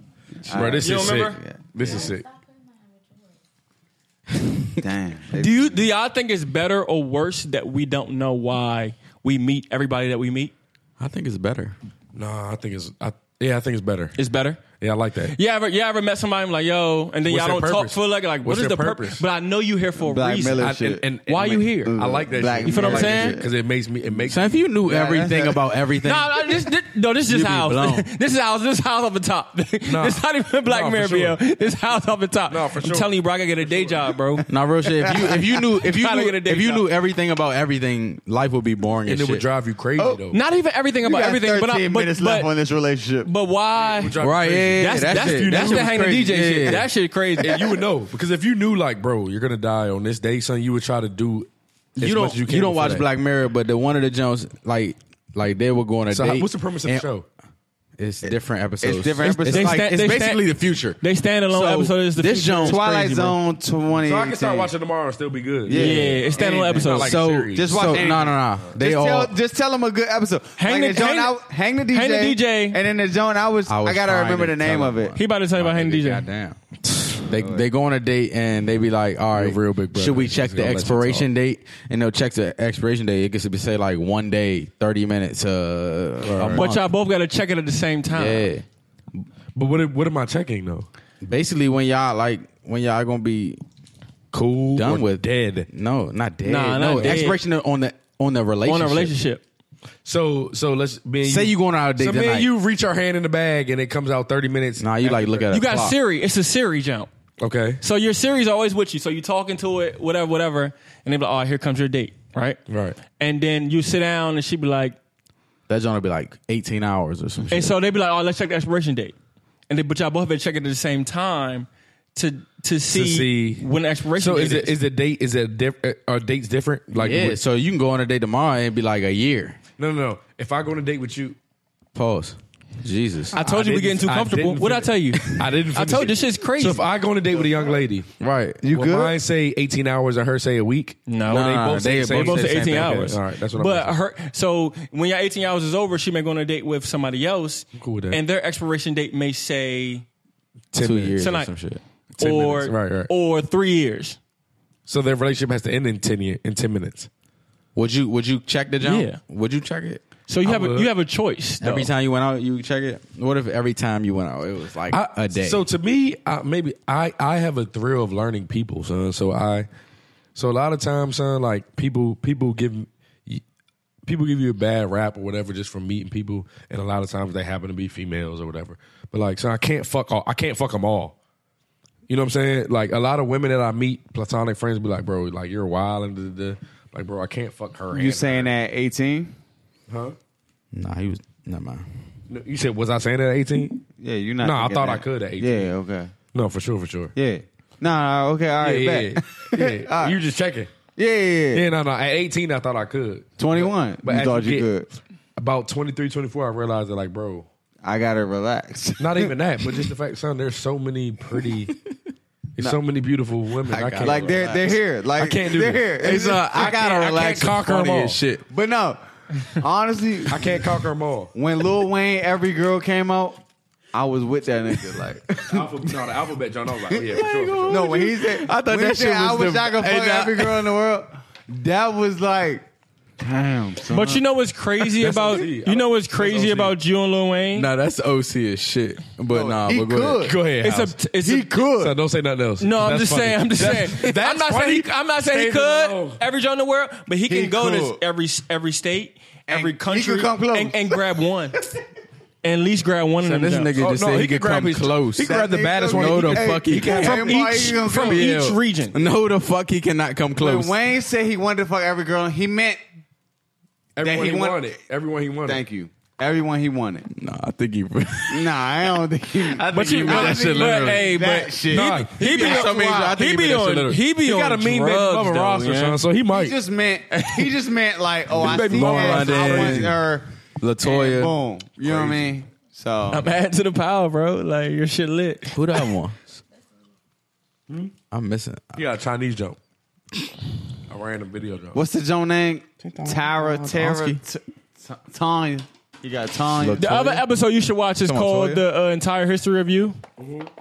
Speaker 5: Bro, this
Speaker 7: You
Speaker 5: is
Speaker 7: don't
Speaker 5: sick.
Speaker 7: remember?
Speaker 5: This is sick.
Speaker 3: say. Damn.
Speaker 7: Do you do y'all think it's better or worse that we don't know why we meet everybody that we meet?
Speaker 6: I think it's better.
Speaker 5: Nah, I think it's. I, yeah, I think it's better.
Speaker 7: It's better.
Speaker 5: Yeah, I like that.
Speaker 7: You ever you ever met somebody and like yo, and then
Speaker 5: What's
Speaker 7: y'all don't
Speaker 5: their
Speaker 7: talk
Speaker 5: purpose?
Speaker 7: for like like what
Speaker 5: What's
Speaker 7: is the
Speaker 5: their
Speaker 7: purpose?
Speaker 5: purpose? Mm-hmm.
Speaker 7: But I know you here for a
Speaker 3: Black
Speaker 7: reason.
Speaker 3: Miller
Speaker 5: I-
Speaker 3: shit.
Speaker 7: Why you here?
Speaker 5: I like that.
Speaker 3: Black
Speaker 5: shit.
Speaker 7: You feel what I'm
Speaker 3: Mirror
Speaker 7: saying?
Speaker 3: shit.
Speaker 5: Because it makes me. It makes.
Speaker 6: So if you knew everything
Speaker 3: that's-
Speaker 6: about everything,
Speaker 7: No, no, this, this, no, this
Speaker 6: You
Speaker 7: just
Speaker 6: be
Speaker 7: house.
Speaker 6: blown.
Speaker 7: this is house. This is house off the top.
Speaker 5: Nah.
Speaker 7: this not even Black
Speaker 5: Nah, for
Speaker 7: Mirror,
Speaker 5: sure.
Speaker 7: BL. This house off the top.
Speaker 5: Nah, for
Speaker 7: I'm
Speaker 5: sure.
Speaker 7: telling you, bro, I gotta get a day job, bro.
Speaker 6: Nah, real shit. If you if you knew if you
Speaker 7: Gotta
Speaker 6: knew,
Speaker 7: get a day
Speaker 6: if you
Speaker 7: job.
Speaker 6: knew everything about everything, life would be boring.
Speaker 5: and
Speaker 6: as
Speaker 5: it would
Speaker 6: shit.
Speaker 5: drive you crazy
Speaker 3: Oh,
Speaker 5: though.
Speaker 7: Not even everything about
Speaker 3: got
Speaker 7: everything, but I,
Speaker 3: 13
Speaker 7: but,
Speaker 3: minutes
Speaker 7: but,
Speaker 3: left on this relationship.
Speaker 7: but why?
Speaker 5: drive you
Speaker 6: Right, yeah,
Speaker 5: crazy.
Speaker 6: yeah,
Speaker 7: That's
Speaker 6: that
Speaker 7: that's,
Speaker 6: shit,
Speaker 7: you
Speaker 6: that
Speaker 7: that's
Speaker 6: shit
Speaker 7: the
Speaker 6: was
Speaker 7: hanging
Speaker 6: crazy.
Speaker 7: DJ shit.
Speaker 6: Yeah.
Speaker 7: That shit crazy.
Speaker 5: And you would know because if you knew, like, bro, you're gonna die on this day, son, you would try to do. As
Speaker 6: you don't
Speaker 5: much as you, can
Speaker 6: don't
Speaker 5: before
Speaker 6: watch
Speaker 5: that.
Speaker 6: Black Mirror, but the one of the Jones like like they were going to
Speaker 5: So, how-
Speaker 6: date.
Speaker 5: what's the premise of the
Speaker 6: and
Speaker 5: show?
Speaker 6: It's different episodes.
Speaker 3: it's different
Speaker 6: It's,
Speaker 3: episodes.
Speaker 7: they
Speaker 6: like,
Speaker 7: stand-
Speaker 6: it's
Speaker 7: they stand-
Speaker 6: basically the future.
Speaker 7: They standalone
Speaker 6: So,
Speaker 7: episode is the
Speaker 6: this
Speaker 7: future.
Speaker 6: Jones-
Speaker 7: It's
Speaker 3: Twilight
Speaker 7: crazy, bro.
Speaker 3: Zone 20.
Speaker 5: So I can start watching tomorrow and still be good.
Speaker 7: Yeah, it's standalone
Speaker 5: Anything.
Speaker 7: episodes.
Speaker 5: Like a
Speaker 6: so
Speaker 5: series.
Speaker 3: Just watch
Speaker 6: so,
Speaker 3: anything.
Speaker 6: No, no, no. They
Speaker 3: just,
Speaker 6: all.
Speaker 3: tell, just tell them a good episode.
Speaker 7: Hang
Speaker 3: like
Speaker 7: the-
Speaker 3: Joan,
Speaker 7: hang
Speaker 3: I,
Speaker 7: the-
Speaker 3: hang the DJ.
Speaker 7: hang the DJ.
Speaker 3: And then the Joan, I was, I,
Speaker 6: was
Speaker 3: gotta
Speaker 6: trying
Speaker 3: remember
Speaker 6: to
Speaker 3: the name
Speaker 6: tell
Speaker 3: of
Speaker 6: him
Speaker 3: it.
Speaker 7: he about to tell you about hanging DJ.
Speaker 6: Goddamn. They they go on a date and they be like, all right,
Speaker 5: real big brother.
Speaker 6: should we
Speaker 5: He's
Speaker 6: check the
Speaker 5: gonna let you
Speaker 6: expiration date? And they'll check the expiration date. It could be say like one day, thirty minutes. Uh, a
Speaker 7: But
Speaker 6: month.
Speaker 7: y'all both gotta check it at the same time.
Speaker 6: yeah.
Speaker 5: but what? What am I checking though?
Speaker 6: Basically, when y'all like when y'all gonna be
Speaker 5: Cool.
Speaker 6: done
Speaker 5: or
Speaker 6: with
Speaker 5: dead.
Speaker 6: No, not dead.
Speaker 7: Nah, not
Speaker 6: no
Speaker 7: dead.
Speaker 6: expiration on the on the
Speaker 7: On
Speaker 6: relationship.
Speaker 7: a relationship.
Speaker 5: So so let's me and
Speaker 6: Say you going out a date
Speaker 5: So me
Speaker 6: tonight.
Speaker 5: and you reach our hand in the bag and it comes out thirty minutes.
Speaker 6: Nah, you like look at
Speaker 7: You
Speaker 6: it.
Speaker 7: got
Speaker 6: Clock.
Speaker 7: Siri. It's a Siri jump.
Speaker 5: Okay.
Speaker 7: So your series always with you. So you talking to it, whatever, whatever, and they be like, "Oh, here comes your date," right?
Speaker 5: Right.
Speaker 7: And then you sit down, and she be like,
Speaker 6: That joint will be like 18 hours or some shit.
Speaker 7: and so they be like, "Oh, let's check the expiration date," and they, but y'all both been checking at the same time to to see,
Speaker 5: see-
Speaker 7: when the expiration
Speaker 5: So
Speaker 7: date
Speaker 5: is it is the date is it diff, are dates different? Like
Speaker 6: yeah,
Speaker 5: with-
Speaker 6: so you can go on a date tomorrow and it'd be like a year.
Speaker 5: no no no. If I go on a date with you,
Speaker 6: Pause. Jesus.
Speaker 7: I told you we're
Speaker 5: didn't-
Speaker 7: getting too
Speaker 5: I
Speaker 7: comfortable.
Speaker 5: didn't
Speaker 7: What'd I
Speaker 5: finish-
Speaker 7: tell you?
Speaker 5: I didn't.
Speaker 7: I
Speaker 5: finish
Speaker 7: told
Speaker 5: it.
Speaker 7: you, shit's crazy.
Speaker 5: So if I go on a date with a young lady,
Speaker 6: right.
Speaker 3: You
Speaker 5: will
Speaker 3: good?
Speaker 5: mine say eighteen hours and her say a week?
Speaker 7: No.
Speaker 5: Or they
Speaker 6: Nah,
Speaker 5: both say
Speaker 6: they
Speaker 5: the same
Speaker 6: both
Speaker 7: Both
Speaker 5: thing?
Speaker 6: say
Speaker 7: are
Speaker 6: the same
Speaker 7: 18
Speaker 6: thing.
Speaker 7: hours.
Speaker 5: Okay, all right, that's what I'm
Speaker 7: But her, so when your 18 hours is over, she may go on a date with somebody else,
Speaker 5: cool with that.
Speaker 7: and their expiration date may say
Speaker 6: Two years
Speaker 7: Tonight.
Speaker 6: or some shit.
Speaker 7: or
Speaker 5: minutes, right, right.
Speaker 7: or three years.
Speaker 5: So their relationship has to end in ten year, in ten minutes.
Speaker 6: Would you would you check the jump?
Speaker 7: Yeah.
Speaker 6: Would you check it?
Speaker 7: So you
Speaker 5: I
Speaker 7: have a,
Speaker 5: would.
Speaker 7: you have a choice though.
Speaker 6: Every time you went out, you check it? What if every time you went out, it was like a
Speaker 5: I-
Speaker 6: day?
Speaker 5: So to me, I, maybe I I have a thrill of learning people, son. So I so a lot of times, son, like people people give people give you a bad rap or whatever just from meeting people, and a lot of times they happen to be females or whatever. But like, so I can't fuck all. I can't fuck them all. You know what I'm saying? Like a lot of women that I meet, platonic friends, be like, bro, like you're wild and da, da, da. like, bro, I can't fuck her.
Speaker 3: You saying that eighteen?
Speaker 6: nah, he was never mind.
Speaker 5: that? You said was I saying that at 18?
Speaker 3: Yeah, you're not.
Speaker 5: No, I
Speaker 3: thinking
Speaker 5: thought
Speaker 3: that.
Speaker 5: I could at 18.
Speaker 3: Yeah, okay.
Speaker 5: No, for sure, for sure.
Speaker 3: Yeah. Nah, nah, okay, all right,
Speaker 5: yeah,
Speaker 3: bet.
Speaker 5: yeah, yeah. You just checking.
Speaker 3: yeah, yeah, yeah.
Speaker 5: Yeah, no, no. At 18, I thought I could.
Speaker 3: 21.
Speaker 5: But
Speaker 3: you
Speaker 5: as
Speaker 3: thought you
Speaker 5: you
Speaker 3: could.
Speaker 5: get- About 23, 24, I realized that, like, bro,
Speaker 3: I gotta relax.
Speaker 5: not even that, but just the fact, son, there's so many pretty, there's so many beautiful women. I, can't.
Speaker 3: like they're they're here. Like
Speaker 5: I can't do
Speaker 3: they're
Speaker 5: that.
Speaker 3: here.
Speaker 5: Hey,
Speaker 3: It's
Speaker 5: son,
Speaker 6: uh,
Speaker 3: just-
Speaker 5: I gotta
Speaker 3: can't-
Speaker 5: relax
Speaker 3: I can't
Speaker 5: is
Speaker 3: conquer 'em
Speaker 5: funny
Speaker 3: all.
Speaker 5: as shit.
Speaker 3: But no, honestly,
Speaker 5: I can't conquer them all.
Speaker 3: when Lil Wayne, every girl came out, I was with that nigga. Like,
Speaker 5: Alpha, no, the alphabet, John. I was like, yeah, for sure, for sure.
Speaker 3: no, when he said, I thought
Speaker 6: that shit
Speaker 3: I
Speaker 6: was
Speaker 3: wish
Speaker 6: the-
Speaker 3: I could
Speaker 6: Hey,
Speaker 3: fuck
Speaker 6: nah.
Speaker 3: every girl in the world. That was like, damn. Son.
Speaker 7: but you know what's crazy about
Speaker 5: OZ.
Speaker 7: you know what's crazy
Speaker 5: OZ.
Speaker 7: about you and Lil Wayne?
Speaker 6: Nah, that's OC as shit. But nah,
Speaker 3: he
Speaker 6: but go ahead.
Speaker 3: could.
Speaker 5: Go ahead.
Speaker 7: It's
Speaker 5: House.
Speaker 7: a it's
Speaker 3: he
Speaker 7: a,
Speaker 3: could.
Speaker 5: Son, don't say nothing else.
Speaker 7: No, I'm
Speaker 5: That's
Speaker 7: just
Speaker 5: funny.
Speaker 7: saying. I'm just
Speaker 5: That's-
Speaker 7: saying.
Speaker 5: that's
Speaker 7: I'm not
Speaker 5: funny.
Speaker 7: saying. He, I'm not saying he
Speaker 5: Stays alone.
Speaker 7: could every joint in the world, but he can
Speaker 3: He
Speaker 7: go
Speaker 3: could.
Speaker 7: to every every state,
Speaker 3: And
Speaker 7: every
Speaker 3: he could
Speaker 7: country,
Speaker 3: come close.
Speaker 7: and, and grab one, and at least grab one of
Speaker 6: And
Speaker 7: them.
Speaker 6: this
Speaker 7: joints.
Speaker 6: nigga
Speaker 5: Oh,
Speaker 6: just
Speaker 5: no,
Speaker 6: said
Speaker 5: he
Speaker 6: he,
Speaker 5: could
Speaker 6: could
Speaker 5: grab
Speaker 6: come
Speaker 5: his-
Speaker 6: close.
Speaker 3: That
Speaker 5: grabbed the
Speaker 3: nigga
Speaker 5: baddest
Speaker 3: go-
Speaker 5: one.
Speaker 6: No, the
Speaker 3: Hey,
Speaker 6: fuck he
Speaker 3: hey,
Speaker 6: can't.
Speaker 7: from
Speaker 3: everybody
Speaker 7: each
Speaker 3: gonna
Speaker 7: from
Speaker 3: come.
Speaker 7: each region.
Speaker 6: No, the fuck he cannot come close.
Speaker 3: When Wayne said he wanted to fuck every girl, he meant
Speaker 5: Everyone
Speaker 3: That
Speaker 5: he
Speaker 3: he want-
Speaker 5: wanted. Everyone he wanted.
Speaker 3: thank you. Everyone he wanted.
Speaker 6: nah, I think he.
Speaker 3: Nah, I don't think he.
Speaker 6: But you
Speaker 3: meant
Speaker 6: that shit
Speaker 7: but,
Speaker 6: literally.
Speaker 7: hey,
Speaker 3: that
Speaker 7: but
Speaker 3: shit.
Speaker 5: Nah,
Speaker 7: he, he be
Speaker 6: on some reason, I
Speaker 7: on
Speaker 6: think
Speaker 7: he
Speaker 6: he meant
Speaker 7: be
Speaker 6: that shit
Speaker 7: on
Speaker 6: literally.
Speaker 7: he be
Speaker 5: He
Speaker 7: on
Speaker 5: got a mean baby
Speaker 7: drugs,
Speaker 5: Bubba
Speaker 7: though,
Speaker 5: roster,
Speaker 7: yeah.
Speaker 5: son, so he
Speaker 3: He
Speaker 5: might.
Speaker 3: just meant he just meant like, oh, I
Speaker 5: Baby
Speaker 3: see
Speaker 5: Mama
Speaker 3: that. I
Speaker 6: London.
Speaker 3: want her.
Speaker 6: Latoya.
Speaker 3: Boom. You know what I mean? So
Speaker 7: I'm adding to the power, bro. Like your shit lit.
Speaker 6: Who do I want? I'm missing.
Speaker 5: He got a Chinese jump. A random video jump.
Speaker 3: what's the Joan name? Tara, Tara,
Speaker 6: Oski.
Speaker 3: T- T- Tanya. You got Tanya.
Speaker 6: Look,
Speaker 7: The other episode you should watch is
Speaker 6: Come on,
Speaker 7: called
Speaker 6: Toya.
Speaker 7: the uh, entire history of you.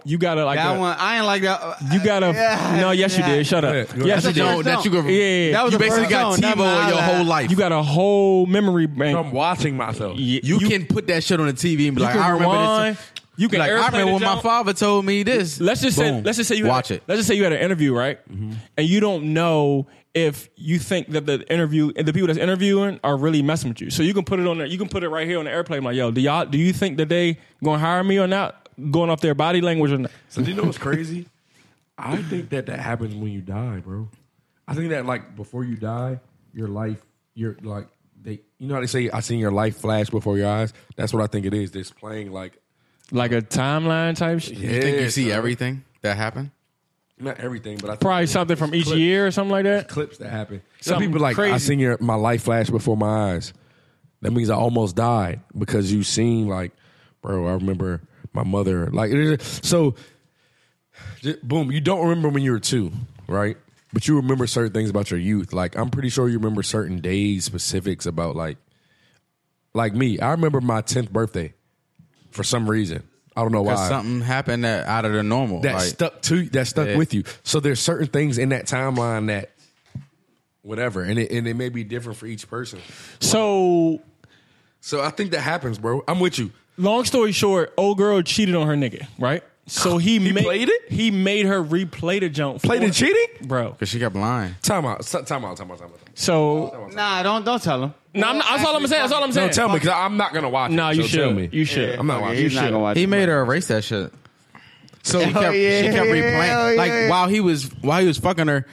Speaker 7: You gotta like
Speaker 3: That
Speaker 7: a-
Speaker 3: one, I ain't like that.
Speaker 7: You gotta no. Yes, you did. Shut
Speaker 5: Yeah,
Speaker 7: up.
Speaker 5: go
Speaker 7: Yes,
Speaker 3: That's
Speaker 7: you
Speaker 3: a
Speaker 7: did.
Speaker 3: joke.
Speaker 6: that you could,
Speaker 7: Yeah, yeah, yeah.
Speaker 3: That was
Speaker 6: you
Speaker 3: the
Speaker 6: basically
Speaker 3: first
Speaker 6: got
Speaker 3: song. Not
Speaker 6: TiVo
Speaker 3: my
Speaker 6: in your
Speaker 3: life.
Speaker 6: whole life.
Speaker 7: You
Speaker 6: You,
Speaker 7: got a whole memory bank.
Speaker 5: I'm watching myself.
Speaker 7: Y-
Speaker 6: can put that shit on the TV and be like,
Speaker 7: can
Speaker 6: I remember
Speaker 7: rewind.
Speaker 6: this.
Speaker 7: You can
Speaker 6: like, I
Speaker 7: airplay
Speaker 6: remember
Speaker 7: the
Speaker 6: when my
Speaker 7: joke.
Speaker 6: father told me this.
Speaker 7: Let's just say
Speaker 6: Boom.
Speaker 7: let's just say you
Speaker 6: watch
Speaker 7: had,
Speaker 6: it. Mm-hmm.
Speaker 7: Let's just say you had an interview, right? And you don't know if you think that the interview and the people that's interviewing are really messing with you. So you can put it on there. You can put it right here on the airplane. Like, yo, do y'all do you think that they gonna hire me or not? Going off their body language or not?
Speaker 5: So do you know what's crazy? I think that that happens when you die, bro. I think that like before you die, your life, your like they, you know how they say, I seen your life flash before your eyes. That's what I think it is. This playing like
Speaker 7: Like a timeline type shit.
Speaker 6: You think you
Speaker 5: Yeah,
Speaker 6: see
Speaker 5: son.
Speaker 6: everything that happened?
Speaker 5: not everything, but I think
Speaker 7: Probably
Speaker 5: it's
Speaker 7: something from each
Speaker 5: clips-
Speaker 7: year or something like that.
Speaker 5: Clips that happen. Some
Speaker 7: Something
Speaker 5: people like I
Speaker 7: crazy.
Speaker 5: seen your my life flash before my eyes. That means I almost died because you seen like, bro. I remember my mother like so. j- Boom! You don't remember when you were two, right? But you remember certain things about your youth. Like I'm pretty sure you remember certain days, specifics about like, like me. I remember my 10th birthday for some reason. I don't know why
Speaker 6: Because something happened that out of the normal.
Speaker 5: that
Speaker 6: like,
Speaker 5: stuck to that stuck
Speaker 6: Yeah.
Speaker 5: with you. So there's certain things in that timeline that whatever, and it and it may be different for each person.
Speaker 7: So
Speaker 5: So I think that happens, bro. I'm with you.
Speaker 7: long story short, old girl cheated on her nigga, right? So he, made
Speaker 5: played it?
Speaker 7: He made her replay the jump.
Speaker 5: Play
Speaker 7: for
Speaker 5: the
Speaker 7: her.
Speaker 5: cheating?
Speaker 7: bro.
Speaker 6: Because she kept lying.
Speaker 5: Time out. So- Time out. Time out. Time out.
Speaker 7: So
Speaker 3: Nah, don't don't tell him.
Speaker 7: no, I'm not, that's all I'm saying. That's all I'm saying.
Speaker 5: Don't tell me because I'm not gonna watch.
Speaker 7: No,
Speaker 5: it,
Speaker 7: you
Speaker 5: so
Speaker 7: should.
Speaker 5: Tell me.
Speaker 7: You should.
Speaker 5: I'm not
Speaker 3: Okay,
Speaker 5: watching.
Speaker 3: he's not gonna watch.
Speaker 6: He
Speaker 3: it.
Speaker 6: made her erase that shit. So he kept,
Speaker 3: yeah,
Speaker 6: she kept replaying.
Speaker 3: hell
Speaker 6: like
Speaker 3: yeah.
Speaker 6: while he was while he was fucking her,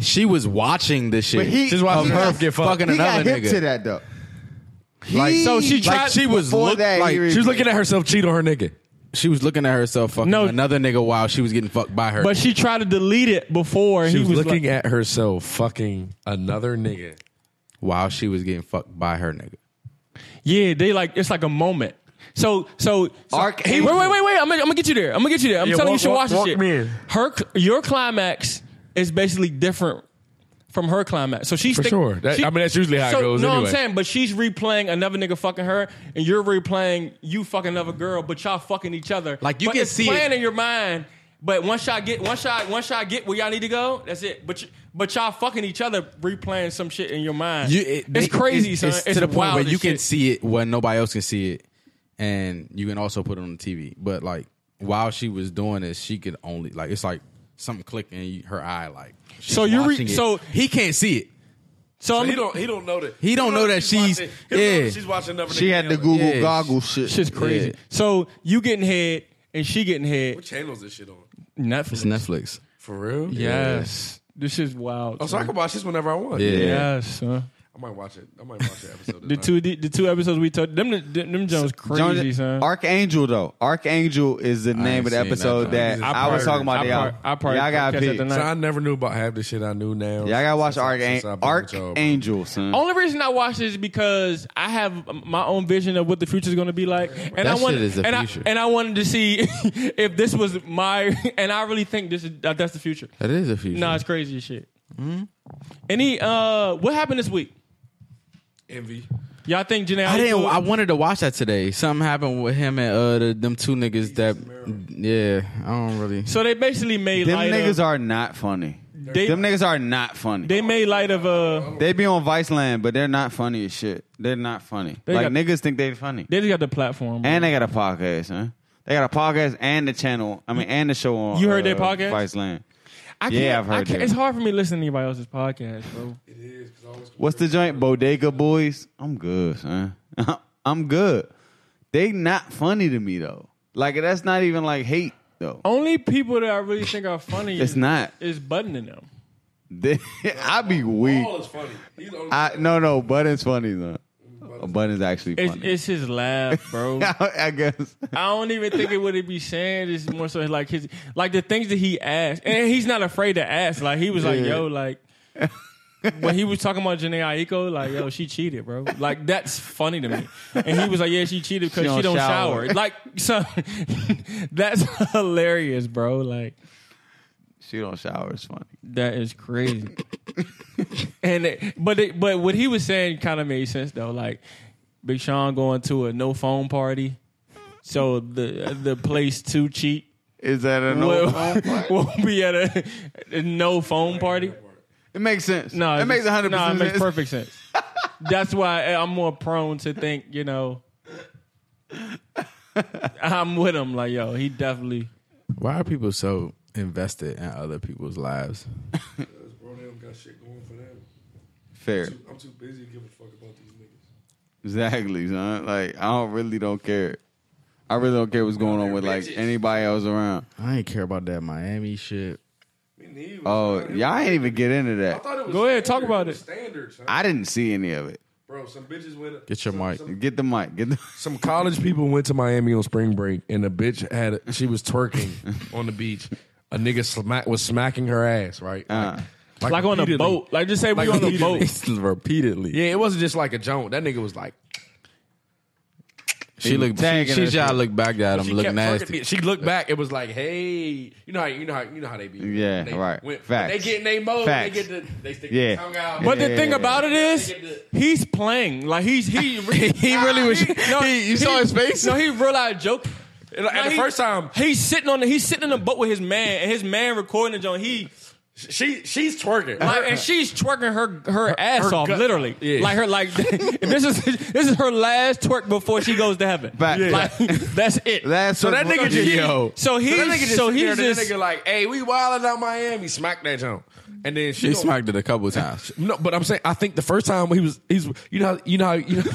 Speaker 6: she was watching this shit.
Speaker 3: But he-
Speaker 6: She's watching
Speaker 3: he
Speaker 6: her
Speaker 3: got-
Speaker 6: get fucking
Speaker 3: he
Speaker 6: another
Speaker 3: got hip
Speaker 6: nigga.
Speaker 3: to that though.
Speaker 6: Like
Speaker 3: He-
Speaker 6: so, she
Speaker 3: like,
Speaker 6: tried. she was
Speaker 3: before
Speaker 6: look,
Speaker 3: that,
Speaker 6: like
Speaker 3: he was-
Speaker 5: She was looking at herself cheat on her nigga.
Speaker 6: she was looking at herself fucking
Speaker 7: No.
Speaker 6: another nigga while she was getting fucked by her.
Speaker 7: But she tried to delete it before
Speaker 5: She
Speaker 7: he
Speaker 5: was,
Speaker 7: was
Speaker 5: looking
Speaker 7: like,
Speaker 5: at herself fucking another nigga.
Speaker 6: while she was getting fucked by her nigga.
Speaker 7: yeah, they like it's like a moment. So so, so hey, wait wait wait wait, I'm gonna, I'm gonna get you there. I'm gonna get you there. I'm
Speaker 5: Yeah,
Speaker 7: telling you, you
Speaker 5: walk-
Speaker 7: should watch this
Speaker 5: walk- walk
Speaker 7: shit.
Speaker 5: me in.
Speaker 7: Her cl- your climax is basically different from her climax. So she's
Speaker 5: For
Speaker 7: think-
Speaker 5: sure. That- I mean, that's usually how it
Speaker 7: so,
Speaker 5: goes
Speaker 7: No,
Speaker 5: anyway.
Speaker 7: I'm saying, but she's replaying another nigga fucking her, and you're replaying you fucking another girl, but y'all fucking each other.
Speaker 6: Like, you
Speaker 7: But
Speaker 6: can
Speaker 7: it's
Speaker 6: see
Speaker 7: playing
Speaker 6: it.
Speaker 7: in your mind. But once y'all get, once y'all, once y'all get where y'all need to go, that's it. But you, but y'all fucking each other, replaying some shit in your mind.
Speaker 6: You-
Speaker 7: it's
Speaker 6: it- they-
Speaker 7: crazy, son. It's,
Speaker 6: to the point
Speaker 7: wild
Speaker 6: where
Speaker 7: as
Speaker 6: you can
Speaker 7: shit.
Speaker 6: see it when nobody else can see it, and you can also put it on the TV. But like while she was doing this, she could only like it's like something clicking in her eye. Like she's
Speaker 7: So you re-
Speaker 6: watching it.
Speaker 7: so-
Speaker 6: he can't see it.
Speaker 7: So, I'm,
Speaker 5: He don't. He don't know that.
Speaker 6: He don't know that she's-
Speaker 5: watching- he don't know
Speaker 6: yeah.
Speaker 5: that she's watching another.
Speaker 3: She
Speaker 5: nigga
Speaker 3: had the
Speaker 5: yelling.
Speaker 3: Google
Speaker 6: Yeah.
Speaker 3: goggle shit.
Speaker 7: shit's crazy.
Speaker 6: Yeah.
Speaker 7: So you getting head and she getting
Speaker 5: What
Speaker 7: head.
Speaker 5: channels this shit on?
Speaker 7: Netflix.
Speaker 6: It's Netflix.
Speaker 5: For real?
Speaker 7: Yes, this is wild.
Speaker 5: Oh, so I
Speaker 7: son.
Speaker 5: can watch this whenever I want.
Speaker 6: Yeah.
Speaker 7: Yes, son.
Speaker 5: I might watch it. I might watch the episode.
Speaker 7: The
Speaker 5: tonight.
Speaker 7: two the, two episodes we took them them, them Jones
Speaker 3: Jones-
Speaker 7: crazy son.
Speaker 3: Archangel though. Archangel is the name
Speaker 6: ain't
Speaker 3: of the
Speaker 6: seen that
Speaker 3: episode
Speaker 6: joint.
Speaker 3: that,
Speaker 5: I
Speaker 3: I, was
Speaker 5: probably-
Speaker 3: talking about.
Speaker 7: I
Speaker 3: y'all.
Speaker 7: part- I probably
Speaker 3: y'all got
Speaker 7: catch that
Speaker 3: picked.
Speaker 7: tonight.
Speaker 5: So I never knew about half the shit I knew now.
Speaker 3: Y'all gotta watch
Speaker 5: Since I-
Speaker 3: Archangel.
Speaker 5: since I've been with y'all, bro.
Speaker 3: Archangel, son.
Speaker 7: Only reason I watch this is because I have my own vision of what the future is going to be like, and I
Speaker 6: shit
Speaker 7: wanted,
Speaker 6: is the
Speaker 7: and,
Speaker 6: future.
Speaker 7: I, and I wanted to see if this was my, and I really think this is that, that's the future.
Speaker 6: That is a future.
Speaker 7: Nah, it's crazy as shit. Any uh, what happened this week?
Speaker 5: Envy.
Speaker 7: Y'all think Janae?
Speaker 6: I didn't. I wanted to watch that today. Something happened with him and uh, the, them two niggas that. Yeah, I don't really.
Speaker 7: so they basically made
Speaker 3: Them
Speaker 7: light
Speaker 3: niggas
Speaker 7: of,
Speaker 3: are not funny.
Speaker 7: They-
Speaker 3: Them niggas are not funny.
Speaker 7: they made light of uh,
Speaker 3: They be on Vice Land, but they're not funny as shit. They're not funny.
Speaker 7: They
Speaker 3: like
Speaker 7: got-
Speaker 3: niggas think they funny,
Speaker 7: they just got the platform. bro.
Speaker 3: and they got a podcast, huh? They got a podcast and the channel. I mean, and the show on.
Speaker 7: You heard
Speaker 3: uh,
Speaker 7: their podcast?
Speaker 3: Vice Land.
Speaker 7: I
Speaker 3: yeah,
Speaker 7: can't-
Speaker 3: I've heard
Speaker 7: I can't,
Speaker 3: that.
Speaker 7: it's hard for me to listen to anybody else's podcast, bro.
Speaker 3: What's the joint? Bodega Boys. I'm good, son. I'm good. They not funny to me though. Like that's not even like hate though.
Speaker 7: Only people that I really think are funny
Speaker 3: It's
Speaker 7: is,
Speaker 3: not.
Speaker 7: is buttoning them.
Speaker 3: They- I be weak.
Speaker 5: Paul is funny. He's the only
Speaker 3: I no no. Button's funny though. Button's actually
Speaker 7: It's,
Speaker 3: funny.
Speaker 7: it's his laugh, bro.
Speaker 3: I guess.
Speaker 7: I don't even think it would be saying. It's more so like his, like the things that he asked, and he's not afraid to ask. Like he was like,
Speaker 3: Yeah.
Speaker 7: "Yo, like." when he was talking about Janae Aiko, like, yo, she cheated, bro. Like, that's funny to me. And he was like, yeah, she cheated because
Speaker 3: She
Speaker 7: she, don't
Speaker 3: don't
Speaker 7: shower.
Speaker 3: shower.
Speaker 7: Like, so that's hilarious, bro. Like,
Speaker 3: She don't shower. It's funny.
Speaker 7: That is crazy. and it, but it, but what he was saying kind of made sense though. Like Big Sean going to a no phone party, so the the place to cheat
Speaker 3: Is that an
Speaker 7: will,
Speaker 3: old phone party?
Speaker 7: will be at a, a no phone party.
Speaker 3: It makes sense.
Speaker 7: No,
Speaker 3: No, it makes
Speaker 7: just-
Speaker 3: hundred
Speaker 7: No, it
Speaker 3: percent.
Speaker 7: makes perfect sense. That's why I'm more prone to think. You know, I'm with him. Like yo, he definitely.
Speaker 6: Why are people so invested in other people's lives?
Speaker 5: Bro, they don't got shit going for them.
Speaker 3: Fair,
Speaker 5: I'm too busy to give a fuck about these niggas.
Speaker 3: exactly, son. Like I don't really don't care. I really don't care what's going on with like anybody else around.
Speaker 6: I ain't care about that Miami shit.
Speaker 5: Me neither.
Speaker 3: Oh, y'all ain't even get into
Speaker 5: I
Speaker 3: that.
Speaker 5: thought it was
Speaker 7: Go ahead, talk
Speaker 5: standard.
Speaker 7: about
Speaker 5: was
Speaker 7: it.
Speaker 5: Standard, son.
Speaker 3: I didn't see any of it.
Speaker 5: bro. Some bitches went. up-
Speaker 6: Get your
Speaker 5: some-
Speaker 6: mic.
Speaker 5: Some,
Speaker 3: Get the mic. Get the.
Speaker 5: some college people went to Miami on spring break, and the bitch had a, she was twerking on the beach. A nigga smack was smacking her ass, right?
Speaker 3: Uh,
Speaker 7: Like on a
Speaker 5: repeatedly.
Speaker 7: boat. Like just say we
Speaker 5: Like
Speaker 7: on a
Speaker 5: repeatedly.
Speaker 7: boat.
Speaker 6: repeatedly.
Speaker 5: Yeah, it wasn't just like a joke. That nigga was like,
Speaker 6: She looked. She,
Speaker 3: Tagging
Speaker 6: she
Speaker 3: her
Speaker 6: tried to
Speaker 3: shit.
Speaker 6: look back at him,
Speaker 5: she
Speaker 6: look
Speaker 5: kept
Speaker 6: nasty.
Speaker 5: twerking. She looked back. It was like, hey, you know how you know how you know how they be.
Speaker 3: Yeah,
Speaker 5: They-
Speaker 3: right.
Speaker 5: When, when
Speaker 3: Facts.
Speaker 5: they get in their mode.
Speaker 3: Facts.
Speaker 5: They get the they stick
Speaker 3: Yeah.
Speaker 5: their tongue out.
Speaker 7: But
Speaker 3: Yeah.
Speaker 7: the thing about it is, he's playing. Like he's he he really was.
Speaker 6: he- you saw his face?
Speaker 7: No, he realized joke.
Speaker 5: And, and
Speaker 7: Like,
Speaker 5: the
Speaker 7: he-
Speaker 5: first time
Speaker 7: he's sitting on the he's sitting in the boat with his man, and his man recording it on he.
Speaker 5: she she's twerking.
Speaker 7: Like, and she's twerking her her ass
Speaker 5: her
Speaker 7: off,
Speaker 5: gut-
Speaker 7: literally.
Speaker 5: Yeah.
Speaker 7: Like her, like this is this is her last twerk before she goes to heaven.
Speaker 3: Facts. Yeah.
Speaker 7: Like that's it.
Speaker 3: that's
Speaker 5: so that nigga just
Speaker 6: Yo.
Speaker 7: so he's
Speaker 5: that nigga just
Speaker 7: so
Speaker 5: sitting
Speaker 7: he's
Speaker 5: there, and
Speaker 7: just
Speaker 5: that nigga like, hey, we wilding out Miami, smack that jump, and then she,
Speaker 6: She
Speaker 5: go-
Speaker 6: smacked it a couple times.
Speaker 5: No, but I'm saying I think the first time he was he's you know how- you know how- you know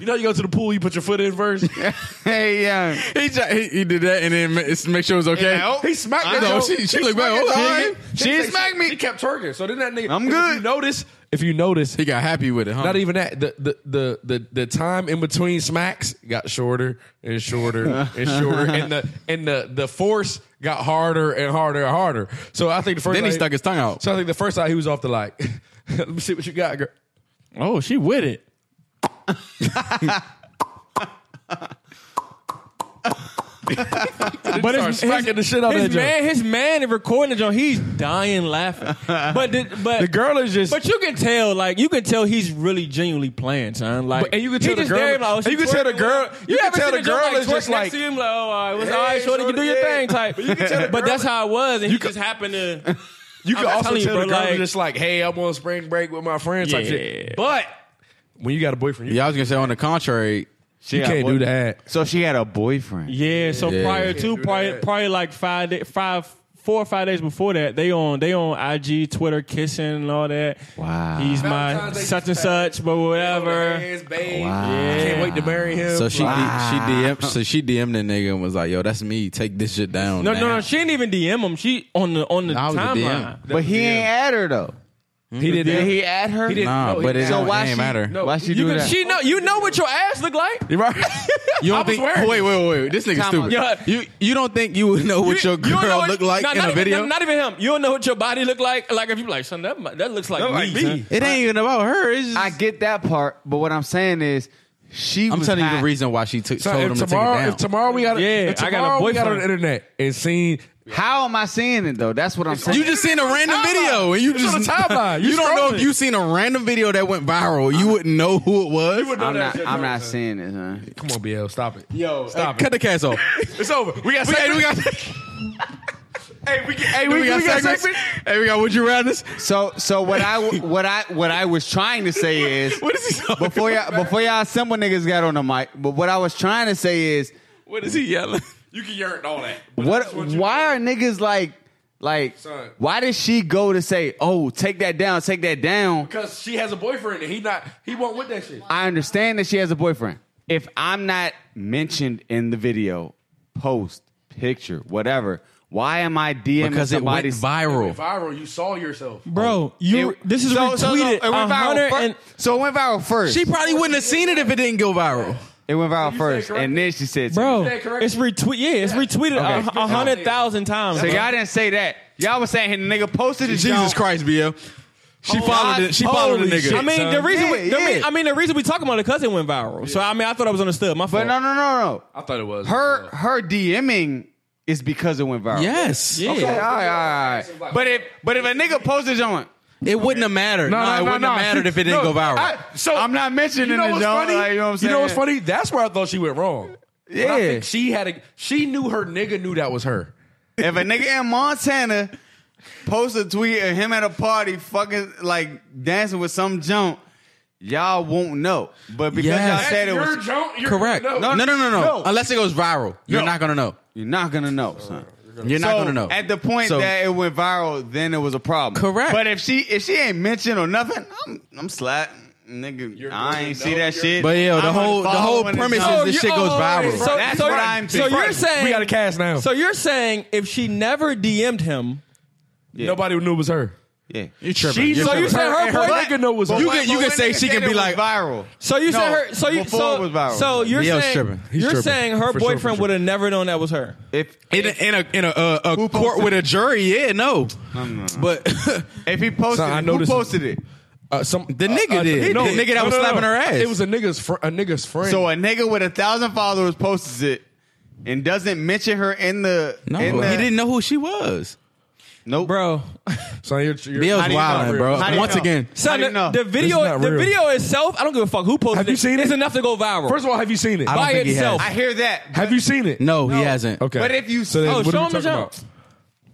Speaker 5: You know, you go to the pool, you put your foot in first.
Speaker 3: hey, yeah.
Speaker 6: He, ju- he, he did that and then ma- it's to make sure it was okay.
Speaker 3: Yeah, oh,
Speaker 6: he smacked
Speaker 3: I
Speaker 6: that though.
Speaker 3: know.
Speaker 6: She, she
Speaker 3: He
Speaker 6: looked back.
Speaker 3: smacked
Speaker 6: Oh,
Speaker 3: it,
Speaker 6: all
Speaker 3: dog.
Speaker 6: right.
Speaker 3: She
Speaker 5: He-
Speaker 3: smacked me.
Speaker 5: He kept twerking. So then that nigga.
Speaker 3: I'm
Speaker 5: If you
Speaker 3: good.
Speaker 5: notice, if you notice,
Speaker 6: He got happy with it, huh?
Speaker 5: not
Speaker 7: Um,
Speaker 5: even that. The, the the the the time in between smacks got shorter and shorter and shorter, and the and the the force got harder and harder and harder. So I think the first
Speaker 6: Then he
Speaker 5: night-
Speaker 6: stuck his tongue out.
Speaker 5: So I think the first time he was off the like, let me see what you got, girl.
Speaker 7: Oh, she with it. but
Speaker 5: Start
Speaker 7: his,
Speaker 5: smacking
Speaker 7: his-
Speaker 5: the shit out of
Speaker 7: his
Speaker 5: that
Speaker 7: man, his man, in recording the joint, he's dying laughing. But the, but
Speaker 5: The girl is just.
Speaker 7: But you can tell, like you can tell, he's really genuinely playing, son. Like,
Speaker 5: But- and you can
Speaker 7: he
Speaker 5: tell the
Speaker 7: just
Speaker 5: girl-
Speaker 7: there, Like, oh,
Speaker 5: and
Speaker 7: she
Speaker 5: you can tell the
Speaker 7: twerking,
Speaker 5: girl-
Speaker 7: whatever.
Speaker 5: you can
Speaker 7: ever
Speaker 5: tell
Speaker 7: seen
Speaker 5: the
Speaker 7: a joint,
Speaker 5: girl is
Speaker 7: twerk next
Speaker 5: just like-
Speaker 7: to you, like, oh, all right, what's all
Speaker 5: Hey,
Speaker 7: right, shorty, you do your
Speaker 5: shorty,
Speaker 7: thing,
Speaker 5: yeah.
Speaker 7: type.
Speaker 5: But you can tell the
Speaker 7: But
Speaker 5: girl-
Speaker 7: that's how it was, and
Speaker 5: you
Speaker 7: he
Speaker 5: can-
Speaker 7: just happened to.
Speaker 5: You
Speaker 7: I'm
Speaker 5: can
Speaker 7: not
Speaker 5: also
Speaker 7: telling you,
Speaker 5: tell the
Speaker 7: bro,
Speaker 5: girl
Speaker 7: like-
Speaker 5: just like, "Hey, I'm on spring break with my friends." Type
Speaker 7: Yeah.
Speaker 5: shit. But when you got a boyfriend, you,
Speaker 6: Yeah, I was gonna say on the contrary,
Speaker 3: She
Speaker 5: you
Speaker 3: got
Speaker 5: can't
Speaker 3: boy-
Speaker 5: do that.
Speaker 3: So she had a boyfriend.
Speaker 7: Yeah, so
Speaker 6: Yeah.
Speaker 7: prior
Speaker 6: Can't
Speaker 7: to
Speaker 5: do
Speaker 7: probably,
Speaker 5: that.
Speaker 7: probably like five day, five four or five days before that, they on they on IG, Twitter, kissing and all that.
Speaker 3: Wow.
Speaker 7: He's my
Speaker 5: Valentine's Day
Speaker 7: such and
Speaker 5: just
Speaker 7: such, but whatever.
Speaker 5: Hands, babe.
Speaker 3: Wow.
Speaker 5: Can't wait to marry him.
Speaker 6: so she
Speaker 5: Like,
Speaker 6: she DM so she DM'd the nigga and was like, "Yo, that's me. Take this shit down."
Speaker 7: No,
Speaker 6: now.
Speaker 7: no, no. She didn't even DM him. She on the on the
Speaker 6: I was a
Speaker 7: timeline.
Speaker 3: But he ain't at her though.
Speaker 5: he did
Speaker 3: Did
Speaker 5: that.
Speaker 3: he at her?
Speaker 5: He didn't.
Speaker 6: Nah,
Speaker 5: No,
Speaker 6: but
Speaker 5: he-
Speaker 6: it,
Speaker 5: So
Speaker 6: don't,
Speaker 3: why
Speaker 6: it ain't
Speaker 3: she-
Speaker 6: matter.
Speaker 5: no.
Speaker 3: Why she
Speaker 7: You
Speaker 3: do
Speaker 7: can,
Speaker 3: that?
Speaker 7: she know you know what your ass look like.
Speaker 6: You right? You
Speaker 7: was
Speaker 6: don't think?
Speaker 7: wearing
Speaker 6: Wait, wait, wait, wait. This nigga
Speaker 3: Time
Speaker 6: stupid.
Speaker 7: out.
Speaker 6: You you don't think you would know what your
Speaker 7: You don't know
Speaker 6: girl
Speaker 7: what-
Speaker 6: look like
Speaker 7: Nah,
Speaker 6: in
Speaker 7: not
Speaker 6: a
Speaker 7: even-
Speaker 6: video?
Speaker 7: Not even him. You don't know what your body look like. Like if you like, son, that, that looks like
Speaker 5: Look
Speaker 7: me.
Speaker 5: like me.
Speaker 7: son.
Speaker 6: it ain't even about her. It's just,
Speaker 3: I get that part, but what I'm saying is, she.
Speaker 6: I'm
Speaker 3: was
Speaker 6: telling you
Speaker 3: hot.
Speaker 6: the reason why she took,
Speaker 5: So
Speaker 6: told
Speaker 5: if
Speaker 6: him
Speaker 5: tomorrow,
Speaker 6: to
Speaker 5: if
Speaker 6: take it down.
Speaker 5: tomorrow we got,
Speaker 7: Yeah,
Speaker 5: if
Speaker 7: I got a
Speaker 5: tomorrow we got on
Speaker 7: boyfriend.
Speaker 5: the internet and seen
Speaker 3: How am I seeing it though? That's what I'm saying.
Speaker 6: you just seen a random
Speaker 5: timeline.
Speaker 6: video and you
Speaker 5: It's
Speaker 6: just
Speaker 5: on the timeline.
Speaker 6: You,
Speaker 5: You
Speaker 6: don't know
Speaker 5: scrolling.
Speaker 6: if you seen a random video that went viral. You wouldn't know who it was.
Speaker 3: I'm not. I'm not seeing it, huh?
Speaker 5: Come on, BL, stop it. Yo,
Speaker 6: Hey,
Speaker 5: stop
Speaker 6: cut
Speaker 5: it.
Speaker 6: the cast off.
Speaker 5: It's over. We got.
Speaker 6: we, hey, we
Speaker 5: segments.
Speaker 6: got.
Speaker 5: Hey, we,
Speaker 6: Hey, we, got, segments. Hey, we got. Would you rather?
Speaker 3: So, so what I what I what I was trying to say is
Speaker 6: What is he? talking
Speaker 3: before y'all before y'all simple niggas got on the mic. But what I was trying to say is
Speaker 5: What is he yelling? You can yearn all that. But
Speaker 3: what
Speaker 5: that's you-
Speaker 3: why are niggas like like
Speaker 5: Son.
Speaker 3: why did she go to say oh take that down take that down?
Speaker 5: Because she has a boyfriend and he not. He won't with that shit.
Speaker 3: I understand that she has a boyfriend. If I'm not mentioned in the video, post, picture, whatever, why am I DMing
Speaker 6: Because it went
Speaker 3: somebody?
Speaker 6: viral.
Speaker 5: Viral. You saw yourself.
Speaker 6: Oh.
Speaker 7: Bro, you this is
Speaker 3: so,
Speaker 7: retweeted.
Speaker 3: so, so it went viral
Speaker 7: 100
Speaker 3: first.
Speaker 7: and,
Speaker 3: so it went viral first.
Speaker 6: She probably wouldn't have seen it if it didn't go viral.
Speaker 3: it went viral
Speaker 5: said
Speaker 3: first,
Speaker 5: correct.
Speaker 3: and then she said, to
Speaker 7: bro,
Speaker 3: me.
Speaker 5: that correct?
Speaker 7: it's retweet. Yeah, it's retweeted a-
Speaker 3: Okay.
Speaker 7: a hundred thousand times.
Speaker 3: So
Speaker 7: bro.
Speaker 3: y'all didn't say that. Y'all was saying, hey, the nigga posted this.
Speaker 6: Jesus
Speaker 3: joint.
Speaker 6: Christ, BL. She
Speaker 3: Oh,
Speaker 6: followed it. She followed the
Speaker 3: holy
Speaker 6: nigga.
Speaker 3: shit,
Speaker 7: I mean, the reason. we,
Speaker 3: Yeah,
Speaker 7: the mean,
Speaker 3: yeah.
Speaker 7: I mean, the reason we talking about the cousin went viral. So I mean, I thought I was understood. My fault.
Speaker 3: But no, no, no,
Speaker 5: I thought it was uh,
Speaker 3: no. Her her DMing is because it went viral.
Speaker 6: Yes.
Speaker 7: Yeah.
Speaker 3: Okay, all right, all right. But if but if a nigga posted joint,
Speaker 6: It wouldn't have mattered. No, it wouldn't have mattered if it didn't
Speaker 5: No,
Speaker 6: go viral.
Speaker 5: I- so
Speaker 3: I'm not mentioning
Speaker 5: you know
Speaker 3: it,
Speaker 5: what's
Speaker 3: y'all.
Speaker 5: funny?
Speaker 3: Like, you know what I'm saying?
Speaker 5: what's funny? That's where I thought she went wrong. But I
Speaker 3: Yeah.
Speaker 5: think she had a. She knew her nigga knew that was her.
Speaker 3: if a nigga in Montana posts a tweet of him at a party fucking like dancing with some junk, y'all won't know. But because
Speaker 6: Yes.
Speaker 3: y'all said it
Speaker 5: Your
Speaker 3: was
Speaker 5: joke, your-
Speaker 6: Correct.
Speaker 5: No,
Speaker 6: No, no, no, no.
Speaker 3: no.
Speaker 6: Unless it goes viral, you're
Speaker 3: No.
Speaker 6: not gonna know.
Speaker 3: you're not gonna know, son.
Speaker 6: You're not
Speaker 3: So,
Speaker 6: gonna know.
Speaker 3: At the point
Speaker 6: So-
Speaker 3: that it went viral, then it was a problem.
Speaker 6: Correct.
Speaker 3: But if she if she ain't mentioned or nothing, I'm I'm slack. Nigga, I
Speaker 5: gonna
Speaker 3: ain't see
Speaker 5: know
Speaker 3: that
Speaker 5: you're-
Speaker 3: shit.
Speaker 6: But yeah, the
Speaker 3: I'm
Speaker 6: whole the
Speaker 3: unfollowing
Speaker 6: whole
Speaker 3: and
Speaker 6: premise
Speaker 3: junk.
Speaker 6: is this
Speaker 7: you-
Speaker 6: shit goes
Speaker 7: oh,
Speaker 6: viral.
Speaker 7: So,
Speaker 3: That's
Speaker 7: so,
Speaker 3: what I'm
Speaker 7: so you're
Speaker 3: saying.
Speaker 7: saying
Speaker 5: We got a cast now.
Speaker 7: So you're saying if she never DM'd him,
Speaker 5: Nobody knew it was her.
Speaker 3: Yeah.
Speaker 6: you tripping? You're
Speaker 7: so
Speaker 6: tripping.
Speaker 7: you said her
Speaker 5: her
Speaker 7: boy.
Speaker 5: nigga know it was her.
Speaker 6: You could- you could say she could be like-
Speaker 3: viral.
Speaker 7: So you said
Speaker 3: No,
Speaker 7: her. So you
Speaker 3: before
Speaker 7: so,
Speaker 3: it was viral.
Speaker 7: so you're
Speaker 6: He was
Speaker 7: saying
Speaker 6: tripping. He's
Speaker 7: you're
Speaker 6: tripping.
Speaker 7: saying her
Speaker 6: For sure, for
Speaker 7: boyfriend
Speaker 6: sure.
Speaker 7: would have never known that was her.
Speaker 3: If
Speaker 6: in a in a, in a, uh, a court
Speaker 3: posted
Speaker 6: with a jury, yeah, no.
Speaker 3: no, uh, no.
Speaker 6: But
Speaker 3: if he posted,
Speaker 5: So I
Speaker 3: it, who
Speaker 5: noticed-
Speaker 3: posted it?
Speaker 5: Uh, some the
Speaker 6: nigga did. The nigga that was slapping her ass.
Speaker 5: It was a nigga's fr- a nigga's friend.
Speaker 3: So a nigga with a thousand followers posts it and doesn't mention her in the.
Speaker 6: no,
Speaker 3: in the,
Speaker 6: he didn't know who she was.
Speaker 3: Nope.
Speaker 7: Bro,
Speaker 5: so you're, you're,
Speaker 6: Bill's
Speaker 3: do you
Speaker 6: wilding,
Speaker 3: know?
Speaker 6: bro.
Speaker 3: How do you
Speaker 6: Once
Speaker 3: know?
Speaker 6: again,
Speaker 3: How
Speaker 7: son,
Speaker 3: do you
Speaker 7: the,
Speaker 3: know?
Speaker 7: the
Speaker 5: This
Speaker 7: video,
Speaker 5: is not
Speaker 7: the
Speaker 5: real.
Speaker 7: video itself, I don't give a fuck who posted.
Speaker 5: Have you
Speaker 7: it.
Speaker 5: seen
Speaker 7: It's
Speaker 5: it?
Speaker 7: enough to go viral.
Speaker 5: First of all, have you seen it?
Speaker 6: I don't
Speaker 7: by
Speaker 6: think he
Speaker 7: itself.
Speaker 3: I
Speaker 6: has.
Speaker 3: hear that.
Speaker 5: have you seen it?
Speaker 6: no, he hasn't.
Speaker 5: Okay.
Speaker 3: But if you-
Speaker 5: so then
Speaker 7: oh,
Speaker 5: what are
Speaker 7: show
Speaker 5: we
Speaker 7: him the
Speaker 5: talking
Speaker 7: jump,
Speaker 5: about?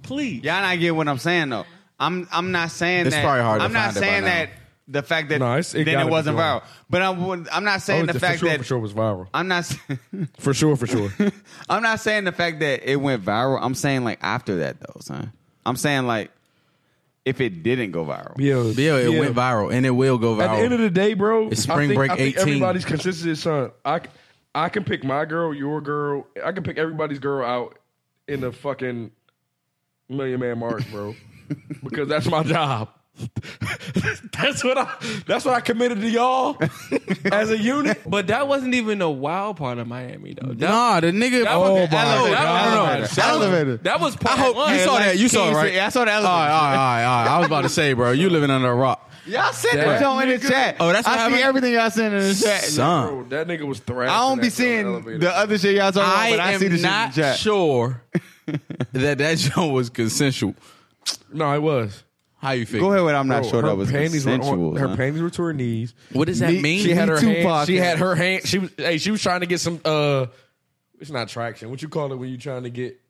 Speaker 7: please.
Speaker 3: Y'all not get what I'm saying though. I'm I'm not saying
Speaker 6: It's
Speaker 3: that.
Speaker 6: probably hard to
Speaker 3: I'm not
Speaker 6: find it by
Speaker 3: saying
Speaker 6: now.
Speaker 3: that the fact that
Speaker 5: No, it's- it
Speaker 3: then
Speaker 5: gotta
Speaker 3: it
Speaker 5: be
Speaker 3: wasn't
Speaker 5: gone.
Speaker 3: viral. But I'm I'm not saying
Speaker 5: Oh,
Speaker 3: the
Speaker 5: for
Speaker 3: fact
Speaker 5: sure,
Speaker 3: that
Speaker 5: for sure was viral.
Speaker 3: I'm not s-
Speaker 5: For sure, for sure.
Speaker 3: I'm not saying the fact that it went viral. I'm saying like after that though, son. I'm saying like if it didn't go viral.
Speaker 5: Yeah,
Speaker 6: Yeah, it went viral and it will go viral.
Speaker 5: At the end of the day, bro,
Speaker 6: It's
Speaker 5: I
Speaker 6: spring
Speaker 5: think-
Speaker 6: break
Speaker 5: I think
Speaker 6: 18.
Speaker 5: everybody's consistent is son. I c- I can pick my girl, your girl. I can pick everybody's girl out in the fucking million man march, bro, because that's my job. that's what I. That's what I committed to y'all as a unit.
Speaker 7: But that wasn't even the wild part of Miami, though. That,
Speaker 6: nah, the nigga.
Speaker 7: was
Speaker 6: Oh,
Speaker 7: the
Speaker 6: my
Speaker 7: elevator.
Speaker 6: God.
Speaker 7: No, no, no. That
Speaker 3: Elevator.
Speaker 7: was-
Speaker 3: Elevator.
Speaker 7: That was
Speaker 6: I
Speaker 7: part
Speaker 6: hope
Speaker 7: one.
Speaker 6: you saw
Speaker 7: Like,
Speaker 6: that. You saw it,
Speaker 3: King
Speaker 6: right?
Speaker 3: said- I saw the
Speaker 6: All right,
Speaker 3: elevator.
Speaker 6: all right, all right, all right. I was about to say, bro, you living under a rock.
Speaker 3: Y'all sent that on in the chat.
Speaker 6: Oh, that's
Speaker 3: I
Speaker 6: what
Speaker 3: see
Speaker 6: happened?
Speaker 3: everything y'all sent in the chat.
Speaker 6: Son,
Speaker 5: Bro, that nigga was thrashing.
Speaker 3: Uh. I don't be
Speaker 5: that
Speaker 3: seeing
Speaker 5: elevator.
Speaker 3: the other shit y'all talking
Speaker 6: I
Speaker 3: about, but I see the
Speaker 6: am
Speaker 3: shit in the
Speaker 6: not
Speaker 3: chat.
Speaker 6: sure that that joint was consensual.
Speaker 5: No, it was.
Speaker 6: How you feel?
Speaker 3: Go ahead with I'm not
Speaker 5: Bro,
Speaker 3: sure
Speaker 5: her
Speaker 3: that was
Speaker 5: panties
Speaker 3: consensual.
Speaker 5: Were on, her
Speaker 3: son.
Speaker 5: panties were to her knees.
Speaker 6: What does that
Speaker 3: Me-
Speaker 6: mean?
Speaker 5: She had her
Speaker 3: Tupac.
Speaker 5: hand. She had her hand. She was. Hey, she was trying to get some. uh It's not traction. What you call it when you trying to get?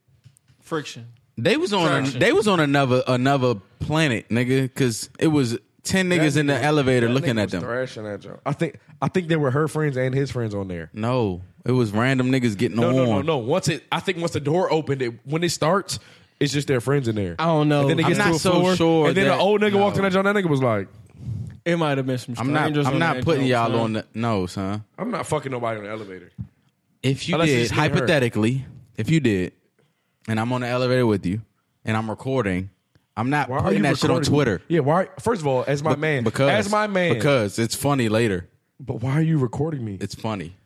Speaker 7: friction.
Speaker 6: They was on.
Speaker 7: Traction.
Speaker 6: they was on another another planet, nigga. Because it was ten niggas in the elevator
Speaker 5: That
Speaker 6: looking
Speaker 5: nigga
Speaker 6: at
Speaker 5: was
Speaker 6: them.
Speaker 5: Thrashing that joint. I think. I think they were her friends and his friends on there.
Speaker 6: No, it was random niggas getting
Speaker 5: No,
Speaker 6: on.
Speaker 5: no, no, no. Once it, I think once the door opened, it when it starts, it's just their friends in there.
Speaker 7: I don't know.
Speaker 5: And then it
Speaker 7: I'm
Speaker 5: gets to
Speaker 6: not
Speaker 5: a
Speaker 6: so
Speaker 5: floor,
Speaker 6: sure
Speaker 5: And then
Speaker 6: that-
Speaker 5: the old nigga
Speaker 6: no.
Speaker 5: walked in that joint. That nigga was like,
Speaker 7: It might have been some.
Speaker 6: I'm not.
Speaker 7: strangers
Speaker 6: I'm
Speaker 7: on
Speaker 6: not
Speaker 7: that
Speaker 6: putting
Speaker 7: joke,
Speaker 6: y'all
Speaker 7: son.
Speaker 6: on the no, son.
Speaker 5: "I'm not fucking nobody on the elevator."
Speaker 6: If you
Speaker 5: Unless
Speaker 6: did,
Speaker 5: it's me and her.
Speaker 6: hypothetically, if you did, and I'm on the elevator with you, and I'm recording, I'm not
Speaker 5: Why are
Speaker 6: putting
Speaker 5: you
Speaker 6: that shit
Speaker 5: recording?
Speaker 6: on Twitter.
Speaker 5: Yeah. Why? First of all, as my man,
Speaker 6: because
Speaker 5: as my man,
Speaker 6: because it's funny later.
Speaker 5: But why are you recording me?
Speaker 6: It's funny.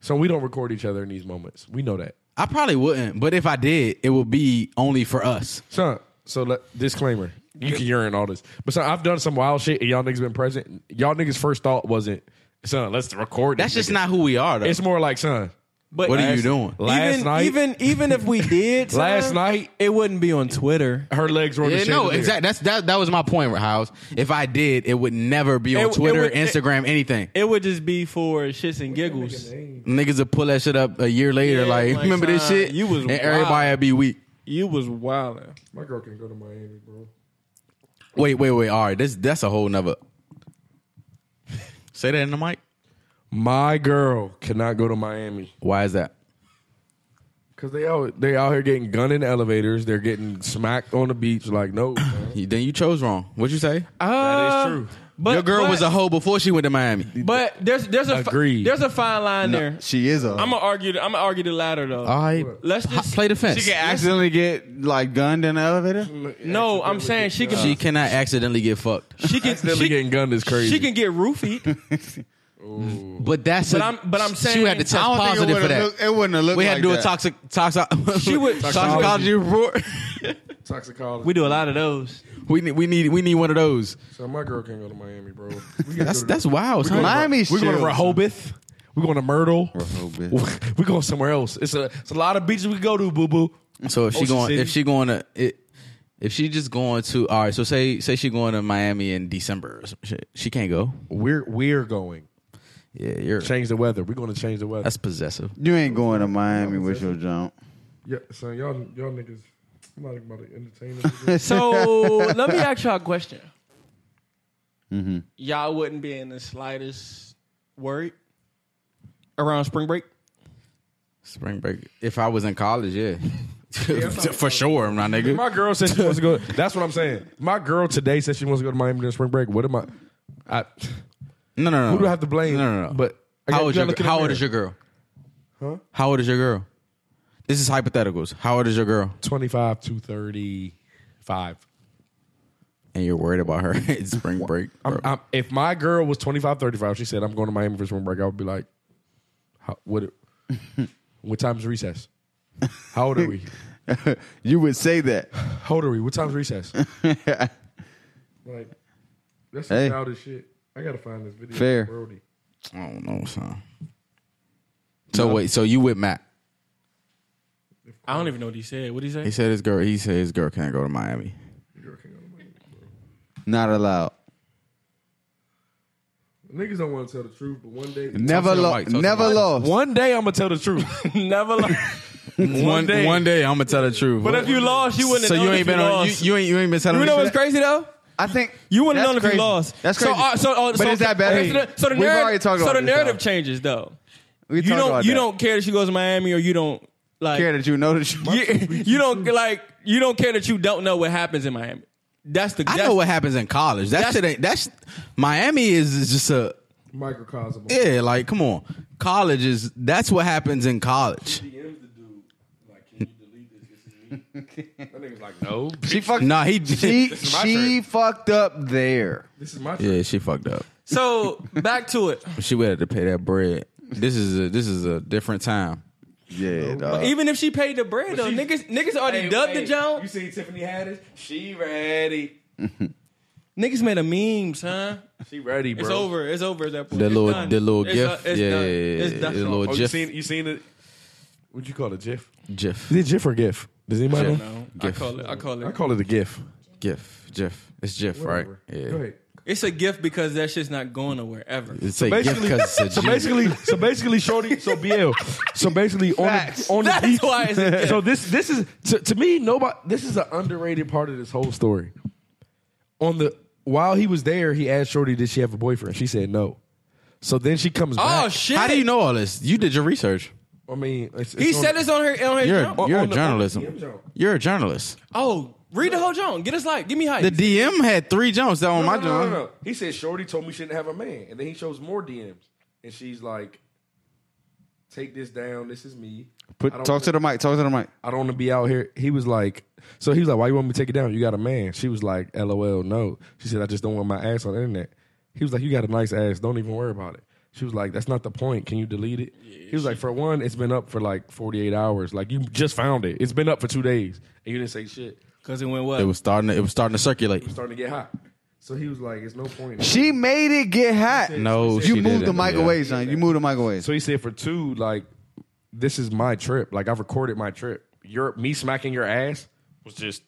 Speaker 5: So we don't record each other in these moments. We know that.
Speaker 6: I probably wouldn't, but if I did, it would be only for us.
Speaker 5: Son, so let, disclaimer. You can urine all this. But son, I've done some wild shit and y'all niggas been present. Y'all niggas first thought wasn't, son, let's record this
Speaker 6: That's just
Speaker 5: nigga.
Speaker 6: not who we are, though.
Speaker 5: It's more like, son,
Speaker 7: But
Speaker 6: what are you
Speaker 5: last-
Speaker 6: doing?
Speaker 5: last
Speaker 7: even,
Speaker 5: night-
Speaker 7: even even if we did, son,
Speaker 5: Last night-
Speaker 7: it wouldn't be on Twitter.
Speaker 5: her legs were on
Speaker 6: Yeah,
Speaker 5: the
Speaker 6: no,
Speaker 5: chandelier.
Speaker 6: exactly. That's that. That was my point, House. If I did, it would never be on
Speaker 7: It- it
Speaker 6: Twitter,
Speaker 7: would- it-
Speaker 6: Instagram, anything.
Speaker 7: It would just be for shits and giggles.
Speaker 6: Niggas would pull that shit up a year later.
Speaker 7: Yeah,
Speaker 6: like,
Speaker 7: like,
Speaker 6: remember this
Speaker 7: son,
Speaker 6: shit?
Speaker 7: you was
Speaker 6: and
Speaker 7: wild.
Speaker 6: everybody would be weak.
Speaker 7: You was wilding.
Speaker 5: My girl can go to Miami, bro.
Speaker 6: Wait, wait, wait. All right, this that's a whole nother. Say that in the mic.
Speaker 5: My girl cannot go to Miami.
Speaker 6: Why is that?
Speaker 5: Cause they out they out here getting gunned in elevators. They're getting smacked on the beach. Like, no, son.
Speaker 6: You- then you chose wrong. What'd you say?
Speaker 5: that is
Speaker 7: Uh,
Speaker 5: true.
Speaker 7: But
Speaker 6: Your girl
Speaker 7: but,
Speaker 6: was a hoe before she went to Miami.
Speaker 7: But there's there's a fi-
Speaker 5: Agreed.
Speaker 7: there's a fine line there.
Speaker 3: She is a.
Speaker 7: I'm gonna argue. The, I'm gonna argue the latter though.
Speaker 6: All right,
Speaker 7: Let's
Speaker 6: H-
Speaker 7: just-
Speaker 6: play the fence.
Speaker 7: She
Speaker 6: She,
Speaker 7: can-
Speaker 3: accidentally get like gunned in the elevator.
Speaker 6: Mm.
Speaker 7: no, I'm saying she can
Speaker 6: cannot accidentally get fucked.
Speaker 7: she can
Speaker 5: Accidentally
Speaker 7: she,
Speaker 5: getting gunned is crazy.
Speaker 7: she can get roofied.
Speaker 6: But that's
Speaker 7: But
Speaker 6: a-
Speaker 7: I'm- but I'm
Speaker 6: she would have
Speaker 7: saying-
Speaker 6: to test
Speaker 3: I don't think
Speaker 6: positive
Speaker 3: it
Speaker 6: for
Speaker 3: would've
Speaker 6: that.
Speaker 3: look- it wouldn't have looked.
Speaker 6: we had
Speaker 3: like
Speaker 6: to do
Speaker 3: that.
Speaker 6: a toxic toxic.
Speaker 7: She would-
Speaker 6: toxicology report.
Speaker 5: toxicology.
Speaker 7: we do a lot of those.
Speaker 6: We need we need we need one of those.
Speaker 5: so my girl can go to Miami, bro.
Speaker 6: That's that's wild. son.
Speaker 3: Miami.
Speaker 5: We're going
Speaker 3: chill.
Speaker 5: to Rehoboth. We're going to Myrtle.
Speaker 3: Rehoboth.
Speaker 5: We're going somewhere else. It's a it's a lot of beaches we can go to, boo boo.
Speaker 6: So if she
Speaker 5: Ocean
Speaker 6: going
Speaker 5: City.
Speaker 6: if she going to it, if she just going to all right. So say say she going to Miami in December. Or some shit. She can't go.
Speaker 5: We're we're going.
Speaker 6: Yeah, you're
Speaker 5: Change the weather. We're going to change the weather.
Speaker 6: that's possessive.
Speaker 3: You ain't going to Miami with your jump.
Speaker 5: yeah, son, y'all y'all niggas. I'm not about to entertain this.
Speaker 7: So let me ask y'all a question.
Speaker 6: Mm-hmm.
Speaker 7: Y'all wouldn't be in the slightest worried around spring break.
Speaker 6: Spring break. If I was in college, yeah, for sure, my nigga.
Speaker 5: My girl said she wants to go. That's what I'm saying. My girl today said she wants to go to Miami during spring break. What am I? I
Speaker 6: No, no, no.
Speaker 5: who do I have to blame?
Speaker 6: No, no, no.
Speaker 5: But I
Speaker 6: how
Speaker 5: got-
Speaker 6: old,
Speaker 5: you
Speaker 6: your,
Speaker 5: gotta look in the
Speaker 6: how old
Speaker 5: mirror.
Speaker 6: is your girl? Huh? How old is your girl? This is hypotheticals. How old is your girl?
Speaker 5: 25 to 35.
Speaker 6: And you're worried about her in spring break.
Speaker 5: I'm,
Speaker 6: bro.
Speaker 5: I'm, if my girl was 25, 35, she said, I'm going to Miami for spring break, I would be like, how, what, what time's recess? How old are we?
Speaker 3: you would say that.
Speaker 5: How old are we? What time's recess? like, that's some
Speaker 3: Hey.
Speaker 5: childish shit. I got to find this video.
Speaker 3: Fair.
Speaker 5: Brody.
Speaker 6: I don't know, son. So wait, so you with Matt?
Speaker 7: I don't even know what he said. What did he say?
Speaker 6: He said his girl. He said his girl can't go to Miami.
Speaker 5: Your girl can't go to Miami.
Speaker 3: Not allowed.
Speaker 5: Niggas don't want to tell the truth, but one day.
Speaker 3: Never
Speaker 6: the
Speaker 3: lost.
Speaker 6: mic, talk to
Speaker 3: Never
Speaker 6: the mic.
Speaker 3: lost.
Speaker 5: One day I'm going to tell the truth.
Speaker 7: Never. Lo-
Speaker 6: One
Speaker 5: day.
Speaker 6: one day I'm gonna tell the truth.
Speaker 7: but if you lost, you wouldn't.
Speaker 6: so
Speaker 7: have
Speaker 6: you
Speaker 7: known
Speaker 6: ain't
Speaker 7: if
Speaker 6: been on. You,
Speaker 7: lost.
Speaker 6: you ain't you ain't been telling.
Speaker 7: You
Speaker 6: me
Speaker 7: know what's
Speaker 6: shit?
Speaker 7: crazy though?
Speaker 3: I think
Speaker 7: You wouldn't have
Speaker 3: that's
Speaker 7: known if
Speaker 3: crazy.
Speaker 7: you lost.
Speaker 3: That's crazy.
Speaker 7: So, uh, so, uh,
Speaker 3: but
Speaker 7: so-
Speaker 3: is that bad?
Speaker 7: Okay, so the, so the
Speaker 3: We've already
Speaker 7: narrative,
Speaker 3: talked
Speaker 7: so
Speaker 3: about
Speaker 7: the
Speaker 3: this,
Speaker 7: narrative
Speaker 3: dog.
Speaker 7: changes though.
Speaker 3: We
Speaker 7: You
Speaker 3: talked
Speaker 7: don't.
Speaker 3: about
Speaker 7: You
Speaker 3: that.
Speaker 7: don't care that she goes to Miami, or you don't like.
Speaker 3: care that you know that you.
Speaker 7: you, you don't like. You don't care that you don't know what happens in Miami. That's the.
Speaker 6: I
Speaker 7: that's-
Speaker 6: know what happens in college. That
Speaker 7: that's-
Speaker 6: shit ain't. That's Miami is, is just a
Speaker 5: Microcosm.
Speaker 6: yeah. Like, come on, college is. That's what happens in college.
Speaker 5: DMs the dude. Like, can you delete this? This is me. that nigga's like, no.
Speaker 3: She fucked.
Speaker 6: Nah, he.
Speaker 3: She
Speaker 5: is my
Speaker 3: she fucked up there.
Speaker 5: This is my turn.
Speaker 6: yeah, she fucked up.
Speaker 7: So back to it.
Speaker 6: She had to pay that bread. This is a this is a different time.
Speaker 3: Yeah, dog.
Speaker 7: Even if she paid the bread though, niggas niggas already dubbed the
Speaker 5: You
Speaker 7: Jones.
Speaker 5: seen Tiffany Haddish? She ready.
Speaker 7: Niggas made a meme, son.
Speaker 5: She ready, bro.
Speaker 7: It's over. It's over at that point.
Speaker 6: The
Speaker 7: It's
Speaker 6: little
Speaker 7: done.
Speaker 6: the little
Speaker 7: It's
Speaker 6: gift.
Speaker 7: done. It's
Speaker 6: yeah,
Speaker 7: done.
Speaker 6: yeah, yeah,
Speaker 7: It's
Speaker 6: yeah,
Speaker 7: done.
Speaker 6: the
Speaker 5: Oh,
Speaker 6: little
Speaker 5: you
Speaker 6: gif.
Speaker 5: seen? You seen it? What you call it, GIF?
Speaker 6: gif.
Speaker 5: Is it GIF or GIF? Does anybody
Speaker 6: Gif.
Speaker 5: know?
Speaker 7: No, I
Speaker 6: Gif.
Speaker 7: call it. I call
Speaker 5: I
Speaker 7: it.
Speaker 5: call it a GIF.
Speaker 6: Gif. Gif. It's gif,
Speaker 5: Whatever.
Speaker 6: right? Yeah.
Speaker 5: Go ahead.
Speaker 7: It's a gift because that shit's not going nowhere ever.
Speaker 6: It's a gif
Speaker 5: basically-
Speaker 6: because it's a
Speaker 5: So
Speaker 6: gif.
Speaker 5: basically, so basically, Shorty, so BL, so basically on the, on the
Speaker 7: That's
Speaker 5: beach.
Speaker 7: why it's a gift.
Speaker 5: so this this is to, to me nobody. This is an underrated part of this whole story. On the while he was there, he asked Shorty, "Did she have a boyfriend?" She said no. So then she comes back.
Speaker 7: Oh shit!
Speaker 6: How do you know all this? You did your research.
Speaker 5: I mean, it's,
Speaker 7: He
Speaker 5: it's on-
Speaker 7: said this on her on her
Speaker 6: You're
Speaker 7: jump.
Speaker 6: a, you're a
Speaker 5: on the-
Speaker 6: journalism.
Speaker 5: on the DM job.
Speaker 6: You're a journalist.
Speaker 7: Oh, read the whole Jones. Get us like, give me hype.
Speaker 6: The DM had three jumps. That on
Speaker 5: No,
Speaker 6: my
Speaker 5: no, no,
Speaker 6: job.
Speaker 5: no, no. He said Shorty told me she didn't have a man, and then he shows more DMs, and she's like, "Take this down. This is me."
Speaker 3: Put
Speaker 5: I don't
Speaker 3: talk to the mic. Talk to the mic.
Speaker 5: I don't want to be out here. He was like, so he was like, why you want me to take it down? You got a man. She was like, LOL, no. She said, I just don't want my ass on the internet. He was like, you got a nice ass. Don't even worry about it. She was like, that's not the point. Can you delete it? he was like, for one, it's been up for like 48 hours. Like, you just found it. It's been up for two days. And you didn't say shit.
Speaker 7: Cause it went what?
Speaker 6: It was starting. To, it was starting to circulate.
Speaker 5: It's starting to get hot. So he was like, it's no point.
Speaker 3: She made it get hot.
Speaker 6: No,
Speaker 3: you
Speaker 6: she
Speaker 3: moved the
Speaker 6: didn't.
Speaker 3: mic
Speaker 6: Yeah.
Speaker 3: away, son. You moved the mic away.
Speaker 5: So he said, for two, like, this is my trip. Like, I've recorded my trip. Your, me smacking your ass was just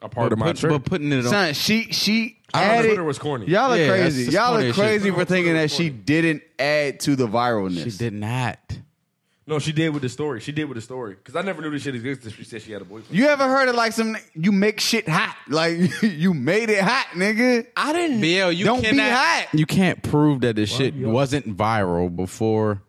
Speaker 5: a part
Speaker 6: But,
Speaker 5: of my
Speaker 6: put-
Speaker 5: trip.
Speaker 6: but putting it on.
Speaker 3: Son, she she
Speaker 5: I don't know,
Speaker 3: added.
Speaker 5: Twitter was corny.
Speaker 3: Y'all are
Speaker 6: Yeah, that's-
Speaker 3: crazy.
Speaker 6: that's
Speaker 3: Y'all
Speaker 6: corny
Speaker 3: are
Speaker 6: as shit.
Speaker 3: crazy for
Speaker 5: Twitter
Speaker 3: thinking that
Speaker 5: was
Speaker 3: she
Speaker 5: corny.
Speaker 3: didn't add to the viralness.
Speaker 6: She did not.
Speaker 5: No, she did with the story. She did with the story because I never knew this shit existed. She said she had a boyfriend.
Speaker 3: You ever heard of like some? You make shit hot. Like you made it hot, nigga.
Speaker 7: I didn't.
Speaker 6: BL, you
Speaker 3: Don't be
Speaker 6: cannot,
Speaker 3: hot.
Speaker 6: You can't prove that this shit wasn't viral before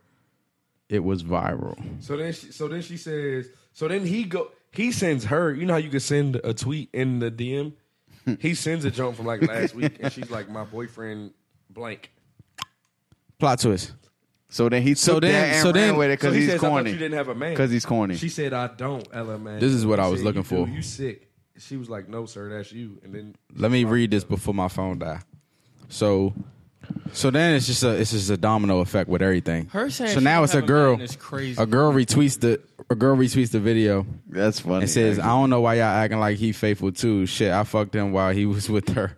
Speaker 6: it was viral.
Speaker 5: So then, she, so then she says. So then he go. He sends her. You know how you could send a tweet in the DM. He sends a jump from like last week, and she's like, "My boyfriend blank."
Speaker 6: Plot twist.
Speaker 3: So then he took
Speaker 6: So then-
Speaker 3: that and
Speaker 6: so
Speaker 3: ran
Speaker 6: then-
Speaker 3: with it
Speaker 5: So
Speaker 3: because
Speaker 5: he
Speaker 3: he's
Speaker 5: says, "I thought you
Speaker 3: corny.
Speaker 5: didn't have a man
Speaker 3: 'Cause he's corny.
Speaker 5: She said, "I don't, Ella man."
Speaker 6: This is what I
Speaker 5: He
Speaker 6: was
Speaker 5: said,
Speaker 6: looking
Speaker 5: "You
Speaker 6: for."
Speaker 5: do. You sick? She was like, "No, sir, that's you." And then
Speaker 6: Let me read this before my phone die. So, so then it's just a it's just a domino effect with everything.
Speaker 7: Her saying
Speaker 6: so
Speaker 7: she
Speaker 6: now
Speaker 7: don't
Speaker 6: it's a
Speaker 7: have a
Speaker 6: girl.
Speaker 7: man is crazy.
Speaker 6: A girl retweets the a girl retweets the video
Speaker 3: That's funny.
Speaker 6: and says, "I don't know why y'all acting like he faithful too. Shit, I fucked him while he was with her."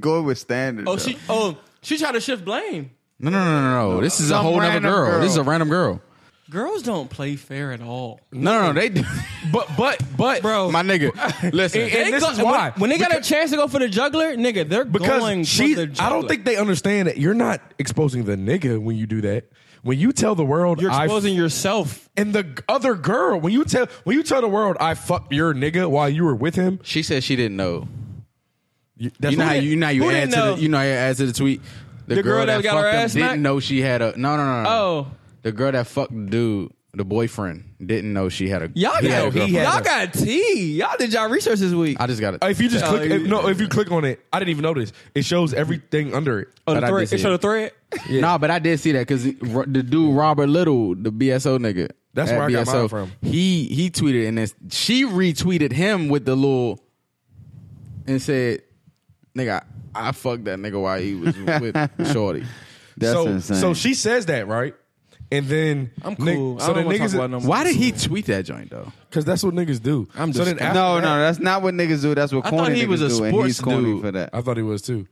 Speaker 3: go with standard.
Speaker 7: Oh,
Speaker 3: though.
Speaker 7: she. Oh, she tried to shift blame.
Speaker 6: No, no, no, no, no. This is a
Speaker 3: Some
Speaker 6: whole other
Speaker 3: random
Speaker 6: girl.
Speaker 3: girl.
Speaker 6: This is a random girl.
Speaker 7: Girls don't play fair at all,
Speaker 6: No, no, no. They, do. but, but, but,
Speaker 7: bro.
Speaker 6: my nigga. Listen,
Speaker 5: and this is
Speaker 7: when-
Speaker 5: why.
Speaker 7: When, they got a chance to go for the juggler, nigga, they're going
Speaker 5: because she,
Speaker 7: for the juggler.
Speaker 5: I don't think they understand that you're not exposing the nigga when you do that. When you tell the world,
Speaker 7: you're
Speaker 5: "I
Speaker 7: exposing yourself.
Speaker 5: and the g- other girl when you tell when you tell the world I fuck your nigga while you were with him.
Speaker 6: she said she didn't know.
Speaker 5: You, that's
Speaker 6: you know
Speaker 5: who
Speaker 6: how
Speaker 5: did-
Speaker 6: you, you know how you
Speaker 7: who
Speaker 6: add
Speaker 7: didn't
Speaker 6: to
Speaker 7: know?
Speaker 6: the you know how you add to the tweet. The,
Speaker 7: girl that got her
Speaker 6: fucked him
Speaker 7: ass smacked?
Speaker 6: didn't know she had a no no no. no.
Speaker 7: Oh.
Speaker 6: the girl that fucked dude, the boyfriend, didn't know she had a.
Speaker 7: Y'all
Speaker 6: he had a
Speaker 7: got,
Speaker 6: girlfriend.
Speaker 7: y'all got tea. Y'all did y'all research this week.
Speaker 6: I just got it.
Speaker 5: if you just
Speaker 7: Oh,
Speaker 5: click
Speaker 7: you-
Speaker 5: if, no if you click on it I didn't even notice it shows everything under it.
Speaker 7: Oh,
Speaker 6: but
Speaker 7: the
Speaker 6: I
Speaker 7: thread.
Speaker 6: did see
Speaker 7: It showed
Speaker 6: it.
Speaker 7: a thread.
Speaker 6: Nah, but I did see that because the dude Robert Little, the BSO nigga.
Speaker 5: That's
Speaker 6: at
Speaker 5: where I got
Speaker 6: BSO,
Speaker 5: mine from.
Speaker 6: He he tweeted and it's, she retweeted him with the little and said, "Nigga, I, I fucked that nigga while he was with Shorty."
Speaker 3: That's
Speaker 5: so
Speaker 3: insane.
Speaker 5: so she says that right, and then
Speaker 7: I'm
Speaker 5: ni-
Speaker 7: cool. I
Speaker 5: so
Speaker 7: don't
Speaker 5: the
Speaker 7: wanna talk
Speaker 5: niggas
Speaker 7: about no more.
Speaker 6: Why did he tweet that joint though?
Speaker 5: because that's what niggas do. I'm so then after
Speaker 3: no,
Speaker 5: that-
Speaker 3: no, that's not what niggas do. That's what
Speaker 6: I
Speaker 3: corny
Speaker 6: thought he
Speaker 3: niggas
Speaker 6: was a
Speaker 3: do, and
Speaker 6: sports
Speaker 3: he's corny
Speaker 6: dude.
Speaker 3: for that.
Speaker 5: I thought he was too.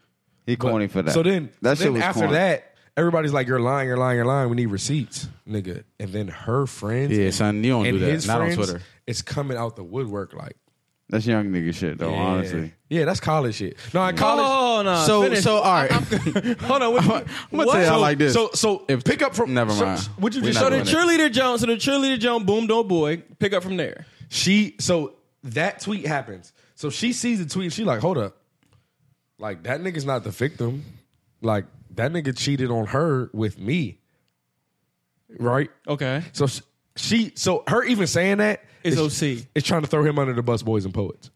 Speaker 3: He
Speaker 5: But-
Speaker 3: corny for that.
Speaker 5: So then
Speaker 3: that shit
Speaker 5: so then
Speaker 3: was
Speaker 5: after
Speaker 3: corny.
Speaker 5: that everybody's like you're lying, you're lying, you're lying. We need receipts, nigga. And then her friends,
Speaker 6: Yeah, son, you don't
Speaker 5: and
Speaker 6: do that.
Speaker 5: his
Speaker 6: Not on
Speaker 5: friends
Speaker 6: Twitter.
Speaker 5: It's coming out the woodwork like.
Speaker 3: That's young nigga shit, though. Honestly,
Speaker 5: Yeah, that's college shit. No, in college.
Speaker 7: Oh no.
Speaker 6: so
Speaker 7: finish.
Speaker 6: so all right.
Speaker 7: hold on. What,
Speaker 6: I'm gonna tell y'all like this.
Speaker 5: So so
Speaker 6: If-
Speaker 5: pick up from
Speaker 6: never
Speaker 5: so-
Speaker 6: mind.
Speaker 5: What you
Speaker 6: We're
Speaker 5: just
Speaker 6: not
Speaker 7: So
Speaker 5: so
Speaker 7: the
Speaker 6: doing it.
Speaker 7: cheerleader Jones, so the cheerleader Jones boomed on boy. Pick up from there.
Speaker 5: she so that tweet happens. So she sees the tweet. She like, hold up, like that nigga's not the victim. Like that nigga cheated on her with me, right?
Speaker 7: Okay.
Speaker 5: So sh- she so her even saying that
Speaker 7: is OC.
Speaker 5: It's trying to throw him under the bus, boys and poets.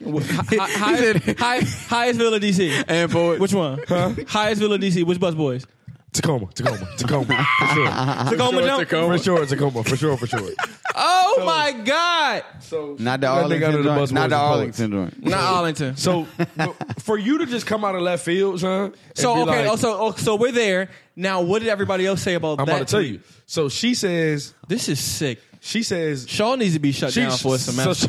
Speaker 7: High- high- Hyattsville or DC?
Speaker 6: And poet.
Speaker 7: Which one? Huh? Hyattsville or DC? Which bus boys?
Speaker 5: Tacoma, Tacoma, Tacoma, for sure.
Speaker 7: Tacoma
Speaker 5: sure,
Speaker 7: Jump?
Speaker 5: Tacoma. For sure, Tacoma, for sure, for sure.
Speaker 6: Oh my God!
Speaker 5: So
Speaker 3: Not the
Speaker 5: that nigga under
Speaker 3: Arlington
Speaker 5: the
Speaker 3: joint.
Speaker 5: bus
Speaker 3: Not
Speaker 5: was
Speaker 3: the
Speaker 5: a poet.
Speaker 3: Arlington joint.
Speaker 7: Not Arlington.
Speaker 5: So w- for you to just come out of left field, son. and
Speaker 7: So
Speaker 5: be
Speaker 7: okay,
Speaker 5: like-
Speaker 7: oh, so oh, so we're there now. What did everybody else say about
Speaker 5: I'm
Speaker 7: that?
Speaker 5: about to tell you. So she says,
Speaker 7: This is sick.
Speaker 5: she says,
Speaker 7: Shaw needs to be shut
Speaker 5: she,
Speaker 7: down for a semester.
Speaker 5: so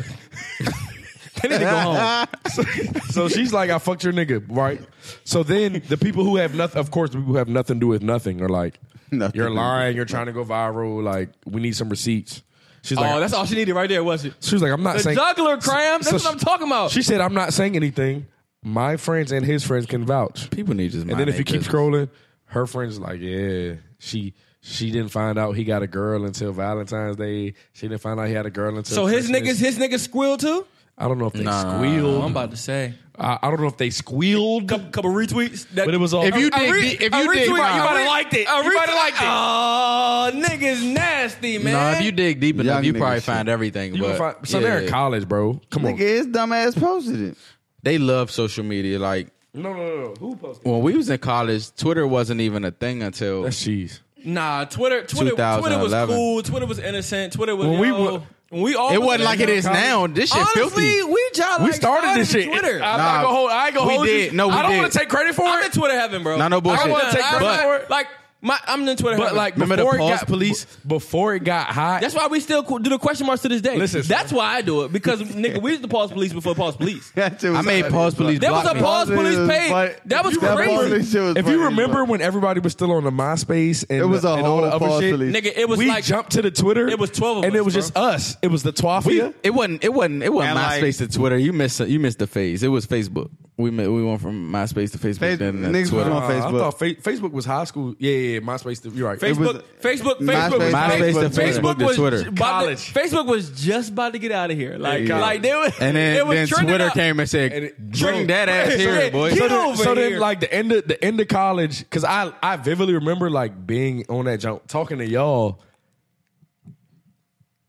Speaker 5: she-
Speaker 7: they need to go home.
Speaker 5: so she's like, I fucked your nigga, right? So then the people who have nothing, of course, the people who have nothing to do with nothing are like,
Speaker 3: Nothing to
Speaker 5: you're
Speaker 3: do
Speaker 5: lying, you're trying to go viral, like, we need some receipts. She's like,
Speaker 7: Oh, that's all she needed right there, was it?
Speaker 5: she was like, I'm not
Speaker 7: The
Speaker 5: saying.
Speaker 7: juggler cram. That's
Speaker 5: So
Speaker 7: what I'm talking about.
Speaker 5: She said, I'm not saying anything. My friends and his friends can vouch.
Speaker 6: People need just.
Speaker 5: And then if you keep scrolling, her friends like, yeah, she she didn't find out he got a girl until Valentine's Day. She didn't find out he had a girl until
Speaker 7: so his niggas,
Speaker 5: Christmas.
Speaker 7: his niggas squeal too.
Speaker 5: I don't know if they
Speaker 6: Nah.
Speaker 5: squealed.
Speaker 7: I'm about to say.
Speaker 5: I, I don't know if they squealed,
Speaker 7: Couple, couple retweets. That,
Speaker 5: but it was all.
Speaker 6: If you
Speaker 7: A
Speaker 6: dig
Speaker 7: re-
Speaker 6: deep- if
Speaker 7: a
Speaker 6: you dig-
Speaker 7: retweet,
Speaker 6: nah.
Speaker 7: you might
Speaker 6: A
Speaker 7: have liked it.
Speaker 6: re-
Speaker 7: You might have liked it.
Speaker 6: a
Speaker 7: Oh, niggas nasty, man.
Speaker 6: no, if you dig deep enough,
Speaker 3: Young
Speaker 6: you
Speaker 3: nigga
Speaker 6: probably
Speaker 3: shit.
Speaker 6: find everything.
Speaker 5: you
Speaker 6: but,
Speaker 5: can find, so
Speaker 6: yeah.
Speaker 5: they're in college, bro. Come on.
Speaker 3: Nigga, his dumb ass posted it.
Speaker 6: They love social media. Like
Speaker 5: No, no, no, no. Who posted?
Speaker 6: when we was in college, Twitter wasn't even a thing until
Speaker 5: That's cheese.
Speaker 7: Nah, Twitter, Twitter, Twitter was
Speaker 6: 2011.
Speaker 7: cool. Twitter was innocent. Twitter was.
Speaker 5: When we
Speaker 7: yo,
Speaker 5: were-
Speaker 7: when we all
Speaker 6: it wasn't like it is
Speaker 5: college.
Speaker 6: now. This shit
Speaker 7: Honestly,
Speaker 6: filthy.
Speaker 7: we tried. Like,
Speaker 5: we started this shit.
Speaker 7: Twitter.
Speaker 5: I'm
Speaker 6: Nah,
Speaker 5: not gonna hold. I ain't gonna
Speaker 6: we
Speaker 5: hold
Speaker 6: did.
Speaker 5: you.
Speaker 6: No, we
Speaker 5: I don't want
Speaker 6: did.
Speaker 5: to take credit for
Speaker 7: I'm in
Speaker 5: it.
Speaker 7: Twitter heaven, bro.
Speaker 6: Nah, no bullshit.
Speaker 7: I don't want
Speaker 5: Nah,
Speaker 7: to take
Speaker 5: I
Speaker 7: credit for
Speaker 5: remember-
Speaker 7: it. Like my, I'm in Twitter
Speaker 5: But
Speaker 7: heaven.
Speaker 5: like
Speaker 6: Remember the
Speaker 5: before it
Speaker 6: Pulse
Speaker 5: got
Speaker 6: police?
Speaker 5: b- before it got hot.
Speaker 7: That's why we still co- do the question marks to this day.
Speaker 5: Listen,
Speaker 7: that's why I do it because nigga, we used to pause police before pause police.
Speaker 3: That shit
Speaker 6: I
Speaker 3: was
Speaker 6: made
Speaker 3: funny.
Speaker 6: pause police
Speaker 7: There
Speaker 6: block
Speaker 7: was a
Speaker 6: me.
Speaker 7: pause police
Speaker 3: It was funny.
Speaker 7: page. That was
Speaker 3: That pause
Speaker 7: crazy.
Speaker 3: police shit was
Speaker 5: if
Speaker 3: funny
Speaker 5: you
Speaker 3: as
Speaker 5: remember
Speaker 3: fuck.
Speaker 5: when everybody was still on the MySpace and
Speaker 3: It was
Speaker 5: the-
Speaker 3: a
Speaker 5: and all
Speaker 3: whole
Speaker 5: the other
Speaker 3: pause
Speaker 5: shit,
Speaker 3: police.
Speaker 7: Nigga, it was
Speaker 5: we
Speaker 7: like-
Speaker 5: jumped to the Twitter.
Speaker 7: It was 12 of
Speaker 5: and
Speaker 7: us,
Speaker 5: it was
Speaker 7: bro.
Speaker 5: just us. It was the Twafia.
Speaker 6: It wasn't. It wasn't. It wasn't
Speaker 3: And, like-
Speaker 6: MySpace to Twitter. You missed. You missed the phase. It was Facebook. We mi- we went from MySpace to Facebook.
Speaker 3: Facebook-
Speaker 6: Then to
Speaker 3: niggas was
Speaker 6: Twitter.
Speaker 3: on
Speaker 5: Uh, I
Speaker 3: Facebook.
Speaker 5: thought fa- Facebook was high school. Yeah, yeah, yeah MySpace. You're right.
Speaker 3: It was-
Speaker 7: Facebook, Facebook,
Speaker 3: MySpace,
Speaker 7: Facebook,
Speaker 6: MySpace to Twitter.
Speaker 7: Facebook
Speaker 6: To
Speaker 7: was
Speaker 6: Twitter.
Speaker 7: about to-
Speaker 5: College.
Speaker 7: Facebook was just about to get out of here. Like,
Speaker 5: Yeah.
Speaker 7: like they were,
Speaker 6: And then,
Speaker 7: it was
Speaker 6: then
Speaker 7: trending
Speaker 6: Twitter
Speaker 7: up.
Speaker 6: came and said,
Speaker 5: And it-
Speaker 6: "Bring
Speaker 5: Bro,
Speaker 6: that ass
Speaker 5: so
Speaker 6: here,
Speaker 5: then-
Speaker 6: boy."
Speaker 7: Get
Speaker 5: So, then,
Speaker 7: over
Speaker 5: so then,
Speaker 7: here.
Speaker 5: like the end of the end of college, because I I vividly remember like being on that jump talking to y'all.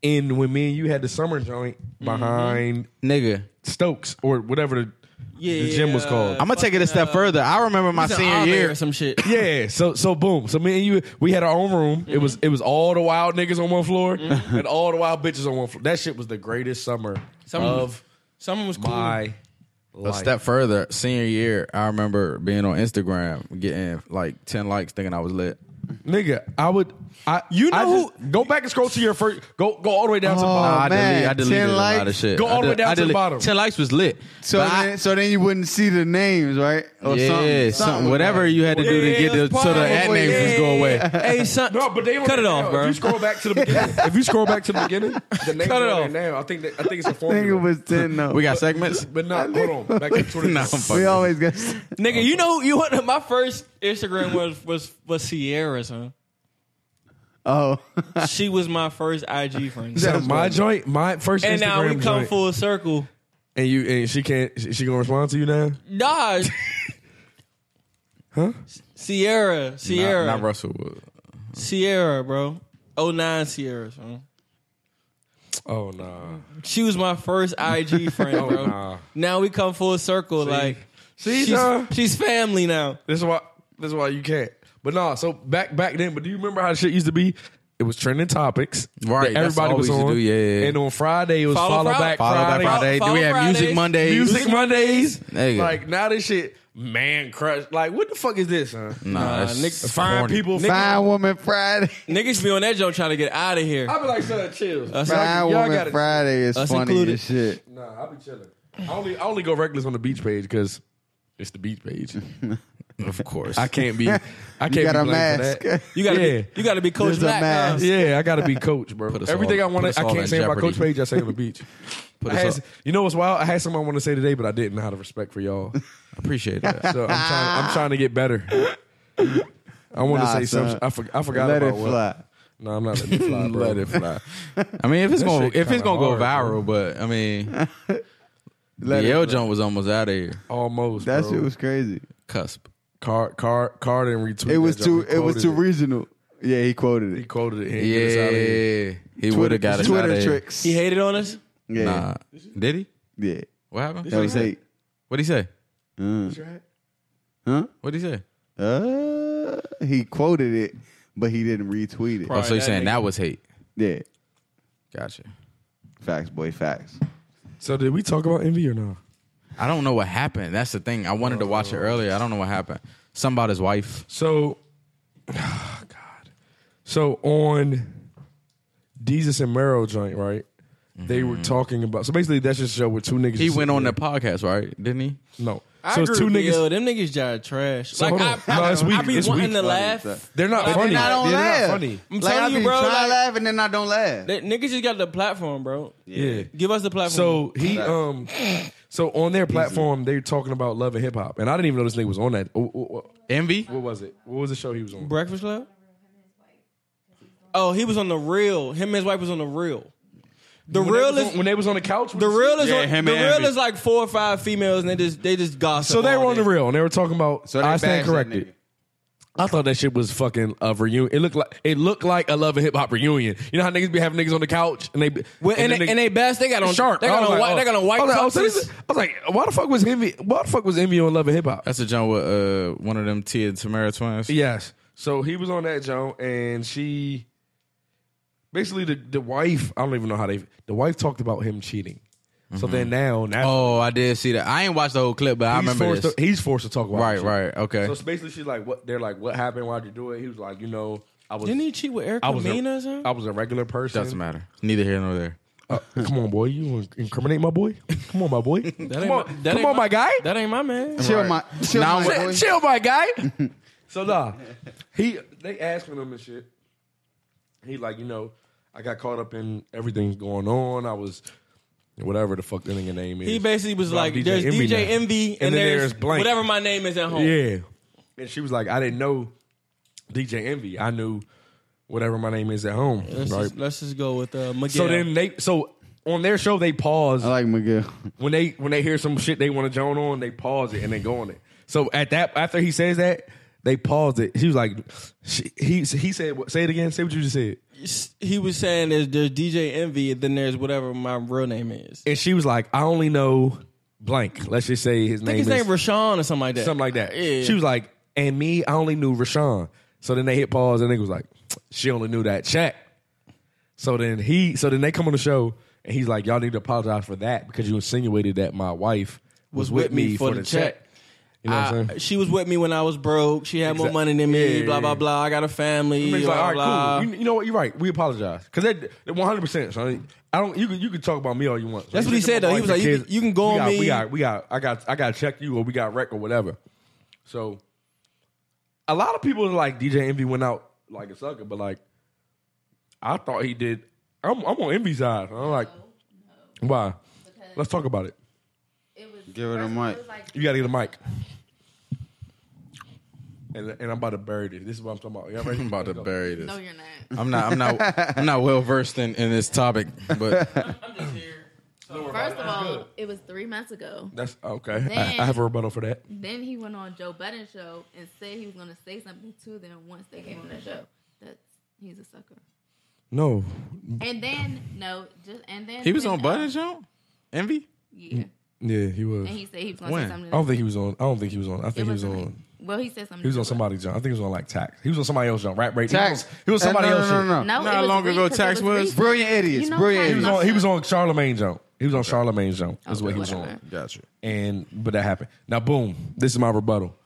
Speaker 5: And when me and you had the summer joint behind
Speaker 6: Nigga,
Speaker 5: Stokes or whatever the, the gym was called.
Speaker 6: I'm gonna take it a step further. I remember my
Speaker 7: It's an
Speaker 6: senior
Speaker 7: honor
Speaker 6: year.
Speaker 7: or some shit.
Speaker 5: Yeah, so so boom. So me and you we had our own room. It was it was all the wild niggas on one floor
Speaker 7: Mm-hmm.
Speaker 5: and all the wild bitches on one floor. That shit was the greatest summer
Speaker 7: Summer
Speaker 5: of
Speaker 7: Someone was cool.
Speaker 5: my
Speaker 6: A
Speaker 5: life.
Speaker 6: step further, senior year, I remember being on Instagram, getting like ten likes, thinking I was lit.
Speaker 5: Nigga, I would I
Speaker 7: You
Speaker 5: I
Speaker 7: know Uh,
Speaker 5: just- go back and scroll to your first go go all the way down to the
Speaker 3: Oh,
Speaker 5: bottom.
Speaker 6: I,
Speaker 3: man,
Speaker 6: delete- I
Speaker 3: 10
Speaker 6: deleted a lot of
Speaker 3: likes?
Speaker 6: shit.
Speaker 5: Go
Speaker 6: I
Speaker 5: all the way
Speaker 6: de-
Speaker 5: down
Speaker 6: I
Speaker 5: to the
Speaker 6: delete-
Speaker 5: bottom.
Speaker 6: Ten likes was lit.
Speaker 3: So
Speaker 6: But I-
Speaker 3: then, so then you wouldn't see the names, right? Or
Speaker 6: yeah, something, whatever you had to do to get the, so the ad
Speaker 5: Yeah,
Speaker 6: names was go away.
Speaker 7: Hey, son,
Speaker 5: No, but they don't
Speaker 7: cut it off,
Speaker 5: now.
Speaker 7: bro.
Speaker 5: If you scroll back to the beginning, if you scroll back to the beginning, the names
Speaker 7: Cut it
Speaker 5: are
Speaker 7: off.
Speaker 5: on there now. I think that, I think it's a
Speaker 3: I think it
Speaker 5: formula.
Speaker 3: was ten. No,
Speaker 6: We got segments.
Speaker 5: but no, hold on. Back to Twitter.
Speaker 6: Nah, I'm
Speaker 3: we
Speaker 6: fucking-
Speaker 3: always got.
Speaker 7: Nigga, you know you what? My first Instagram was was was Sierra's. Huh?
Speaker 3: Oh,
Speaker 7: She was my first IG friend.
Speaker 5: So my joint, my first
Speaker 7: and
Speaker 5: Instagram
Speaker 7: now we come
Speaker 5: joint,
Speaker 7: full circle.
Speaker 5: and you and she can't. She she gonna respond to you now.
Speaker 7: Nah. huh? Sierra, Sierra,
Speaker 6: Not, not Russell. Wood.
Speaker 7: Sierra, bro. 09 Sierra. Huh?
Speaker 5: Oh no.
Speaker 7: She was my first IG friend, bro.
Speaker 5: nah.
Speaker 7: Now we come full circle. Like
Speaker 5: See,
Speaker 7: Oh, she's uh,
Speaker 5: nah.
Speaker 7: she's family now.
Speaker 5: This is why. This is why you can't. But no. So back back then. But do you remember how shit used to be? It was trending topics.
Speaker 6: Right,
Speaker 5: that
Speaker 6: that's
Speaker 5: Everybody
Speaker 6: all
Speaker 5: was
Speaker 6: we used
Speaker 5: on.
Speaker 6: to do, yeah, yeah, yeah.
Speaker 5: And on Friday it was
Speaker 7: Follow
Speaker 5: follow,
Speaker 7: Friday.
Speaker 5: back
Speaker 6: Follow
Speaker 5: Friday.
Speaker 6: back Friday.
Speaker 7: Follow
Speaker 6: Do we have
Speaker 7: Fridays.
Speaker 6: Music Mondays?
Speaker 5: Music Mondays.
Speaker 6: Nigga.
Speaker 5: Like now this shit. Man crush. Like what the fuck is this? Huh?
Speaker 6: Nah,
Speaker 7: Nah,
Speaker 6: that's
Speaker 7: niggas-
Speaker 5: Fine
Speaker 6: corny.
Speaker 5: people.
Speaker 3: Fine Woman Friday.
Speaker 7: Niggas be on that joke trying to get out of here.
Speaker 5: I be like, son, chill.
Speaker 7: Us-
Speaker 3: Fine
Speaker 5: y'all
Speaker 3: Woman
Speaker 5: gotta-
Speaker 3: Friday is
Speaker 7: Us
Speaker 3: funny
Speaker 7: included.
Speaker 3: as shit.
Speaker 5: Nah, I be chilling. I only I only go reckless on the beach page because it's the beach page.
Speaker 6: of course.
Speaker 5: I can't be. I can't
Speaker 3: You got
Speaker 5: be
Speaker 3: a
Speaker 5: blamed for
Speaker 3: mask.
Speaker 5: that.
Speaker 7: You gotta
Speaker 5: Yeah.
Speaker 7: be, you gotta be Coach
Speaker 3: There's a
Speaker 7: Mack. huh?
Speaker 3: mask.
Speaker 5: Yeah, I gotta be coach, bro.
Speaker 6: Put us
Speaker 5: Everything
Speaker 6: all-
Speaker 5: I want
Speaker 6: put us
Speaker 5: to, I
Speaker 6: all in
Speaker 5: can't say about
Speaker 6: jeopardy.
Speaker 5: coach page. I say on the beach.
Speaker 6: Put
Speaker 5: I
Speaker 6: us
Speaker 5: has,
Speaker 6: up.
Speaker 5: you know what's wild? I had something I want to say today, but I didn't know how to respect for y'all.
Speaker 6: appreciate that.
Speaker 5: So I'm trying. I'm trying to get better. I want
Speaker 3: Nah,
Speaker 5: to say
Speaker 3: son.
Speaker 5: something. I, for, I forgot
Speaker 3: Let
Speaker 5: about
Speaker 3: it
Speaker 5: what.
Speaker 3: fly.
Speaker 5: No, I'm not letting it fly. Bro.
Speaker 6: Let it fly. I mean, if it's gonna
Speaker 5: shit
Speaker 6: if it's
Speaker 5: kinda
Speaker 6: gonna go
Speaker 5: hard,
Speaker 6: viral, but I mean,
Speaker 3: Let
Speaker 6: the
Speaker 3: it
Speaker 6: L
Speaker 3: fly.
Speaker 6: jump was almost out of here.
Speaker 5: Almost.
Speaker 3: That
Speaker 5: bro.
Speaker 3: shit was crazy.
Speaker 6: Cusp.
Speaker 5: card. Card. Card and retweet.
Speaker 3: It was
Speaker 5: that
Speaker 3: too.
Speaker 5: joint.
Speaker 3: It was
Speaker 5: Quoted
Speaker 3: too regional. Yeah, he quoted
Speaker 5: He
Speaker 3: it.
Speaker 5: quoted it. He
Speaker 6: Yeah,
Speaker 5: ain't get us out of here.
Speaker 6: he would have got us out
Speaker 3: Twitter
Speaker 6: of here.
Speaker 3: tricks.
Speaker 7: He hated on us.
Speaker 3: Yeah,
Speaker 6: Nah, did he?
Speaker 3: yeah.
Speaker 6: What happened?
Speaker 3: That was hate.
Speaker 6: What did he say?
Speaker 3: Huh?
Speaker 6: What did he say?
Speaker 3: Uh, he quoted it, but he didn't retweet it.
Speaker 6: Oh,
Speaker 7: Right,
Speaker 6: so you
Speaker 7: that
Speaker 6: saying
Speaker 7: nigga-
Speaker 6: that was hate?
Speaker 3: Yeah,
Speaker 6: Gotcha.
Speaker 3: facts, boy, facts.
Speaker 5: So did we talk about envy or no?
Speaker 6: I don't know what happened. That's the thing. I wanted to watch it earlier. I don't know what happened. Something about his wife.
Speaker 5: So, God. So on Jesus and Meryl joint, right? They
Speaker 3: Mm-hmm.
Speaker 5: were talking about. So basically, that's just a show where two niggas.
Speaker 6: He
Speaker 5: just
Speaker 6: went
Speaker 5: sit
Speaker 6: on the
Speaker 5: there.
Speaker 6: podcast, right? Didn't he?
Speaker 5: No.
Speaker 7: I
Speaker 5: so it's two
Speaker 7: agree with-
Speaker 5: niggas.
Speaker 1: Yo, them niggas jar trash. like
Speaker 5: hold
Speaker 1: I,
Speaker 5: on. No, it's
Speaker 1: I
Speaker 5: weak.
Speaker 1: be
Speaker 5: It's
Speaker 1: wanting
Speaker 5: weak.
Speaker 1: to laugh.
Speaker 5: They're not
Speaker 1: Like, they're
Speaker 5: funny.
Speaker 1: not on Mm.
Speaker 5: they're
Speaker 3: laugh.
Speaker 5: not funny.
Speaker 7: I'm
Speaker 3: like,
Speaker 7: telling
Speaker 3: I
Speaker 7: you,
Speaker 3: be
Speaker 7: bro.
Speaker 3: trying to
Speaker 7: Like,
Speaker 3: laugh and then I don't laugh.
Speaker 1: That niggas just got the platform, bro.
Speaker 5: Yeah.
Speaker 1: Give us the platform.
Speaker 5: So he um, so on their platform, they're talking about love and hip hop, and I didn't even know this nigga was on that. Oh, oh, oh,
Speaker 6: Envy.
Speaker 5: What was it? What was the show he was on?
Speaker 1: Breakfast Club.
Speaker 7: oh, he was on the real. Him and his wife was on the real.
Speaker 1: The
Speaker 5: When they
Speaker 1: real
Speaker 5: was
Speaker 1: is
Speaker 5: on- when they was on the couch. with
Speaker 1: the real is
Speaker 6: Yeah,
Speaker 1: on-
Speaker 6: him
Speaker 1: the
Speaker 6: and
Speaker 1: real
Speaker 6: Envy.
Speaker 1: is like four or five females and they just they just gossip.
Speaker 5: So they
Speaker 1: all
Speaker 5: were on
Speaker 1: day.
Speaker 5: the real, and they were talking about.
Speaker 3: So they
Speaker 5: I
Speaker 3: bashed
Speaker 5: stand
Speaker 3: that
Speaker 5: corrected.
Speaker 3: nigga.
Speaker 5: I thought that shit was fucking a reunion. It looked like it looked like a love and hip hop reunion. You know how niggas be having niggas on the couch and they be-
Speaker 1: Well, and,
Speaker 5: then
Speaker 1: they, and they best they got on
Speaker 5: sharp.
Speaker 1: They got
Speaker 5: I
Speaker 1: on
Speaker 5: was
Speaker 1: white.
Speaker 5: like,
Speaker 1: They got on white.
Speaker 5: I was, like, oh, so
Speaker 1: tuxes.
Speaker 5: this is- I was like, why the fuck was envy? Why the fuck was envy on love and hip hop?
Speaker 6: That's a joint with uh, one of them Tia and Tamara twins.
Speaker 5: Yes. So he was on that Joe, and she basically the the wife. I don't even know how they. The wife talked about him cheating. So
Speaker 1: Mm-hmm.
Speaker 5: then now now
Speaker 6: Oh, I did see that. I ain't watched the whole clip, but I
Speaker 5: he's
Speaker 6: remember
Speaker 5: forced
Speaker 6: this.
Speaker 5: to, he's forced to talk about
Speaker 6: right,
Speaker 5: it.
Speaker 6: right, okay.
Speaker 5: So it's basically, she's like, "What?" They're like, "What happened? Why'd you do it?" He was like, "You know, I was."
Speaker 1: Didn't he cheat with Erica
Speaker 5: I was,
Speaker 1: Mina or
Speaker 5: a,
Speaker 1: something?
Speaker 5: I was a regular person.
Speaker 6: Doesn't matter. Neither here nor there.
Speaker 5: Uh, come on, boy. You wanna incriminate my boy? Come on, my boy. come
Speaker 1: ain't
Speaker 5: on,
Speaker 1: my- that
Speaker 5: come
Speaker 1: ain't
Speaker 5: on,
Speaker 1: my-
Speaker 5: my guy.
Speaker 1: That ain't my man.
Speaker 3: Chill, my chill,
Speaker 6: Now
Speaker 3: my
Speaker 6: what-
Speaker 3: boy.
Speaker 5: Chill, my guy. so nah, he they asking him and shit. He like, you know, I got caught up in everything going on. I was whatever the fuck the nigga name is.
Speaker 1: He basically was
Speaker 5: So I'm
Speaker 1: like, "There's
Speaker 5: Envy
Speaker 1: DJ
Speaker 5: now.
Speaker 1: Envy, and,
Speaker 5: then
Speaker 1: there's,
Speaker 5: there's blank.
Speaker 1: whatever my name is at home."
Speaker 5: Yeah. And she was like, I didn't know DJ Envy. I knew whatever my name is at home.
Speaker 1: Let's,
Speaker 5: right.
Speaker 1: just, let's just go with uh, Miguel.
Speaker 5: so then they so on their show they pause
Speaker 3: I like Miguel.
Speaker 5: when they when they hear some shit they want to join on, they pause it and they go on it. So at that after he says that, they paused it. He was like, she, he he said, what- say it again. Say what you just said.
Speaker 1: he was saying there's, there's DJ Envy, and then there's whatever my real name is.
Speaker 5: And she was like, I only know blank. Let's just say his
Speaker 1: I
Speaker 5: name
Speaker 1: think his name
Speaker 5: is
Speaker 1: Rashawn or something like that.
Speaker 5: something like that.
Speaker 1: Yeah.
Speaker 5: She was like, and me, I only knew Rashawn. So then they hit pause and they was like, she only knew that chat. So then he, so then they come on the show and he's like, y'all need to apologize for that because you insinuated that my wife was, with, me, for, the check. You know what I'm saying?
Speaker 1: I- she was with me when I was broke. She had more
Speaker 5: Exact-
Speaker 1: money than me.
Speaker 5: Yeah.
Speaker 1: Blah blah blah. I got a family.
Speaker 5: He's
Speaker 1: blah
Speaker 5: like, all right,
Speaker 1: blah.
Speaker 5: cool. You, you know what? You're right. We apologize because that one hundred percent. So I don't. You can you can talk about me all you want. So
Speaker 1: That's
Speaker 5: you
Speaker 1: what he
Speaker 5: think
Speaker 1: said,
Speaker 5: about
Speaker 1: though. He
Speaker 5: my
Speaker 1: was like,
Speaker 5: wife and
Speaker 1: you-
Speaker 5: kids,
Speaker 1: you can go on
Speaker 5: we got,
Speaker 1: me.
Speaker 5: We got we got I got I got to check you or we got wreck or whatever. So a lot of people are like DJ Envy went out like a sucker, but like I thought he did. I'm I'm on Envy's side. I'm like, why? Let's talk about it.
Speaker 8: It was
Speaker 3: Give her the
Speaker 8: first
Speaker 3: mic.
Speaker 8: was like-
Speaker 5: You got to get a mic. And, and I'm about to bury this. This is what I'm talking about. Y'all ready?
Speaker 6: I'm about to bury this.
Speaker 8: no, you're not.
Speaker 6: I'm not. I'm not. I'm not well versed in, in this topic, but
Speaker 8: First of all, it was three months ago.
Speaker 5: That's okay. I,
Speaker 8: Then-
Speaker 5: I have a rebuttal for that.
Speaker 8: Then he went on Joe Budden show and said he was going to say something to them once they came on the show. That's he's a sucker.
Speaker 5: No,
Speaker 8: And then no, just and then
Speaker 6: he was
Speaker 8: then,
Speaker 6: on
Speaker 8: uh,
Speaker 6: Button Jump. Envy.
Speaker 8: Yeah,
Speaker 5: yeah, he was.
Speaker 8: and he said he was going to
Speaker 6: When?
Speaker 8: say something.
Speaker 5: I don't think he was on. I don't think he was on. I think Oh, he was
Speaker 8: wasn't
Speaker 5: on.
Speaker 8: me. Well, he said something.
Speaker 5: He was
Speaker 8: to
Speaker 5: on
Speaker 8: Joe
Speaker 5: somebody's John. I think he was on like tax. He was on somebody else's John. Rap rate.
Speaker 3: Tax. Eh,
Speaker 5: He was, on somebody
Speaker 3: no,
Speaker 5: else's.
Speaker 3: No, no, no.
Speaker 8: Budden. No,
Speaker 6: Not
Speaker 8: it was
Speaker 6: long
Speaker 8: Reed
Speaker 6: ago,
Speaker 8: because it
Speaker 6: Tax was.
Speaker 8: Reed.
Speaker 3: Brilliant idiots.
Speaker 8: You know
Speaker 3: brilliant
Speaker 8: Tax
Speaker 5: He was
Speaker 3: idiots.
Speaker 5: on. He was on Charlemagne John. He was on Charlemagne John. That's what he was on.
Speaker 6: Gotcha.
Speaker 5: And but that happened. Now boom. This is my rebuttal.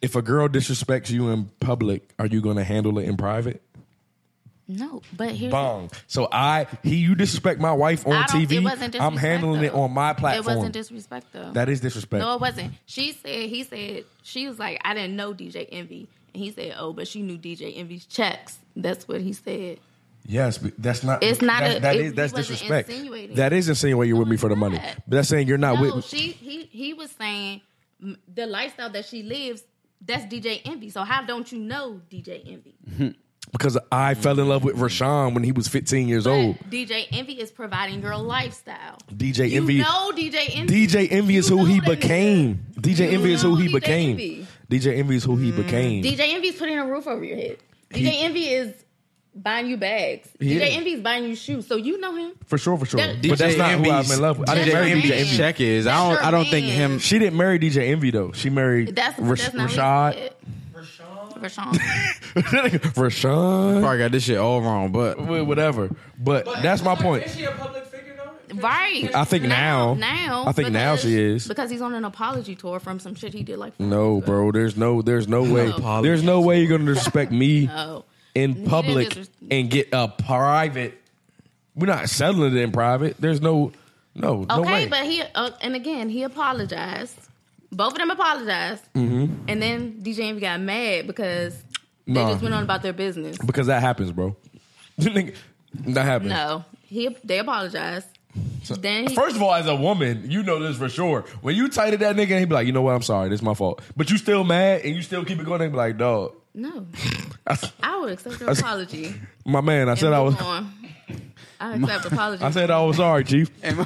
Speaker 5: If a girl disrespects you in public, are you going to handle it in private?
Speaker 8: No, but here's
Speaker 5: Bong. So I, he, you disrespect my wife on
Speaker 8: I don't,
Speaker 5: TV.
Speaker 8: It wasn't disrespect,
Speaker 5: I'm handling it
Speaker 8: though.
Speaker 5: on my platform.
Speaker 8: It wasn't disrespect though.
Speaker 5: that is disrespect.
Speaker 8: No, it wasn't. She said, he said, she was like, I didn't know DJ Envy. And he said, oh, but she knew DJ Envy's checks. That's what he said.
Speaker 5: Yes, but that's not.
Speaker 8: It's not
Speaker 5: That,
Speaker 8: a-
Speaker 5: that
Speaker 8: it-
Speaker 5: is
Speaker 8: he
Speaker 5: that's
Speaker 8: wasn't
Speaker 5: disrespect.
Speaker 8: insinuating.
Speaker 5: That is insinuating you're with me for the money.
Speaker 8: not.
Speaker 5: But that's saying you're not with
Speaker 8: No,
Speaker 5: me.
Speaker 8: she he he was saying mm, the lifestyle that she lives. That's DJ Envy. So how don't you know DJ Envy?
Speaker 5: because I fell in love with Rashawn when he was 15 years old.
Speaker 8: But DJ Envy is providing your lifestyle.
Speaker 5: DJ
Speaker 8: you
Speaker 5: Envy.
Speaker 8: know DJ Envy.
Speaker 5: DJ Envy is
Speaker 8: You
Speaker 5: who he
Speaker 8: know that nigga.
Speaker 5: became. DJ
Speaker 8: You
Speaker 5: Envy is who
Speaker 8: know Mm.
Speaker 5: he
Speaker 8: DJ
Speaker 5: became.
Speaker 8: Envy.
Speaker 5: DJ Envy is who he became.
Speaker 8: DJ Envy's putting a roof over your head. DJ Envy is buying you bags.
Speaker 5: He
Speaker 8: DJ
Speaker 5: is.
Speaker 8: Envy's buying you shoes. So you know him.
Speaker 5: for sure, for sure.
Speaker 8: That-
Speaker 5: but that's not who I'm in love with. I didn't
Speaker 8: DJ
Speaker 5: marry
Speaker 8: Envy's
Speaker 5: DJ Envy.
Speaker 8: check.
Speaker 6: Check is.
Speaker 8: That's
Speaker 6: I don't.
Speaker 8: your
Speaker 6: I don't think
Speaker 8: man.
Speaker 6: him.
Speaker 5: She didn't marry DJ Envy though. She married
Speaker 8: That's
Speaker 5: Rash-
Speaker 8: that's not
Speaker 5: Rashad.
Speaker 8: Rashad. Rashad.
Speaker 5: Rashawn.
Speaker 6: Probably got this shit all wrong, but
Speaker 5: Wh- Whatever. But, that's my point.
Speaker 7: Is she a public figure though?
Speaker 8: right.
Speaker 5: I think now-
Speaker 8: Now.
Speaker 5: I think now she
Speaker 8: because-
Speaker 5: is.
Speaker 8: Because he's on an apology tour from some shit he did like four
Speaker 5: No,
Speaker 8: years ago.
Speaker 5: bro. There's no. There's no way.
Speaker 8: apology.
Speaker 5: There's no way you're gonna disrespect me
Speaker 8: No.
Speaker 5: in public
Speaker 8: disres-
Speaker 5: and get a private. We're not settling it in private. There's no. No. no
Speaker 8: Okay,
Speaker 5: way.
Speaker 8: but he uh, and again he apologized. Both of them apologized, and then DJ Envy got mad because they
Speaker 5: Mm-hmm. Nah.
Speaker 8: just went on about their business.
Speaker 5: because that happens, bro. Nigga, that happens.
Speaker 8: No, he they apologized. then he,
Speaker 5: First of all, as a woman, you know this for sure. When you tighted that nigga, he be like, "You know what? I'm sorry. This is my fault." But you still mad and you still keep it going. They be like, "Dog,
Speaker 8: no, I would accept an apology.
Speaker 5: my man, I said I was.
Speaker 8: On. I accept apology.
Speaker 5: I said I was sorry, chief.
Speaker 3: And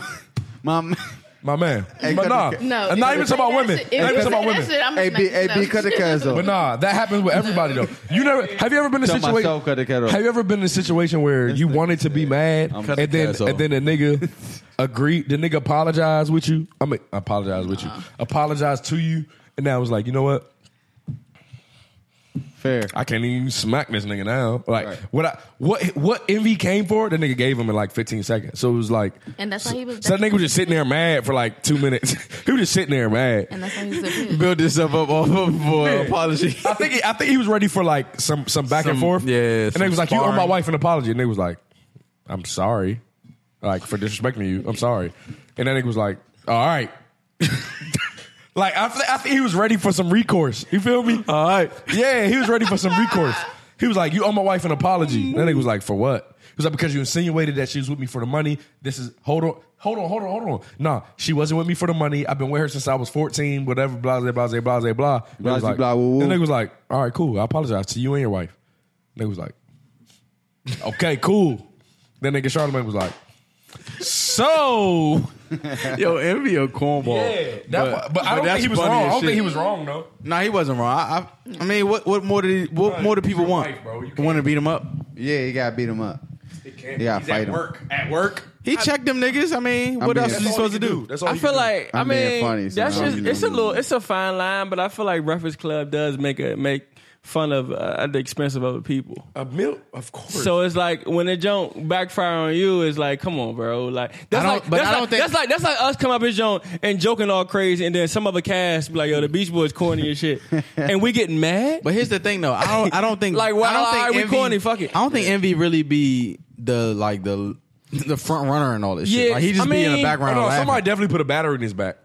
Speaker 3: my, my
Speaker 5: my man.
Speaker 3: Hey,
Speaker 5: but
Speaker 3: cut
Speaker 5: nah,
Speaker 3: the-
Speaker 8: no,
Speaker 5: and not
Speaker 8: if
Speaker 5: even
Speaker 8: you
Speaker 5: talking about
Speaker 8: say
Speaker 5: women.
Speaker 8: that shit- if
Speaker 5: Not
Speaker 8: you
Speaker 5: even talking about
Speaker 8: say that
Speaker 5: women.
Speaker 8: shit, I'ma
Speaker 3: hey,
Speaker 8: smack
Speaker 3: B, hey, B,
Speaker 8: myself.
Speaker 3: cut the cuz though.
Speaker 5: But nah, that happens with everybody though. You never have you ever been in a
Speaker 3: Tell
Speaker 5: situation?
Speaker 3: myself, cut the cat off.
Speaker 5: Have you ever been in a situation where you wanted to be mad
Speaker 3: I'm-
Speaker 5: and then
Speaker 6: Cut the
Speaker 5: and then a nigga agreed, the nigga apologized with you? I mean, apologize with you,
Speaker 3: Uh-huh.
Speaker 5: apologize to you, and I was like, you know what?
Speaker 3: Fair.
Speaker 5: I can't even smack this nigga now. Like
Speaker 3: Right.
Speaker 5: what I what what envy came for? The nigga gave him in like 15 seconds. So it was like,
Speaker 8: And that's why he was.
Speaker 5: so that nigga was just sitting there mad for like two minutes. he was just sitting there mad.
Speaker 8: And that's why he's a bitch.
Speaker 6: build yourself up off of for apology.
Speaker 5: I think he, I think he was ready for like some some back and
Speaker 6: Some-
Speaker 5: forth.
Speaker 6: yeah,
Speaker 5: and they
Speaker 6: some
Speaker 5: was like, "You owe my
Speaker 6: sparring.
Speaker 5: wife an apology." And they was like, "I'm sorry, like for disrespecting you. I'm sorry." And then nigga was like, "All right." like I, th- I think he was ready for some recourse. You feel me? All right. Yeah, he was ready for some recourse. He was like, "You owe my wife an apology." And then nigga was like, "For what?" He was like, "Because you insinuated that she was with me for the money. This is hold on." Hold on, hold on, hold on. Nah, she wasn't with me for the money. I've been with her since I was 14, whatever, blah, blah, blah, blah, blah, blah. blah. And I was
Speaker 3: Blah,
Speaker 5: like,
Speaker 3: blah, woo, woo.
Speaker 5: and nigga was like, all right, cool. I apologize to you and your wife. Nigga was like, okay, cool. Then nigga Charlamagne was like, so.
Speaker 6: Yo, envy a cornball.
Speaker 5: Yeah, that, but, I don't think
Speaker 6: that's
Speaker 5: he was
Speaker 6: funny
Speaker 5: wrong. I
Speaker 6: as
Speaker 5: don't think he
Speaker 6: shit.
Speaker 5: was wrong though.
Speaker 6: Nah, he wasn't wrong. I, I, I mean, what what more did he, what
Speaker 5: Right,
Speaker 6: more do
Speaker 5: it's
Speaker 6: people
Speaker 5: your
Speaker 6: want?
Speaker 5: wife, bro. You can't-
Speaker 6: want to beat him up?
Speaker 3: Yeah, you gotta beat him up. Yeah, He's fight at him. work.
Speaker 5: At work.
Speaker 6: He checked them niggas. I mean, what
Speaker 3: being-
Speaker 6: else is he
Speaker 3: That's
Speaker 6: supposed to do?
Speaker 5: That's all.
Speaker 1: I
Speaker 5: he
Speaker 1: feel
Speaker 5: Oh, can do.
Speaker 1: like I
Speaker 3: I'm being
Speaker 1: mean
Speaker 3: funny, so
Speaker 1: that's
Speaker 3: I don't
Speaker 1: just
Speaker 3: really
Speaker 1: it's a
Speaker 3: know.
Speaker 1: little it's a fine line, but I feel like Reference Club does make a make fun of uh, at the expense of other people.
Speaker 5: a milk, of course.
Speaker 1: So it's like when it don't backfire on you, it's like, come on, bro. Like that's
Speaker 6: don't-
Speaker 1: like
Speaker 6: but
Speaker 1: that's
Speaker 6: I don't
Speaker 1: like,
Speaker 6: think-
Speaker 1: that's like that's like us come up his joint and joking all crazy, and then some other cast be like, yo, the Beach Boys corny and shit, and we getting mad.
Speaker 6: But here's the thing, though. I don't. I don't think.
Speaker 1: Like, why-
Speaker 6: I don't
Speaker 1: why are we
Speaker 6: envy,
Speaker 1: corny? Fuck it.
Speaker 6: I don't think envy really be the like the the front runner and all this shit.
Speaker 1: Yeah,
Speaker 6: Like he just
Speaker 1: I
Speaker 6: be in
Speaker 1: mean-
Speaker 6: the
Speaker 5: Oh,
Speaker 6: background.
Speaker 5: no,
Speaker 6: laughing.
Speaker 5: somebody definitely put a battery in his back.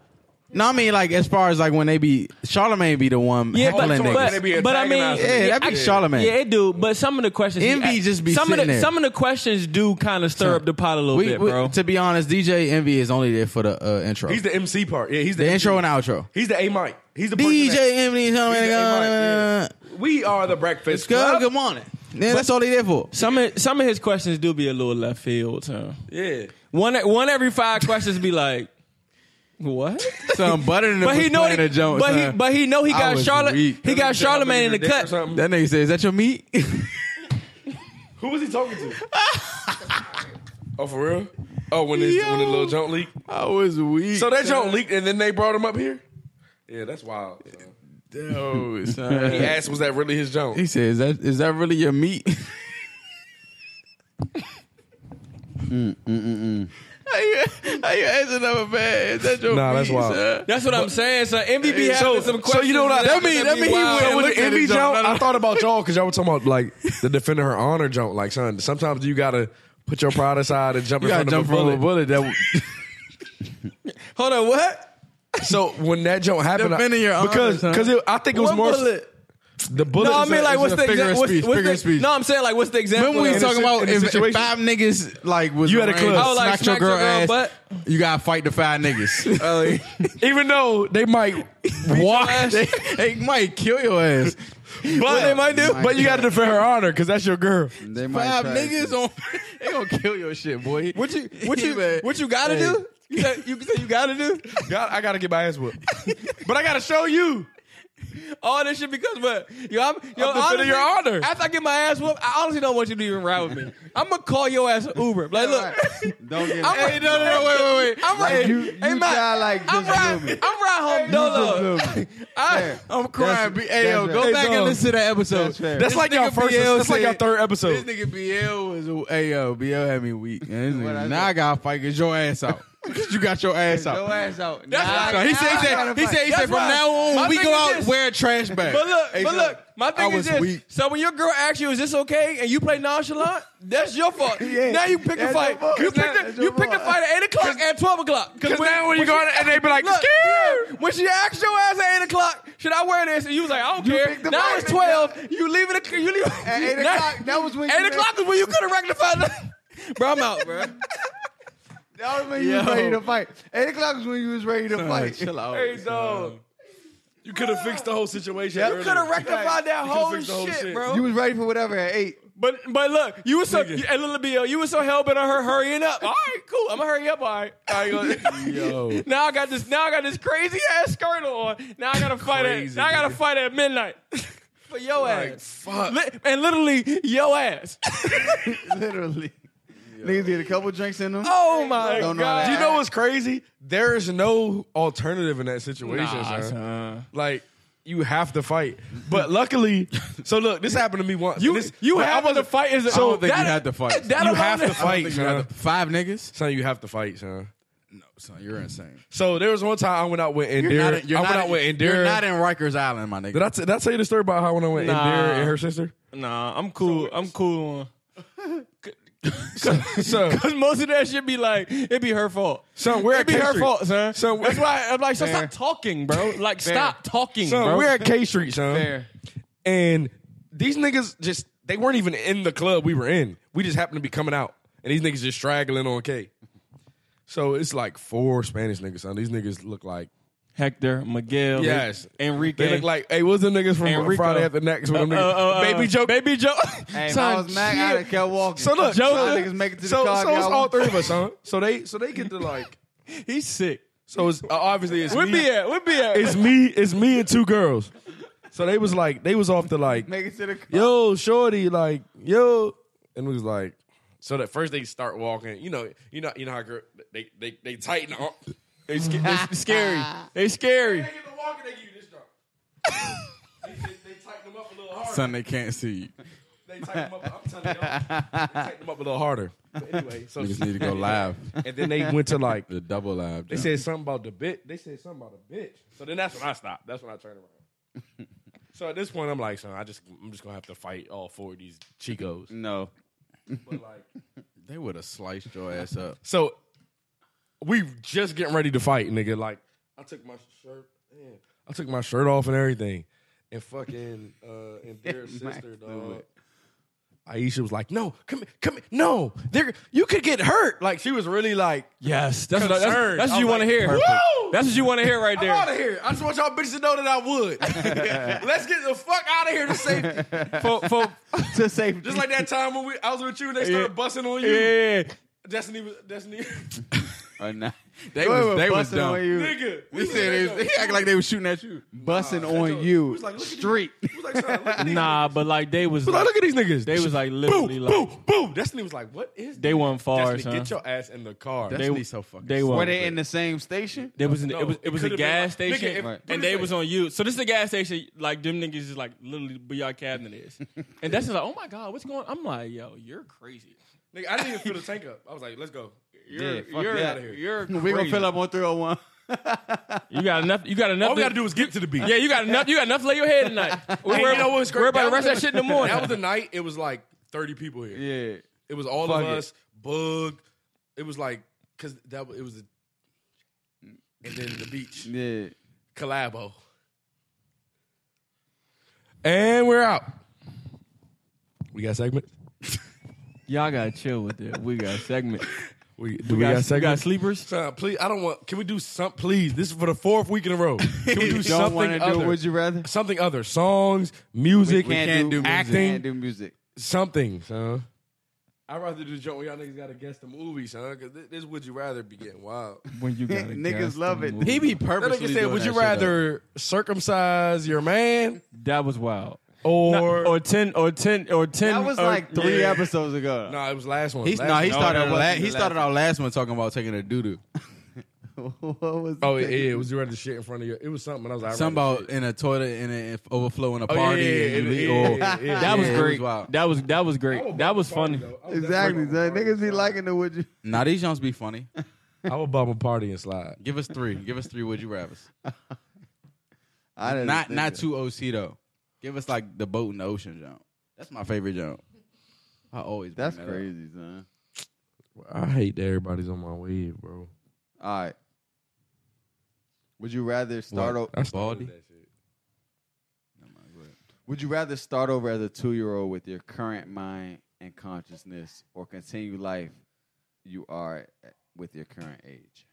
Speaker 6: no, I mean like as far as like when they be Charlemagne be the one
Speaker 1: Yeah, but,
Speaker 6: heckling
Speaker 5: someone-
Speaker 6: niggas.
Speaker 5: They be
Speaker 1: but, but I mean,
Speaker 5: antagonizing.
Speaker 6: Yeah, that be
Speaker 1: I-
Speaker 6: Charlemagne.
Speaker 1: Yeah, it do. But some of the questions, he
Speaker 6: Envy
Speaker 1: ask-
Speaker 6: just be
Speaker 1: some of the
Speaker 6: sitting there.
Speaker 1: some of the questions do kind of stir up the pot a little
Speaker 6: We-
Speaker 1: bit,
Speaker 6: we-
Speaker 1: bro.
Speaker 6: To be honest, DJ Envy is only there for the uh, intro.
Speaker 5: He's the MC part. Yeah, he's the,
Speaker 6: the
Speaker 5: MC.
Speaker 6: intro and outro.
Speaker 5: He's the A mic. He's the person
Speaker 6: DJ
Speaker 5: that-
Speaker 6: Envy, is
Speaker 5: he's
Speaker 6: on
Speaker 5: the
Speaker 6: it,
Speaker 5: A
Speaker 6: uh,
Speaker 5: mic, yeah. We are the Breakfast
Speaker 6: it's good.
Speaker 5: Club.
Speaker 6: Good morning. Yeah, that's all he there for.
Speaker 1: some of, some of his questions do be a little left field. Huh?
Speaker 5: Yeah.
Speaker 1: One one every five questions be like, what?
Speaker 6: Some butter in the
Speaker 1: But he know he,
Speaker 6: the joint.
Speaker 1: but he
Speaker 6: son.
Speaker 1: but he know he
Speaker 6: I
Speaker 1: got
Speaker 6: was
Speaker 1: Charlotte.
Speaker 6: weak.
Speaker 1: He got Charlemagne in the cut.
Speaker 6: that nigga said, "Is that your meat?"
Speaker 5: Who was he talking to? oh, for real? Oh, when, this, when the
Speaker 6: Yo.
Speaker 5: little jump leaked.
Speaker 6: I was weak.
Speaker 5: So that jump leaked, and then they brought him up here. Yeah, that's wild. son.
Speaker 6: Yo,
Speaker 5: He
Speaker 6: son.
Speaker 5: asked, "Was that really his jump?"
Speaker 6: He said, "Is that is that really your meat?" Mm, How you, how you answering up a man? Is that your
Speaker 5: Nah,
Speaker 6: meat?
Speaker 5: that's wild.
Speaker 6: son?
Speaker 1: That's what I'm saying. So MVP having
Speaker 5: So,
Speaker 1: some
Speaker 5: so
Speaker 1: questions.
Speaker 5: you know what I,
Speaker 1: that
Speaker 6: mean- that mean he
Speaker 5: wild.
Speaker 6: went and
Speaker 5: With
Speaker 6: looked
Speaker 5: the
Speaker 6: at
Speaker 5: envy
Speaker 6: his jump.
Speaker 5: jump,
Speaker 6: No, no.
Speaker 5: I thought about y'all because y'all were talking about like the defending her honor jump. Like, son, sometimes you gotta put your pride aside and jump
Speaker 6: You
Speaker 5: in
Speaker 6: gotta
Speaker 5: front
Speaker 6: jump
Speaker 5: of a
Speaker 6: from
Speaker 5: bullet.
Speaker 6: a bullet. That
Speaker 1: Hold on, what?
Speaker 5: So when that jump happened, I-
Speaker 6: Defending your honor,
Speaker 5: because
Speaker 6: son.
Speaker 5: because it- I think it was
Speaker 1: What
Speaker 5: more
Speaker 1: bullet?
Speaker 5: the bullet.
Speaker 1: No, I
Speaker 5: is a-
Speaker 1: mean like
Speaker 5: is
Speaker 1: what's
Speaker 5: a
Speaker 1: the
Speaker 5: figure of
Speaker 1: example? What's,
Speaker 5: speech.
Speaker 1: what's
Speaker 6: figure
Speaker 1: the,
Speaker 6: of speech.
Speaker 1: No, I'm saying like what's the example?
Speaker 6: remember we
Speaker 1: of-
Speaker 6: was talking
Speaker 5: si-
Speaker 6: about
Speaker 5: in a
Speaker 6: if, if
Speaker 5: situation.
Speaker 6: five niggas like was
Speaker 5: You had a
Speaker 6: arranged
Speaker 5: club.
Speaker 6: to
Speaker 5: Oh,
Speaker 1: like,
Speaker 6: smack your girl ass.
Speaker 1: butt?
Speaker 6: You gotta fight the five niggas.
Speaker 5: even though they might walk,
Speaker 6: they, they might kill your ass.
Speaker 5: but they might do. But you got to defend her honor because that's your girl.
Speaker 3: They might
Speaker 6: Five
Speaker 3: try
Speaker 6: niggas
Speaker 3: to-
Speaker 6: on they gonna kill your shit, boy.
Speaker 1: What you what you
Speaker 6: Man.
Speaker 1: what you gotta
Speaker 6: Hey.
Speaker 1: do? You say you, say you gotta do?
Speaker 5: God, I gotta get my ass whooped, but I gotta show you.
Speaker 7: All this shit because what? Yo, I'm yo,
Speaker 5: I'm defending your honor.
Speaker 7: After I get my ass whooped, I honestly don't want you to even ride with me. I'm gonna call your ass an Uber. Like, look,
Speaker 3: Don't get
Speaker 7: I'm
Speaker 3: mad.
Speaker 7: hey, no, no, no, wait, wait, wait. I'm
Speaker 3: Like,
Speaker 7: riding.
Speaker 3: you-
Speaker 7: hey,
Speaker 3: you
Speaker 7: my,
Speaker 3: sound like
Speaker 7: I'm
Speaker 3: just
Speaker 7: riding.
Speaker 3: Newman.
Speaker 7: I'm riding home
Speaker 3: You
Speaker 7: dolo.
Speaker 3: just Newman.
Speaker 7: I,
Speaker 3: Fair.
Speaker 7: I'm crying.
Speaker 3: That's-
Speaker 7: B- Hey, yo,
Speaker 3: that's
Speaker 7: go
Speaker 3: fair.
Speaker 7: back and
Speaker 5: dog.
Speaker 7: listen to that episode.
Speaker 3: That's fair.
Speaker 7: That's
Speaker 3: This
Speaker 7: like your
Speaker 6: nigga
Speaker 7: first.
Speaker 6: BL
Speaker 7: That's like your
Speaker 6: said-
Speaker 7: third
Speaker 6: This
Speaker 7: episode.
Speaker 6: nigga BL was hey yo, BL had me weak. And this
Speaker 3: What I
Speaker 6: nigga,
Speaker 3: said?
Speaker 6: now I gotta fight, get your ass out. Cause you got your ass
Speaker 3: Your
Speaker 6: out.
Speaker 3: ass out.
Speaker 6: So he said, he said, he said, he said, from
Speaker 7: why-
Speaker 6: now
Speaker 7: my
Speaker 6: on, we
Speaker 7: thing
Speaker 6: go
Speaker 7: is
Speaker 6: out
Speaker 7: this.
Speaker 6: wear a trash bag.
Speaker 7: But look,
Speaker 6: Hey,
Speaker 7: but
Speaker 6: so
Speaker 7: look, my
Speaker 6: I
Speaker 7: thing
Speaker 6: was
Speaker 7: is this.
Speaker 6: weak.
Speaker 7: So when your girl asks you, is this okay? And you play nonchalant, that's your fault. Now you pick the
Speaker 3: That's
Speaker 7: fight.
Speaker 3: your fault.
Speaker 7: You pick
Speaker 3: That's
Speaker 7: the,
Speaker 3: not-
Speaker 7: you pick the fight at 8 o'clock and 12 o'clock. Because
Speaker 5: now when you go out and they be like,
Speaker 7: look,
Speaker 5: "Scared."
Speaker 7: yeah, When she asks your ass at 8 o'clock, should I wear this? And you was like, I don't
Speaker 3: You
Speaker 7: care.
Speaker 3: picked the
Speaker 7: Now
Speaker 3: fight.
Speaker 7: it's 12. You leave it. You leave
Speaker 3: At 8
Speaker 7: Now-
Speaker 3: o'clock, that was when you
Speaker 7: 8
Speaker 3: made-
Speaker 7: o'clock is when you could have rectified that. Bro, I'm out, bro.
Speaker 3: That was when you was
Speaker 7: Yo.
Speaker 3: ready to fight. Eight o'clock was when you was ready to fight.
Speaker 7: Hey, dog.
Speaker 5: You could have fixed the whole situation.
Speaker 7: You could have rectified that whole shit, bro.
Speaker 3: You was ready for whatever at eight.
Speaker 7: But but look, you were so
Speaker 5: Nigga.
Speaker 7: you, and Lil Bill, you were so hell bent on her hurrying up. All right, cool. I'm gonna hurry up. All right. All right go-
Speaker 5: Yo.
Speaker 7: Now I got this. Now I got this crazy ass skirt on. Now I gotta fight at.
Speaker 5: Crazy,
Speaker 7: Now I gotta
Speaker 5: nigga.
Speaker 7: fight at midnight for your ass.
Speaker 5: fuck.
Speaker 7: Li- and literally your ass.
Speaker 3: Literally. Niggas get a couple drinks in them.
Speaker 7: Oh my
Speaker 3: Don't know
Speaker 7: god.
Speaker 3: that.
Speaker 5: Do you know what's crazy? There is no alternative in that situation, son.
Speaker 6: uh,
Speaker 5: Like you have to fight. But luckily, so look, this happened to me once.
Speaker 7: You
Speaker 5: this,
Speaker 7: you
Speaker 5: like, I
Speaker 7: have to
Speaker 5: wasn't-
Speaker 7: fight. Is
Speaker 6: I don't think you had to fight.
Speaker 7: That
Speaker 5: You
Speaker 7: alone
Speaker 5: have to
Speaker 7: is-
Speaker 5: fight, son.
Speaker 6: Five niggas?
Speaker 5: Son, you have to fight, son.
Speaker 6: No, son, you're insane.
Speaker 5: So there was one time I went out with Endure. I went out with Endure.
Speaker 6: You're not in Rikers Island, my nigga.
Speaker 5: did I, t- did I tell you the story about how when I went with
Speaker 7: Nah.
Speaker 5: Endure and her sister?
Speaker 7: Nah, I'm cool. I'm cool. on-
Speaker 5: So,
Speaker 7: Cause most of that shit be like it be her fault.
Speaker 5: son, we're
Speaker 7: It
Speaker 5: at
Speaker 7: be
Speaker 5: K
Speaker 7: her
Speaker 5: Street.
Speaker 7: fault, son.
Speaker 5: Son,
Speaker 7: That's
Speaker 5: we're,
Speaker 7: why I'm like, so
Speaker 3: Fair.
Speaker 7: stop talking, bro. Like, stop talking,
Speaker 5: son,
Speaker 7: bro.
Speaker 5: we're at K Street, son.
Speaker 7: Fair.
Speaker 5: And these niggas just they weren't even in the club we were in. We just happened to be coming out. And these niggas just straggling on K. So it's like four Spanish niggas, son. These niggas look like
Speaker 7: Hector, Miguel,
Speaker 5: Yes.
Speaker 7: Enrique.
Speaker 5: they look like, hey, what's the niggas from
Speaker 7: Enrico.
Speaker 5: Friday after next with them
Speaker 7: Uh,
Speaker 5: niggas?
Speaker 7: uh, uh,
Speaker 5: Baby Joe.
Speaker 7: Baby Joe.
Speaker 3: Hey, if
Speaker 5: Son,
Speaker 3: I was Mac, I'd have
Speaker 5: shit.
Speaker 3: kept walking.
Speaker 5: So look,
Speaker 7: Joe-
Speaker 5: so,
Speaker 3: niggas make it to the
Speaker 5: so,
Speaker 3: car,
Speaker 5: so it's
Speaker 3: y'all.
Speaker 5: all three of us, huh? So they so they get to like
Speaker 7: He's sick.
Speaker 5: so it's uh, obviously it's
Speaker 7: Where
Speaker 5: me,
Speaker 7: be at? Where be at?
Speaker 5: it's me it's me and two girls. So they was like they was off to like
Speaker 3: make it to the car.
Speaker 5: yo, shorty, like, yo. And we was like, so that first they start walking, you know, you know, you know how girl, they they they tighten up.
Speaker 7: they sca- they s- scary. They scary.
Speaker 5: They tighten them up a little harder.
Speaker 6: Son, they can't see you.
Speaker 5: They tighten them up. I'm telling y'all, they tighten them up a little harder. But anyway, so
Speaker 6: Niggas need to go live.
Speaker 5: and then they went to like
Speaker 6: The double live.
Speaker 5: they said something about the bit. They said something about the bitch. So then that's when I stopped. That's when I turned around. so at this point, I'm like, son, I just I'm just gonna have to fight all four of these chicos.
Speaker 3: No.
Speaker 5: But like,
Speaker 6: they would have sliced your ass up.
Speaker 5: So we just getting ready to fight, nigga. Like I took my shirt, man, I took my shirt off and everything, and fucking uh, and their
Speaker 3: Max
Speaker 5: sister,
Speaker 3: do
Speaker 5: dog.
Speaker 3: it.
Speaker 5: Aisha was like, "No, come, here, come, here. no, there, you could get hurt." Like she was really like,
Speaker 7: Yes, that's what, that's,
Speaker 5: Concerned.
Speaker 7: that's what
Speaker 5: I
Speaker 7: you
Speaker 5: was
Speaker 7: want to
Speaker 5: like,
Speaker 7: hear.
Speaker 5: perfect. Woo!
Speaker 7: That's what you want to hear right
Speaker 5: "I'm
Speaker 7: there.
Speaker 5: out of here. I just want y'all bitches to know that I would. Let's get the fuck out of here to safety."
Speaker 7: For, for,
Speaker 3: To safety.
Speaker 5: Just like that time when we, I was with you and they
Speaker 7: Yeah.
Speaker 5: started busting on you.
Speaker 7: yeah,
Speaker 5: Destiny was Destiny.
Speaker 3: Or not.
Speaker 6: They
Speaker 3: Go ahead
Speaker 6: was,
Speaker 3: with
Speaker 6: they was
Speaker 3: busting on
Speaker 6: dumb.
Speaker 3: you.
Speaker 5: nigga,
Speaker 6: He said they, was- he acted like they was shooting at you.
Speaker 3: Bussing
Speaker 5: Joe,
Speaker 3: on
Speaker 5: he
Speaker 3: you.
Speaker 5: was like, look at you.
Speaker 3: Street.
Speaker 5: He was like, "Son, look at these
Speaker 7: nah, but like they was,
Speaker 5: But like, look at these niggas.
Speaker 7: they was like literally
Speaker 5: boom,
Speaker 7: like
Speaker 5: boom, boom. Destiny was like, what is
Speaker 7: they
Speaker 5: this?
Speaker 7: weren't far.
Speaker 5: Destiny, get your ass in the car.
Speaker 7: They-
Speaker 6: Destiny so fucking.
Speaker 7: they
Speaker 6: sick.
Speaker 7: were-
Speaker 3: Were they in the same station?
Speaker 7: There was an,
Speaker 5: No,
Speaker 7: it was it,
Speaker 5: it
Speaker 7: was a
Speaker 5: could've been
Speaker 7: gas
Speaker 5: like- nigga,
Speaker 7: station,
Speaker 5: if- Right. put it
Speaker 7: and they
Speaker 5: this way.
Speaker 7: was on you. So this is a gas station, like them niggas is like literally where your cabinet is, and that's just like, oh my god, what's going? I'm like, yo, you're crazy.
Speaker 5: Nigga, I didn't even fill the tank up. I was like, let's go. You're,
Speaker 3: Yeah, fuck
Speaker 5: you're
Speaker 3: that.
Speaker 5: out of here.
Speaker 7: You're
Speaker 3: We gonna
Speaker 7: crazy.
Speaker 3: fill up on 301.
Speaker 7: You got enough. You got enough.
Speaker 5: All we gotta do is get to the beach.
Speaker 7: Yeah, you got enough. You got enough. to Lay your head tonight. We're,
Speaker 5: you know what's
Speaker 7: We're
Speaker 5: great?
Speaker 7: about to
Speaker 5: That
Speaker 7: rest
Speaker 5: was-
Speaker 7: that shit in the morning.
Speaker 5: That was the night. It was like 30 people here.
Speaker 3: Yeah.
Speaker 5: It was all
Speaker 3: Fuck
Speaker 5: of
Speaker 3: it.
Speaker 5: us. Bug. It was like because that was- it was. The, and then the beach
Speaker 3: Yeah.
Speaker 5: collabo. And we're out. We got segment.
Speaker 7: Y'all gotta chill with it. We got segment.
Speaker 5: We, do we, got,
Speaker 7: we got
Speaker 5: segment?
Speaker 7: sleepers.
Speaker 5: Son, please, I don't want. Can we do some? Please, this is for the fourth week in a row. Can we do
Speaker 3: You don't want
Speaker 5: something
Speaker 3: to
Speaker 5: other?
Speaker 3: do it, would you rather?
Speaker 5: something other? Songs, music,
Speaker 3: We can't do music.
Speaker 5: acting,
Speaker 3: We can't do music.
Speaker 5: something. Son. I'd rather do the joint where y'all niggas got to guess the movie, son. Because this, this would you rather be getting wild.
Speaker 7: When you gotta
Speaker 3: Niggas
Speaker 7: guess
Speaker 3: love
Speaker 7: the
Speaker 3: it.
Speaker 7: movie.
Speaker 6: He be
Speaker 5: That
Speaker 6: purposely.
Speaker 5: nigga said,
Speaker 6: doing
Speaker 5: "Would
Speaker 6: that
Speaker 5: you
Speaker 6: shit, though.
Speaker 5: rather circumcise your man
Speaker 7: That was wild.
Speaker 5: or?"
Speaker 7: Or, or ten or ten or ten.
Speaker 3: That was
Speaker 7: or-
Speaker 3: like three
Speaker 7: yeah.
Speaker 3: episodes ago.
Speaker 5: no, it was last one.
Speaker 6: He's
Speaker 5: last
Speaker 6: no, he
Speaker 5: one.
Speaker 6: started.
Speaker 3: that
Speaker 6: our
Speaker 3: wasn't
Speaker 6: la-
Speaker 3: the
Speaker 6: he
Speaker 3: last
Speaker 6: started our last one talking about taking a doo doo.
Speaker 3: what was
Speaker 5: Oh yeah,
Speaker 3: it?
Speaker 5: yeah, it was you rather shit in front of you? It was something. And I was like, I'd
Speaker 6: Something
Speaker 5: rather
Speaker 6: about in a toilet and it overflowing a
Speaker 5: Oh, yeah,
Speaker 6: party.
Speaker 5: yeah,
Speaker 6: and you
Speaker 5: yeah,
Speaker 6: leave-
Speaker 5: yeah,
Speaker 6: oh.
Speaker 5: yeah, yeah,
Speaker 7: That was
Speaker 6: Yeah, it was
Speaker 7: great.
Speaker 6: wild.
Speaker 7: that was that was great.
Speaker 5: shit.
Speaker 7: That was funny.
Speaker 3: Exactly. son. Niggas be liking the would you?
Speaker 6: Nah, these jumps be funny.
Speaker 5: I would bomb a party and slide.
Speaker 6: Give us three. Give us three. Would you rather?
Speaker 3: I didn't
Speaker 6: Not
Speaker 3: think
Speaker 6: not
Speaker 3: of-
Speaker 6: too OC though. Give us like the boat in the ocean jump. That's my favorite jump. I always. bring
Speaker 3: That's
Speaker 6: that up.
Speaker 3: crazy, son.
Speaker 5: I hate that everybody's on my wave, bro.
Speaker 3: All right. Would you rather start over?
Speaker 5: That's
Speaker 6: Baldy?
Speaker 3: Would you rather start over as a two year old with your current mind and consciousness, or continue life you are at- with your current age?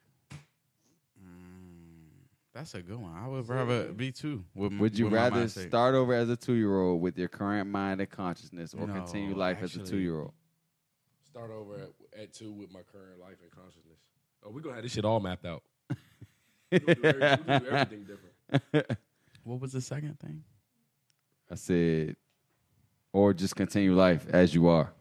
Speaker 6: That's a good one. I would rather be two. With,
Speaker 3: Would you
Speaker 6: with my
Speaker 3: rather
Speaker 6: mindset.
Speaker 3: start over as a two year old with your current mind and consciousness, or
Speaker 6: No,
Speaker 3: continue life as a
Speaker 6: actually-
Speaker 3: two year old?
Speaker 5: Start over at, at two with my current life and consciousness. Oh, we gonna have this shit all mapped out. we gonna do everything, we gonna do everything different.
Speaker 6: What was the second thing?
Speaker 3: I said, or just continue life as you are.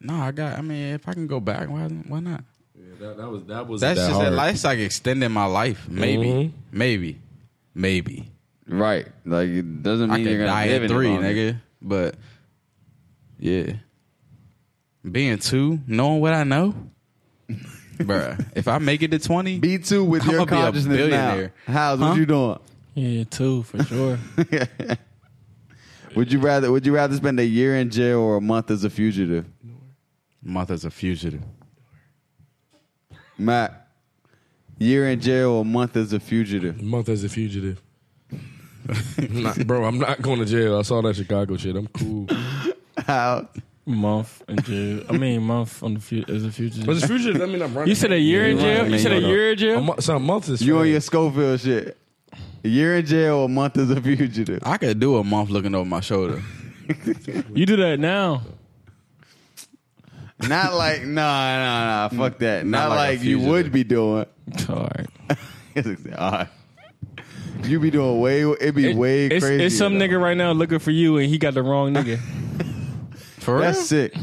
Speaker 6: No, I got. I mean, if I can go back, why why not?
Speaker 5: Yeah, that, that was that was
Speaker 6: That's
Speaker 5: that
Speaker 6: just
Speaker 5: hard.
Speaker 6: that life's like extending my life. Maybe,
Speaker 5: Mhm.
Speaker 6: maybe, maybe.
Speaker 3: Right. Like it doesn't mean
Speaker 6: I
Speaker 3: you're gonna
Speaker 6: could die
Speaker 3: live
Speaker 6: at
Speaker 3: in
Speaker 6: three,
Speaker 3: it longer.
Speaker 6: nigga. But yeah, being two, knowing what I know, bruh. If I make it to twenty,
Speaker 3: B two with
Speaker 6: I'ma
Speaker 3: your
Speaker 6: be a
Speaker 3: consciousness now.
Speaker 6: billionaire.
Speaker 3: How's
Speaker 6: Huh?
Speaker 3: what you doing?
Speaker 7: Yeah, two for sure.
Speaker 3: Would you rather? Would you rather spend a year in jail or a month as a fugitive?
Speaker 6: mother's a fugitive.
Speaker 3: Matt, year in jail or a month as a fugitive?
Speaker 5: month as a fugitive. Not- bro, I'm not going to jail. I saw that Chicago shit. I'm cool.
Speaker 3: How?
Speaker 7: month in jail. I mean, month on the fu- as a future.
Speaker 5: But it's fugitive. I mean, I'm running.
Speaker 7: You said a year in jail. You
Speaker 3: man,
Speaker 7: said a
Speaker 3: you know.
Speaker 7: year in
Speaker 5: A
Speaker 7: jail.
Speaker 5: mo- so a month is
Speaker 3: You on
Speaker 5: fair.
Speaker 3: your Schofield shit? A year in jail or a month as a fugitive?
Speaker 6: I could do a month looking over my shoulder.
Speaker 7: You do that now.
Speaker 3: Not like nah, nah, nah. Fuck that. Not,
Speaker 6: like a
Speaker 3: like, you
Speaker 6: fugitive.
Speaker 3: would be doing.
Speaker 7: All right.
Speaker 3: All right. You be doing way. It'd be way
Speaker 7: it's,
Speaker 3: crazy.
Speaker 7: It's some nigga right now looking for you, and he got the wrong nigga.
Speaker 6: For real?
Speaker 3: That's sick.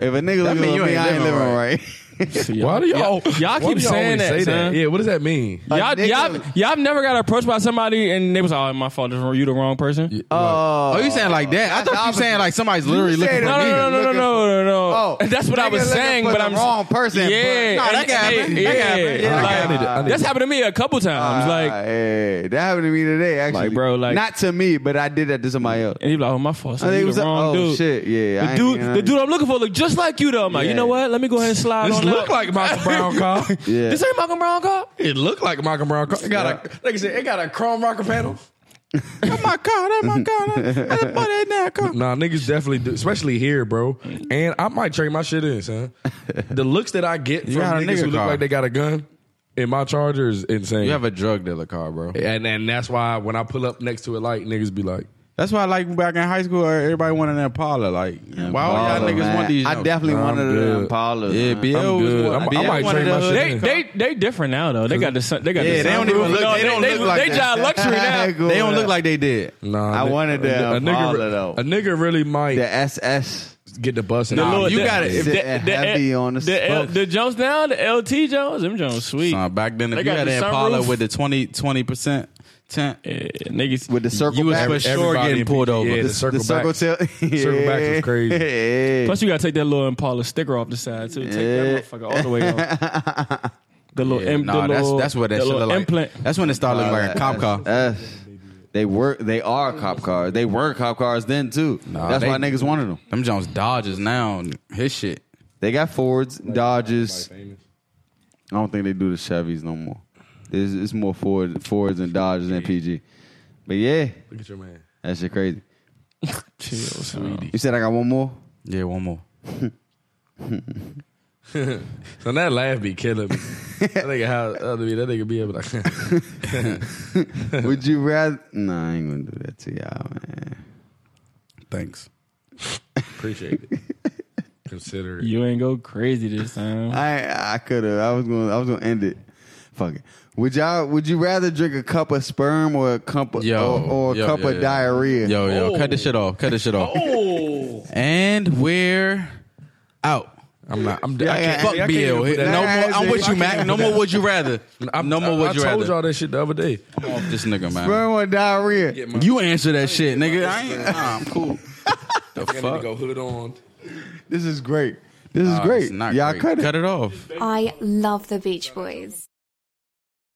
Speaker 3: If a nigga
Speaker 6: That
Speaker 3: looking
Speaker 6: mean
Speaker 3: at
Speaker 6: you
Speaker 3: me,
Speaker 6: ain't
Speaker 3: I ain't
Speaker 6: living
Speaker 3: living right.
Speaker 6: right.
Speaker 7: So
Speaker 5: Why do y'all?
Speaker 7: y'all, y'all
Speaker 5: why
Speaker 7: keep
Speaker 5: do
Speaker 7: saying
Speaker 5: always
Speaker 7: that,
Speaker 5: say
Speaker 7: son?
Speaker 5: Yeah, what does that mean?
Speaker 7: Y'all,
Speaker 3: nigga-
Speaker 7: y'all, y'all never got approached by somebody and they was all oh, my fault. You the wrong person.
Speaker 6: Oh, you saying like that? I
Speaker 3: that's
Speaker 6: thought you
Speaker 3: opposite.
Speaker 6: saying like somebody's literally
Speaker 3: You
Speaker 6: looking
Speaker 3: said
Speaker 6: for
Speaker 7: No,
Speaker 6: me.
Speaker 3: nigga
Speaker 7: no, no, no, no,
Speaker 3: looking
Speaker 7: no, no, no.
Speaker 3: Oh,
Speaker 7: That's what I
Speaker 3: nigga
Speaker 7: was
Speaker 3: looking
Speaker 7: saying,
Speaker 3: for
Speaker 7: but
Speaker 3: the
Speaker 7: I'm
Speaker 3: wrong person,
Speaker 7: Yeah,
Speaker 3: but- No, that
Speaker 7: and-
Speaker 3: can happen.
Speaker 7: and-
Speaker 3: That can happen.
Speaker 7: Yeah,
Speaker 3: Yeah, Uh,
Speaker 7: like,
Speaker 5: I need to- I need
Speaker 7: that's
Speaker 5: to-
Speaker 7: happened to me a couple times. like,
Speaker 3: hey, Ah, that happened to me today. Actually,
Speaker 7: Like, bro, like-
Speaker 3: not to me, but I did that to somebody else.
Speaker 7: and he be like, oh my fault. So
Speaker 3: I think
Speaker 7: you
Speaker 3: it
Speaker 7: the
Speaker 3: was
Speaker 7: wrong
Speaker 3: oh
Speaker 7: dude.
Speaker 3: shit, yeah. I
Speaker 7: The
Speaker 3: ain't
Speaker 7: dude,
Speaker 3: even-
Speaker 7: the dude I'm looking for look just like you though. I'm like, you know
Speaker 3: Yeah.
Speaker 7: what? Let me go ahead and slide
Speaker 5: This
Speaker 7: on
Speaker 5: look
Speaker 7: out.
Speaker 5: like Malcolm Brown car.
Speaker 3: Yeah.
Speaker 7: This ain't Malcolm Brown car.
Speaker 5: It look like Malcolm Brown car. It got a, like I said, it got a chrome rocker panel.
Speaker 6: Oh my god, oh my god, that's that now. Come.
Speaker 5: Nah, niggas definitely do, especially here, bro. And I might trade my shit in, son. The looks that I get from
Speaker 6: got a
Speaker 5: niggas
Speaker 6: nigga
Speaker 5: who look
Speaker 6: car.
Speaker 5: like they got a gun in my charger is insane.
Speaker 6: You have a drug dealer car, bro.
Speaker 5: and and that's why when I pull up next to a light, niggas be like,
Speaker 6: That's why, like back in high school, everybody wanted an Impala. Like, why would Oh, y'all
Speaker 3: Impala,
Speaker 6: niggas
Speaker 3: man.
Speaker 6: want these?
Speaker 3: I
Speaker 6: jumps?
Speaker 3: definitely
Speaker 5: Nah, I'm
Speaker 3: wanted
Speaker 5: good.
Speaker 3: an Impala.
Speaker 6: Yeah,
Speaker 3: man.
Speaker 6: BL
Speaker 5: I'm
Speaker 6: was
Speaker 5: good.
Speaker 6: one.
Speaker 5: I'm- I
Speaker 6: BL
Speaker 5: might
Speaker 6: wanted
Speaker 5: trade my
Speaker 6: the
Speaker 5: shit
Speaker 6: hood
Speaker 7: They,
Speaker 5: in.
Speaker 6: car.
Speaker 7: they, they different now though. They got the sun. They got
Speaker 6: Yeah,
Speaker 7: the
Speaker 6: they don't
Speaker 7: sunroof.
Speaker 6: even look-
Speaker 7: No,
Speaker 6: they don't look like
Speaker 7: They
Speaker 6: that.
Speaker 7: job luxury now.
Speaker 3: That
Speaker 6: They don't
Speaker 3: good.
Speaker 6: look like they did.
Speaker 5: Nah,
Speaker 3: I
Speaker 5: ni-
Speaker 3: wanted the
Speaker 5: a, nigga,
Speaker 3: Impala, though.
Speaker 5: a nigga really might
Speaker 3: the SS.
Speaker 5: get the bus. and
Speaker 7: The
Speaker 5: Nah,
Speaker 7: little-
Speaker 6: you
Speaker 7: the-
Speaker 6: got it.
Speaker 7: the-
Speaker 6: If
Speaker 3: Sitting
Speaker 7: the-
Speaker 3: heavy on the
Speaker 7: the, L-
Speaker 3: spokes.
Speaker 7: the Jones now, the LT Jones, them Jones sweet.
Speaker 6: Nah, Uh, back then, if
Speaker 7: They
Speaker 6: you
Speaker 7: got
Speaker 6: had
Speaker 7: the
Speaker 6: an Impala
Speaker 7: sunroof.
Speaker 6: with the 20 percent tent,
Speaker 7: Yeah, niggas
Speaker 3: with the circle
Speaker 6: you was
Speaker 3: back.
Speaker 6: for sure
Speaker 5: everybody
Speaker 6: getting
Speaker 5: in
Speaker 6: pulled
Speaker 5: BG,
Speaker 6: over.
Speaker 5: yeah.
Speaker 6: Yeah,
Speaker 5: the circle
Speaker 3: the circle
Speaker 5: back.
Speaker 3: tail.
Speaker 5: Circle back was crazy.
Speaker 3: Yeah.
Speaker 7: Plus, you gotta take that little Impala sticker off the side too. Take
Speaker 3: Yeah.
Speaker 7: that motherfucker all the way off. The little, imp,
Speaker 6: nah,
Speaker 7: the
Speaker 6: that's
Speaker 7: little
Speaker 6: that's what that
Speaker 7: the
Speaker 6: shit
Speaker 7: little
Speaker 6: look like.
Speaker 7: implant.
Speaker 6: That's when it started looking like a cop car.
Speaker 3: SS. They were. They are cop cars. They were cop cars then too.
Speaker 6: Nah,
Speaker 3: That's
Speaker 6: they-
Speaker 3: why niggas wanted them.
Speaker 6: Them Jones Dodgers now, his shit.
Speaker 3: They got Fords, Dodges. I don't think they do the Chevys no more. It's, it's more Ford, Fords and Dodges and PG. But yeah,
Speaker 5: Look at your man.
Speaker 3: that shit crazy.
Speaker 7: Chill, sweetie.
Speaker 3: You said I got one more.
Speaker 6: Yeah, one more.
Speaker 5: So that laugh be killing me. that nigga how how to be that nigga be able to
Speaker 3: Would you rather? Nah, I ain't gonna do that to y'all, man.
Speaker 6: Thanks.
Speaker 5: appreciate it. consider it.
Speaker 7: You ain't go crazy this time.
Speaker 3: I I could have. I was going. to I was going to end it. Fuck it. Would y'all? Would you rather drink a cup of sperm or a cup of
Speaker 6: Yo,
Speaker 3: or, or a
Speaker 6: yo,
Speaker 3: cup
Speaker 6: yo,
Speaker 3: of
Speaker 6: yo.
Speaker 3: diarrhea?
Speaker 6: Yo, yo, cut this shit off. Cut this shit off. And we're out.
Speaker 5: I'm not. I'm.
Speaker 3: Yeah,
Speaker 5: I
Speaker 3: yeah,
Speaker 5: can't,
Speaker 3: yeah,
Speaker 6: Fuck
Speaker 3: I can't
Speaker 6: BL.
Speaker 3: even put that-
Speaker 6: No
Speaker 3: Nah,
Speaker 6: more. I'm with
Speaker 3: I
Speaker 6: you,
Speaker 3: can't
Speaker 6: Mac.
Speaker 3: even
Speaker 6: No
Speaker 3: put
Speaker 6: more.
Speaker 3: that.
Speaker 6: Would you rather?
Speaker 5: I'm-
Speaker 6: No more.
Speaker 5: I-
Speaker 6: Would you
Speaker 5: I told
Speaker 6: rather?
Speaker 5: y'all that shit the other day.
Speaker 6: Off this nigga, man.
Speaker 3: Sperm or diarrhea?
Speaker 6: You answer that shit, nigga. I ain't. Nah, I'm cool. The fuck?
Speaker 5: go hood on.
Speaker 3: This is great. This is
Speaker 6: Nah,
Speaker 3: great.
Speaker 6: it's not
Speaker 3: Y'all
Speaker 6: great.
Speaker 3: cut it.
Speaker 6: Cut it off.
Speaker 4: I love the Beach Boys.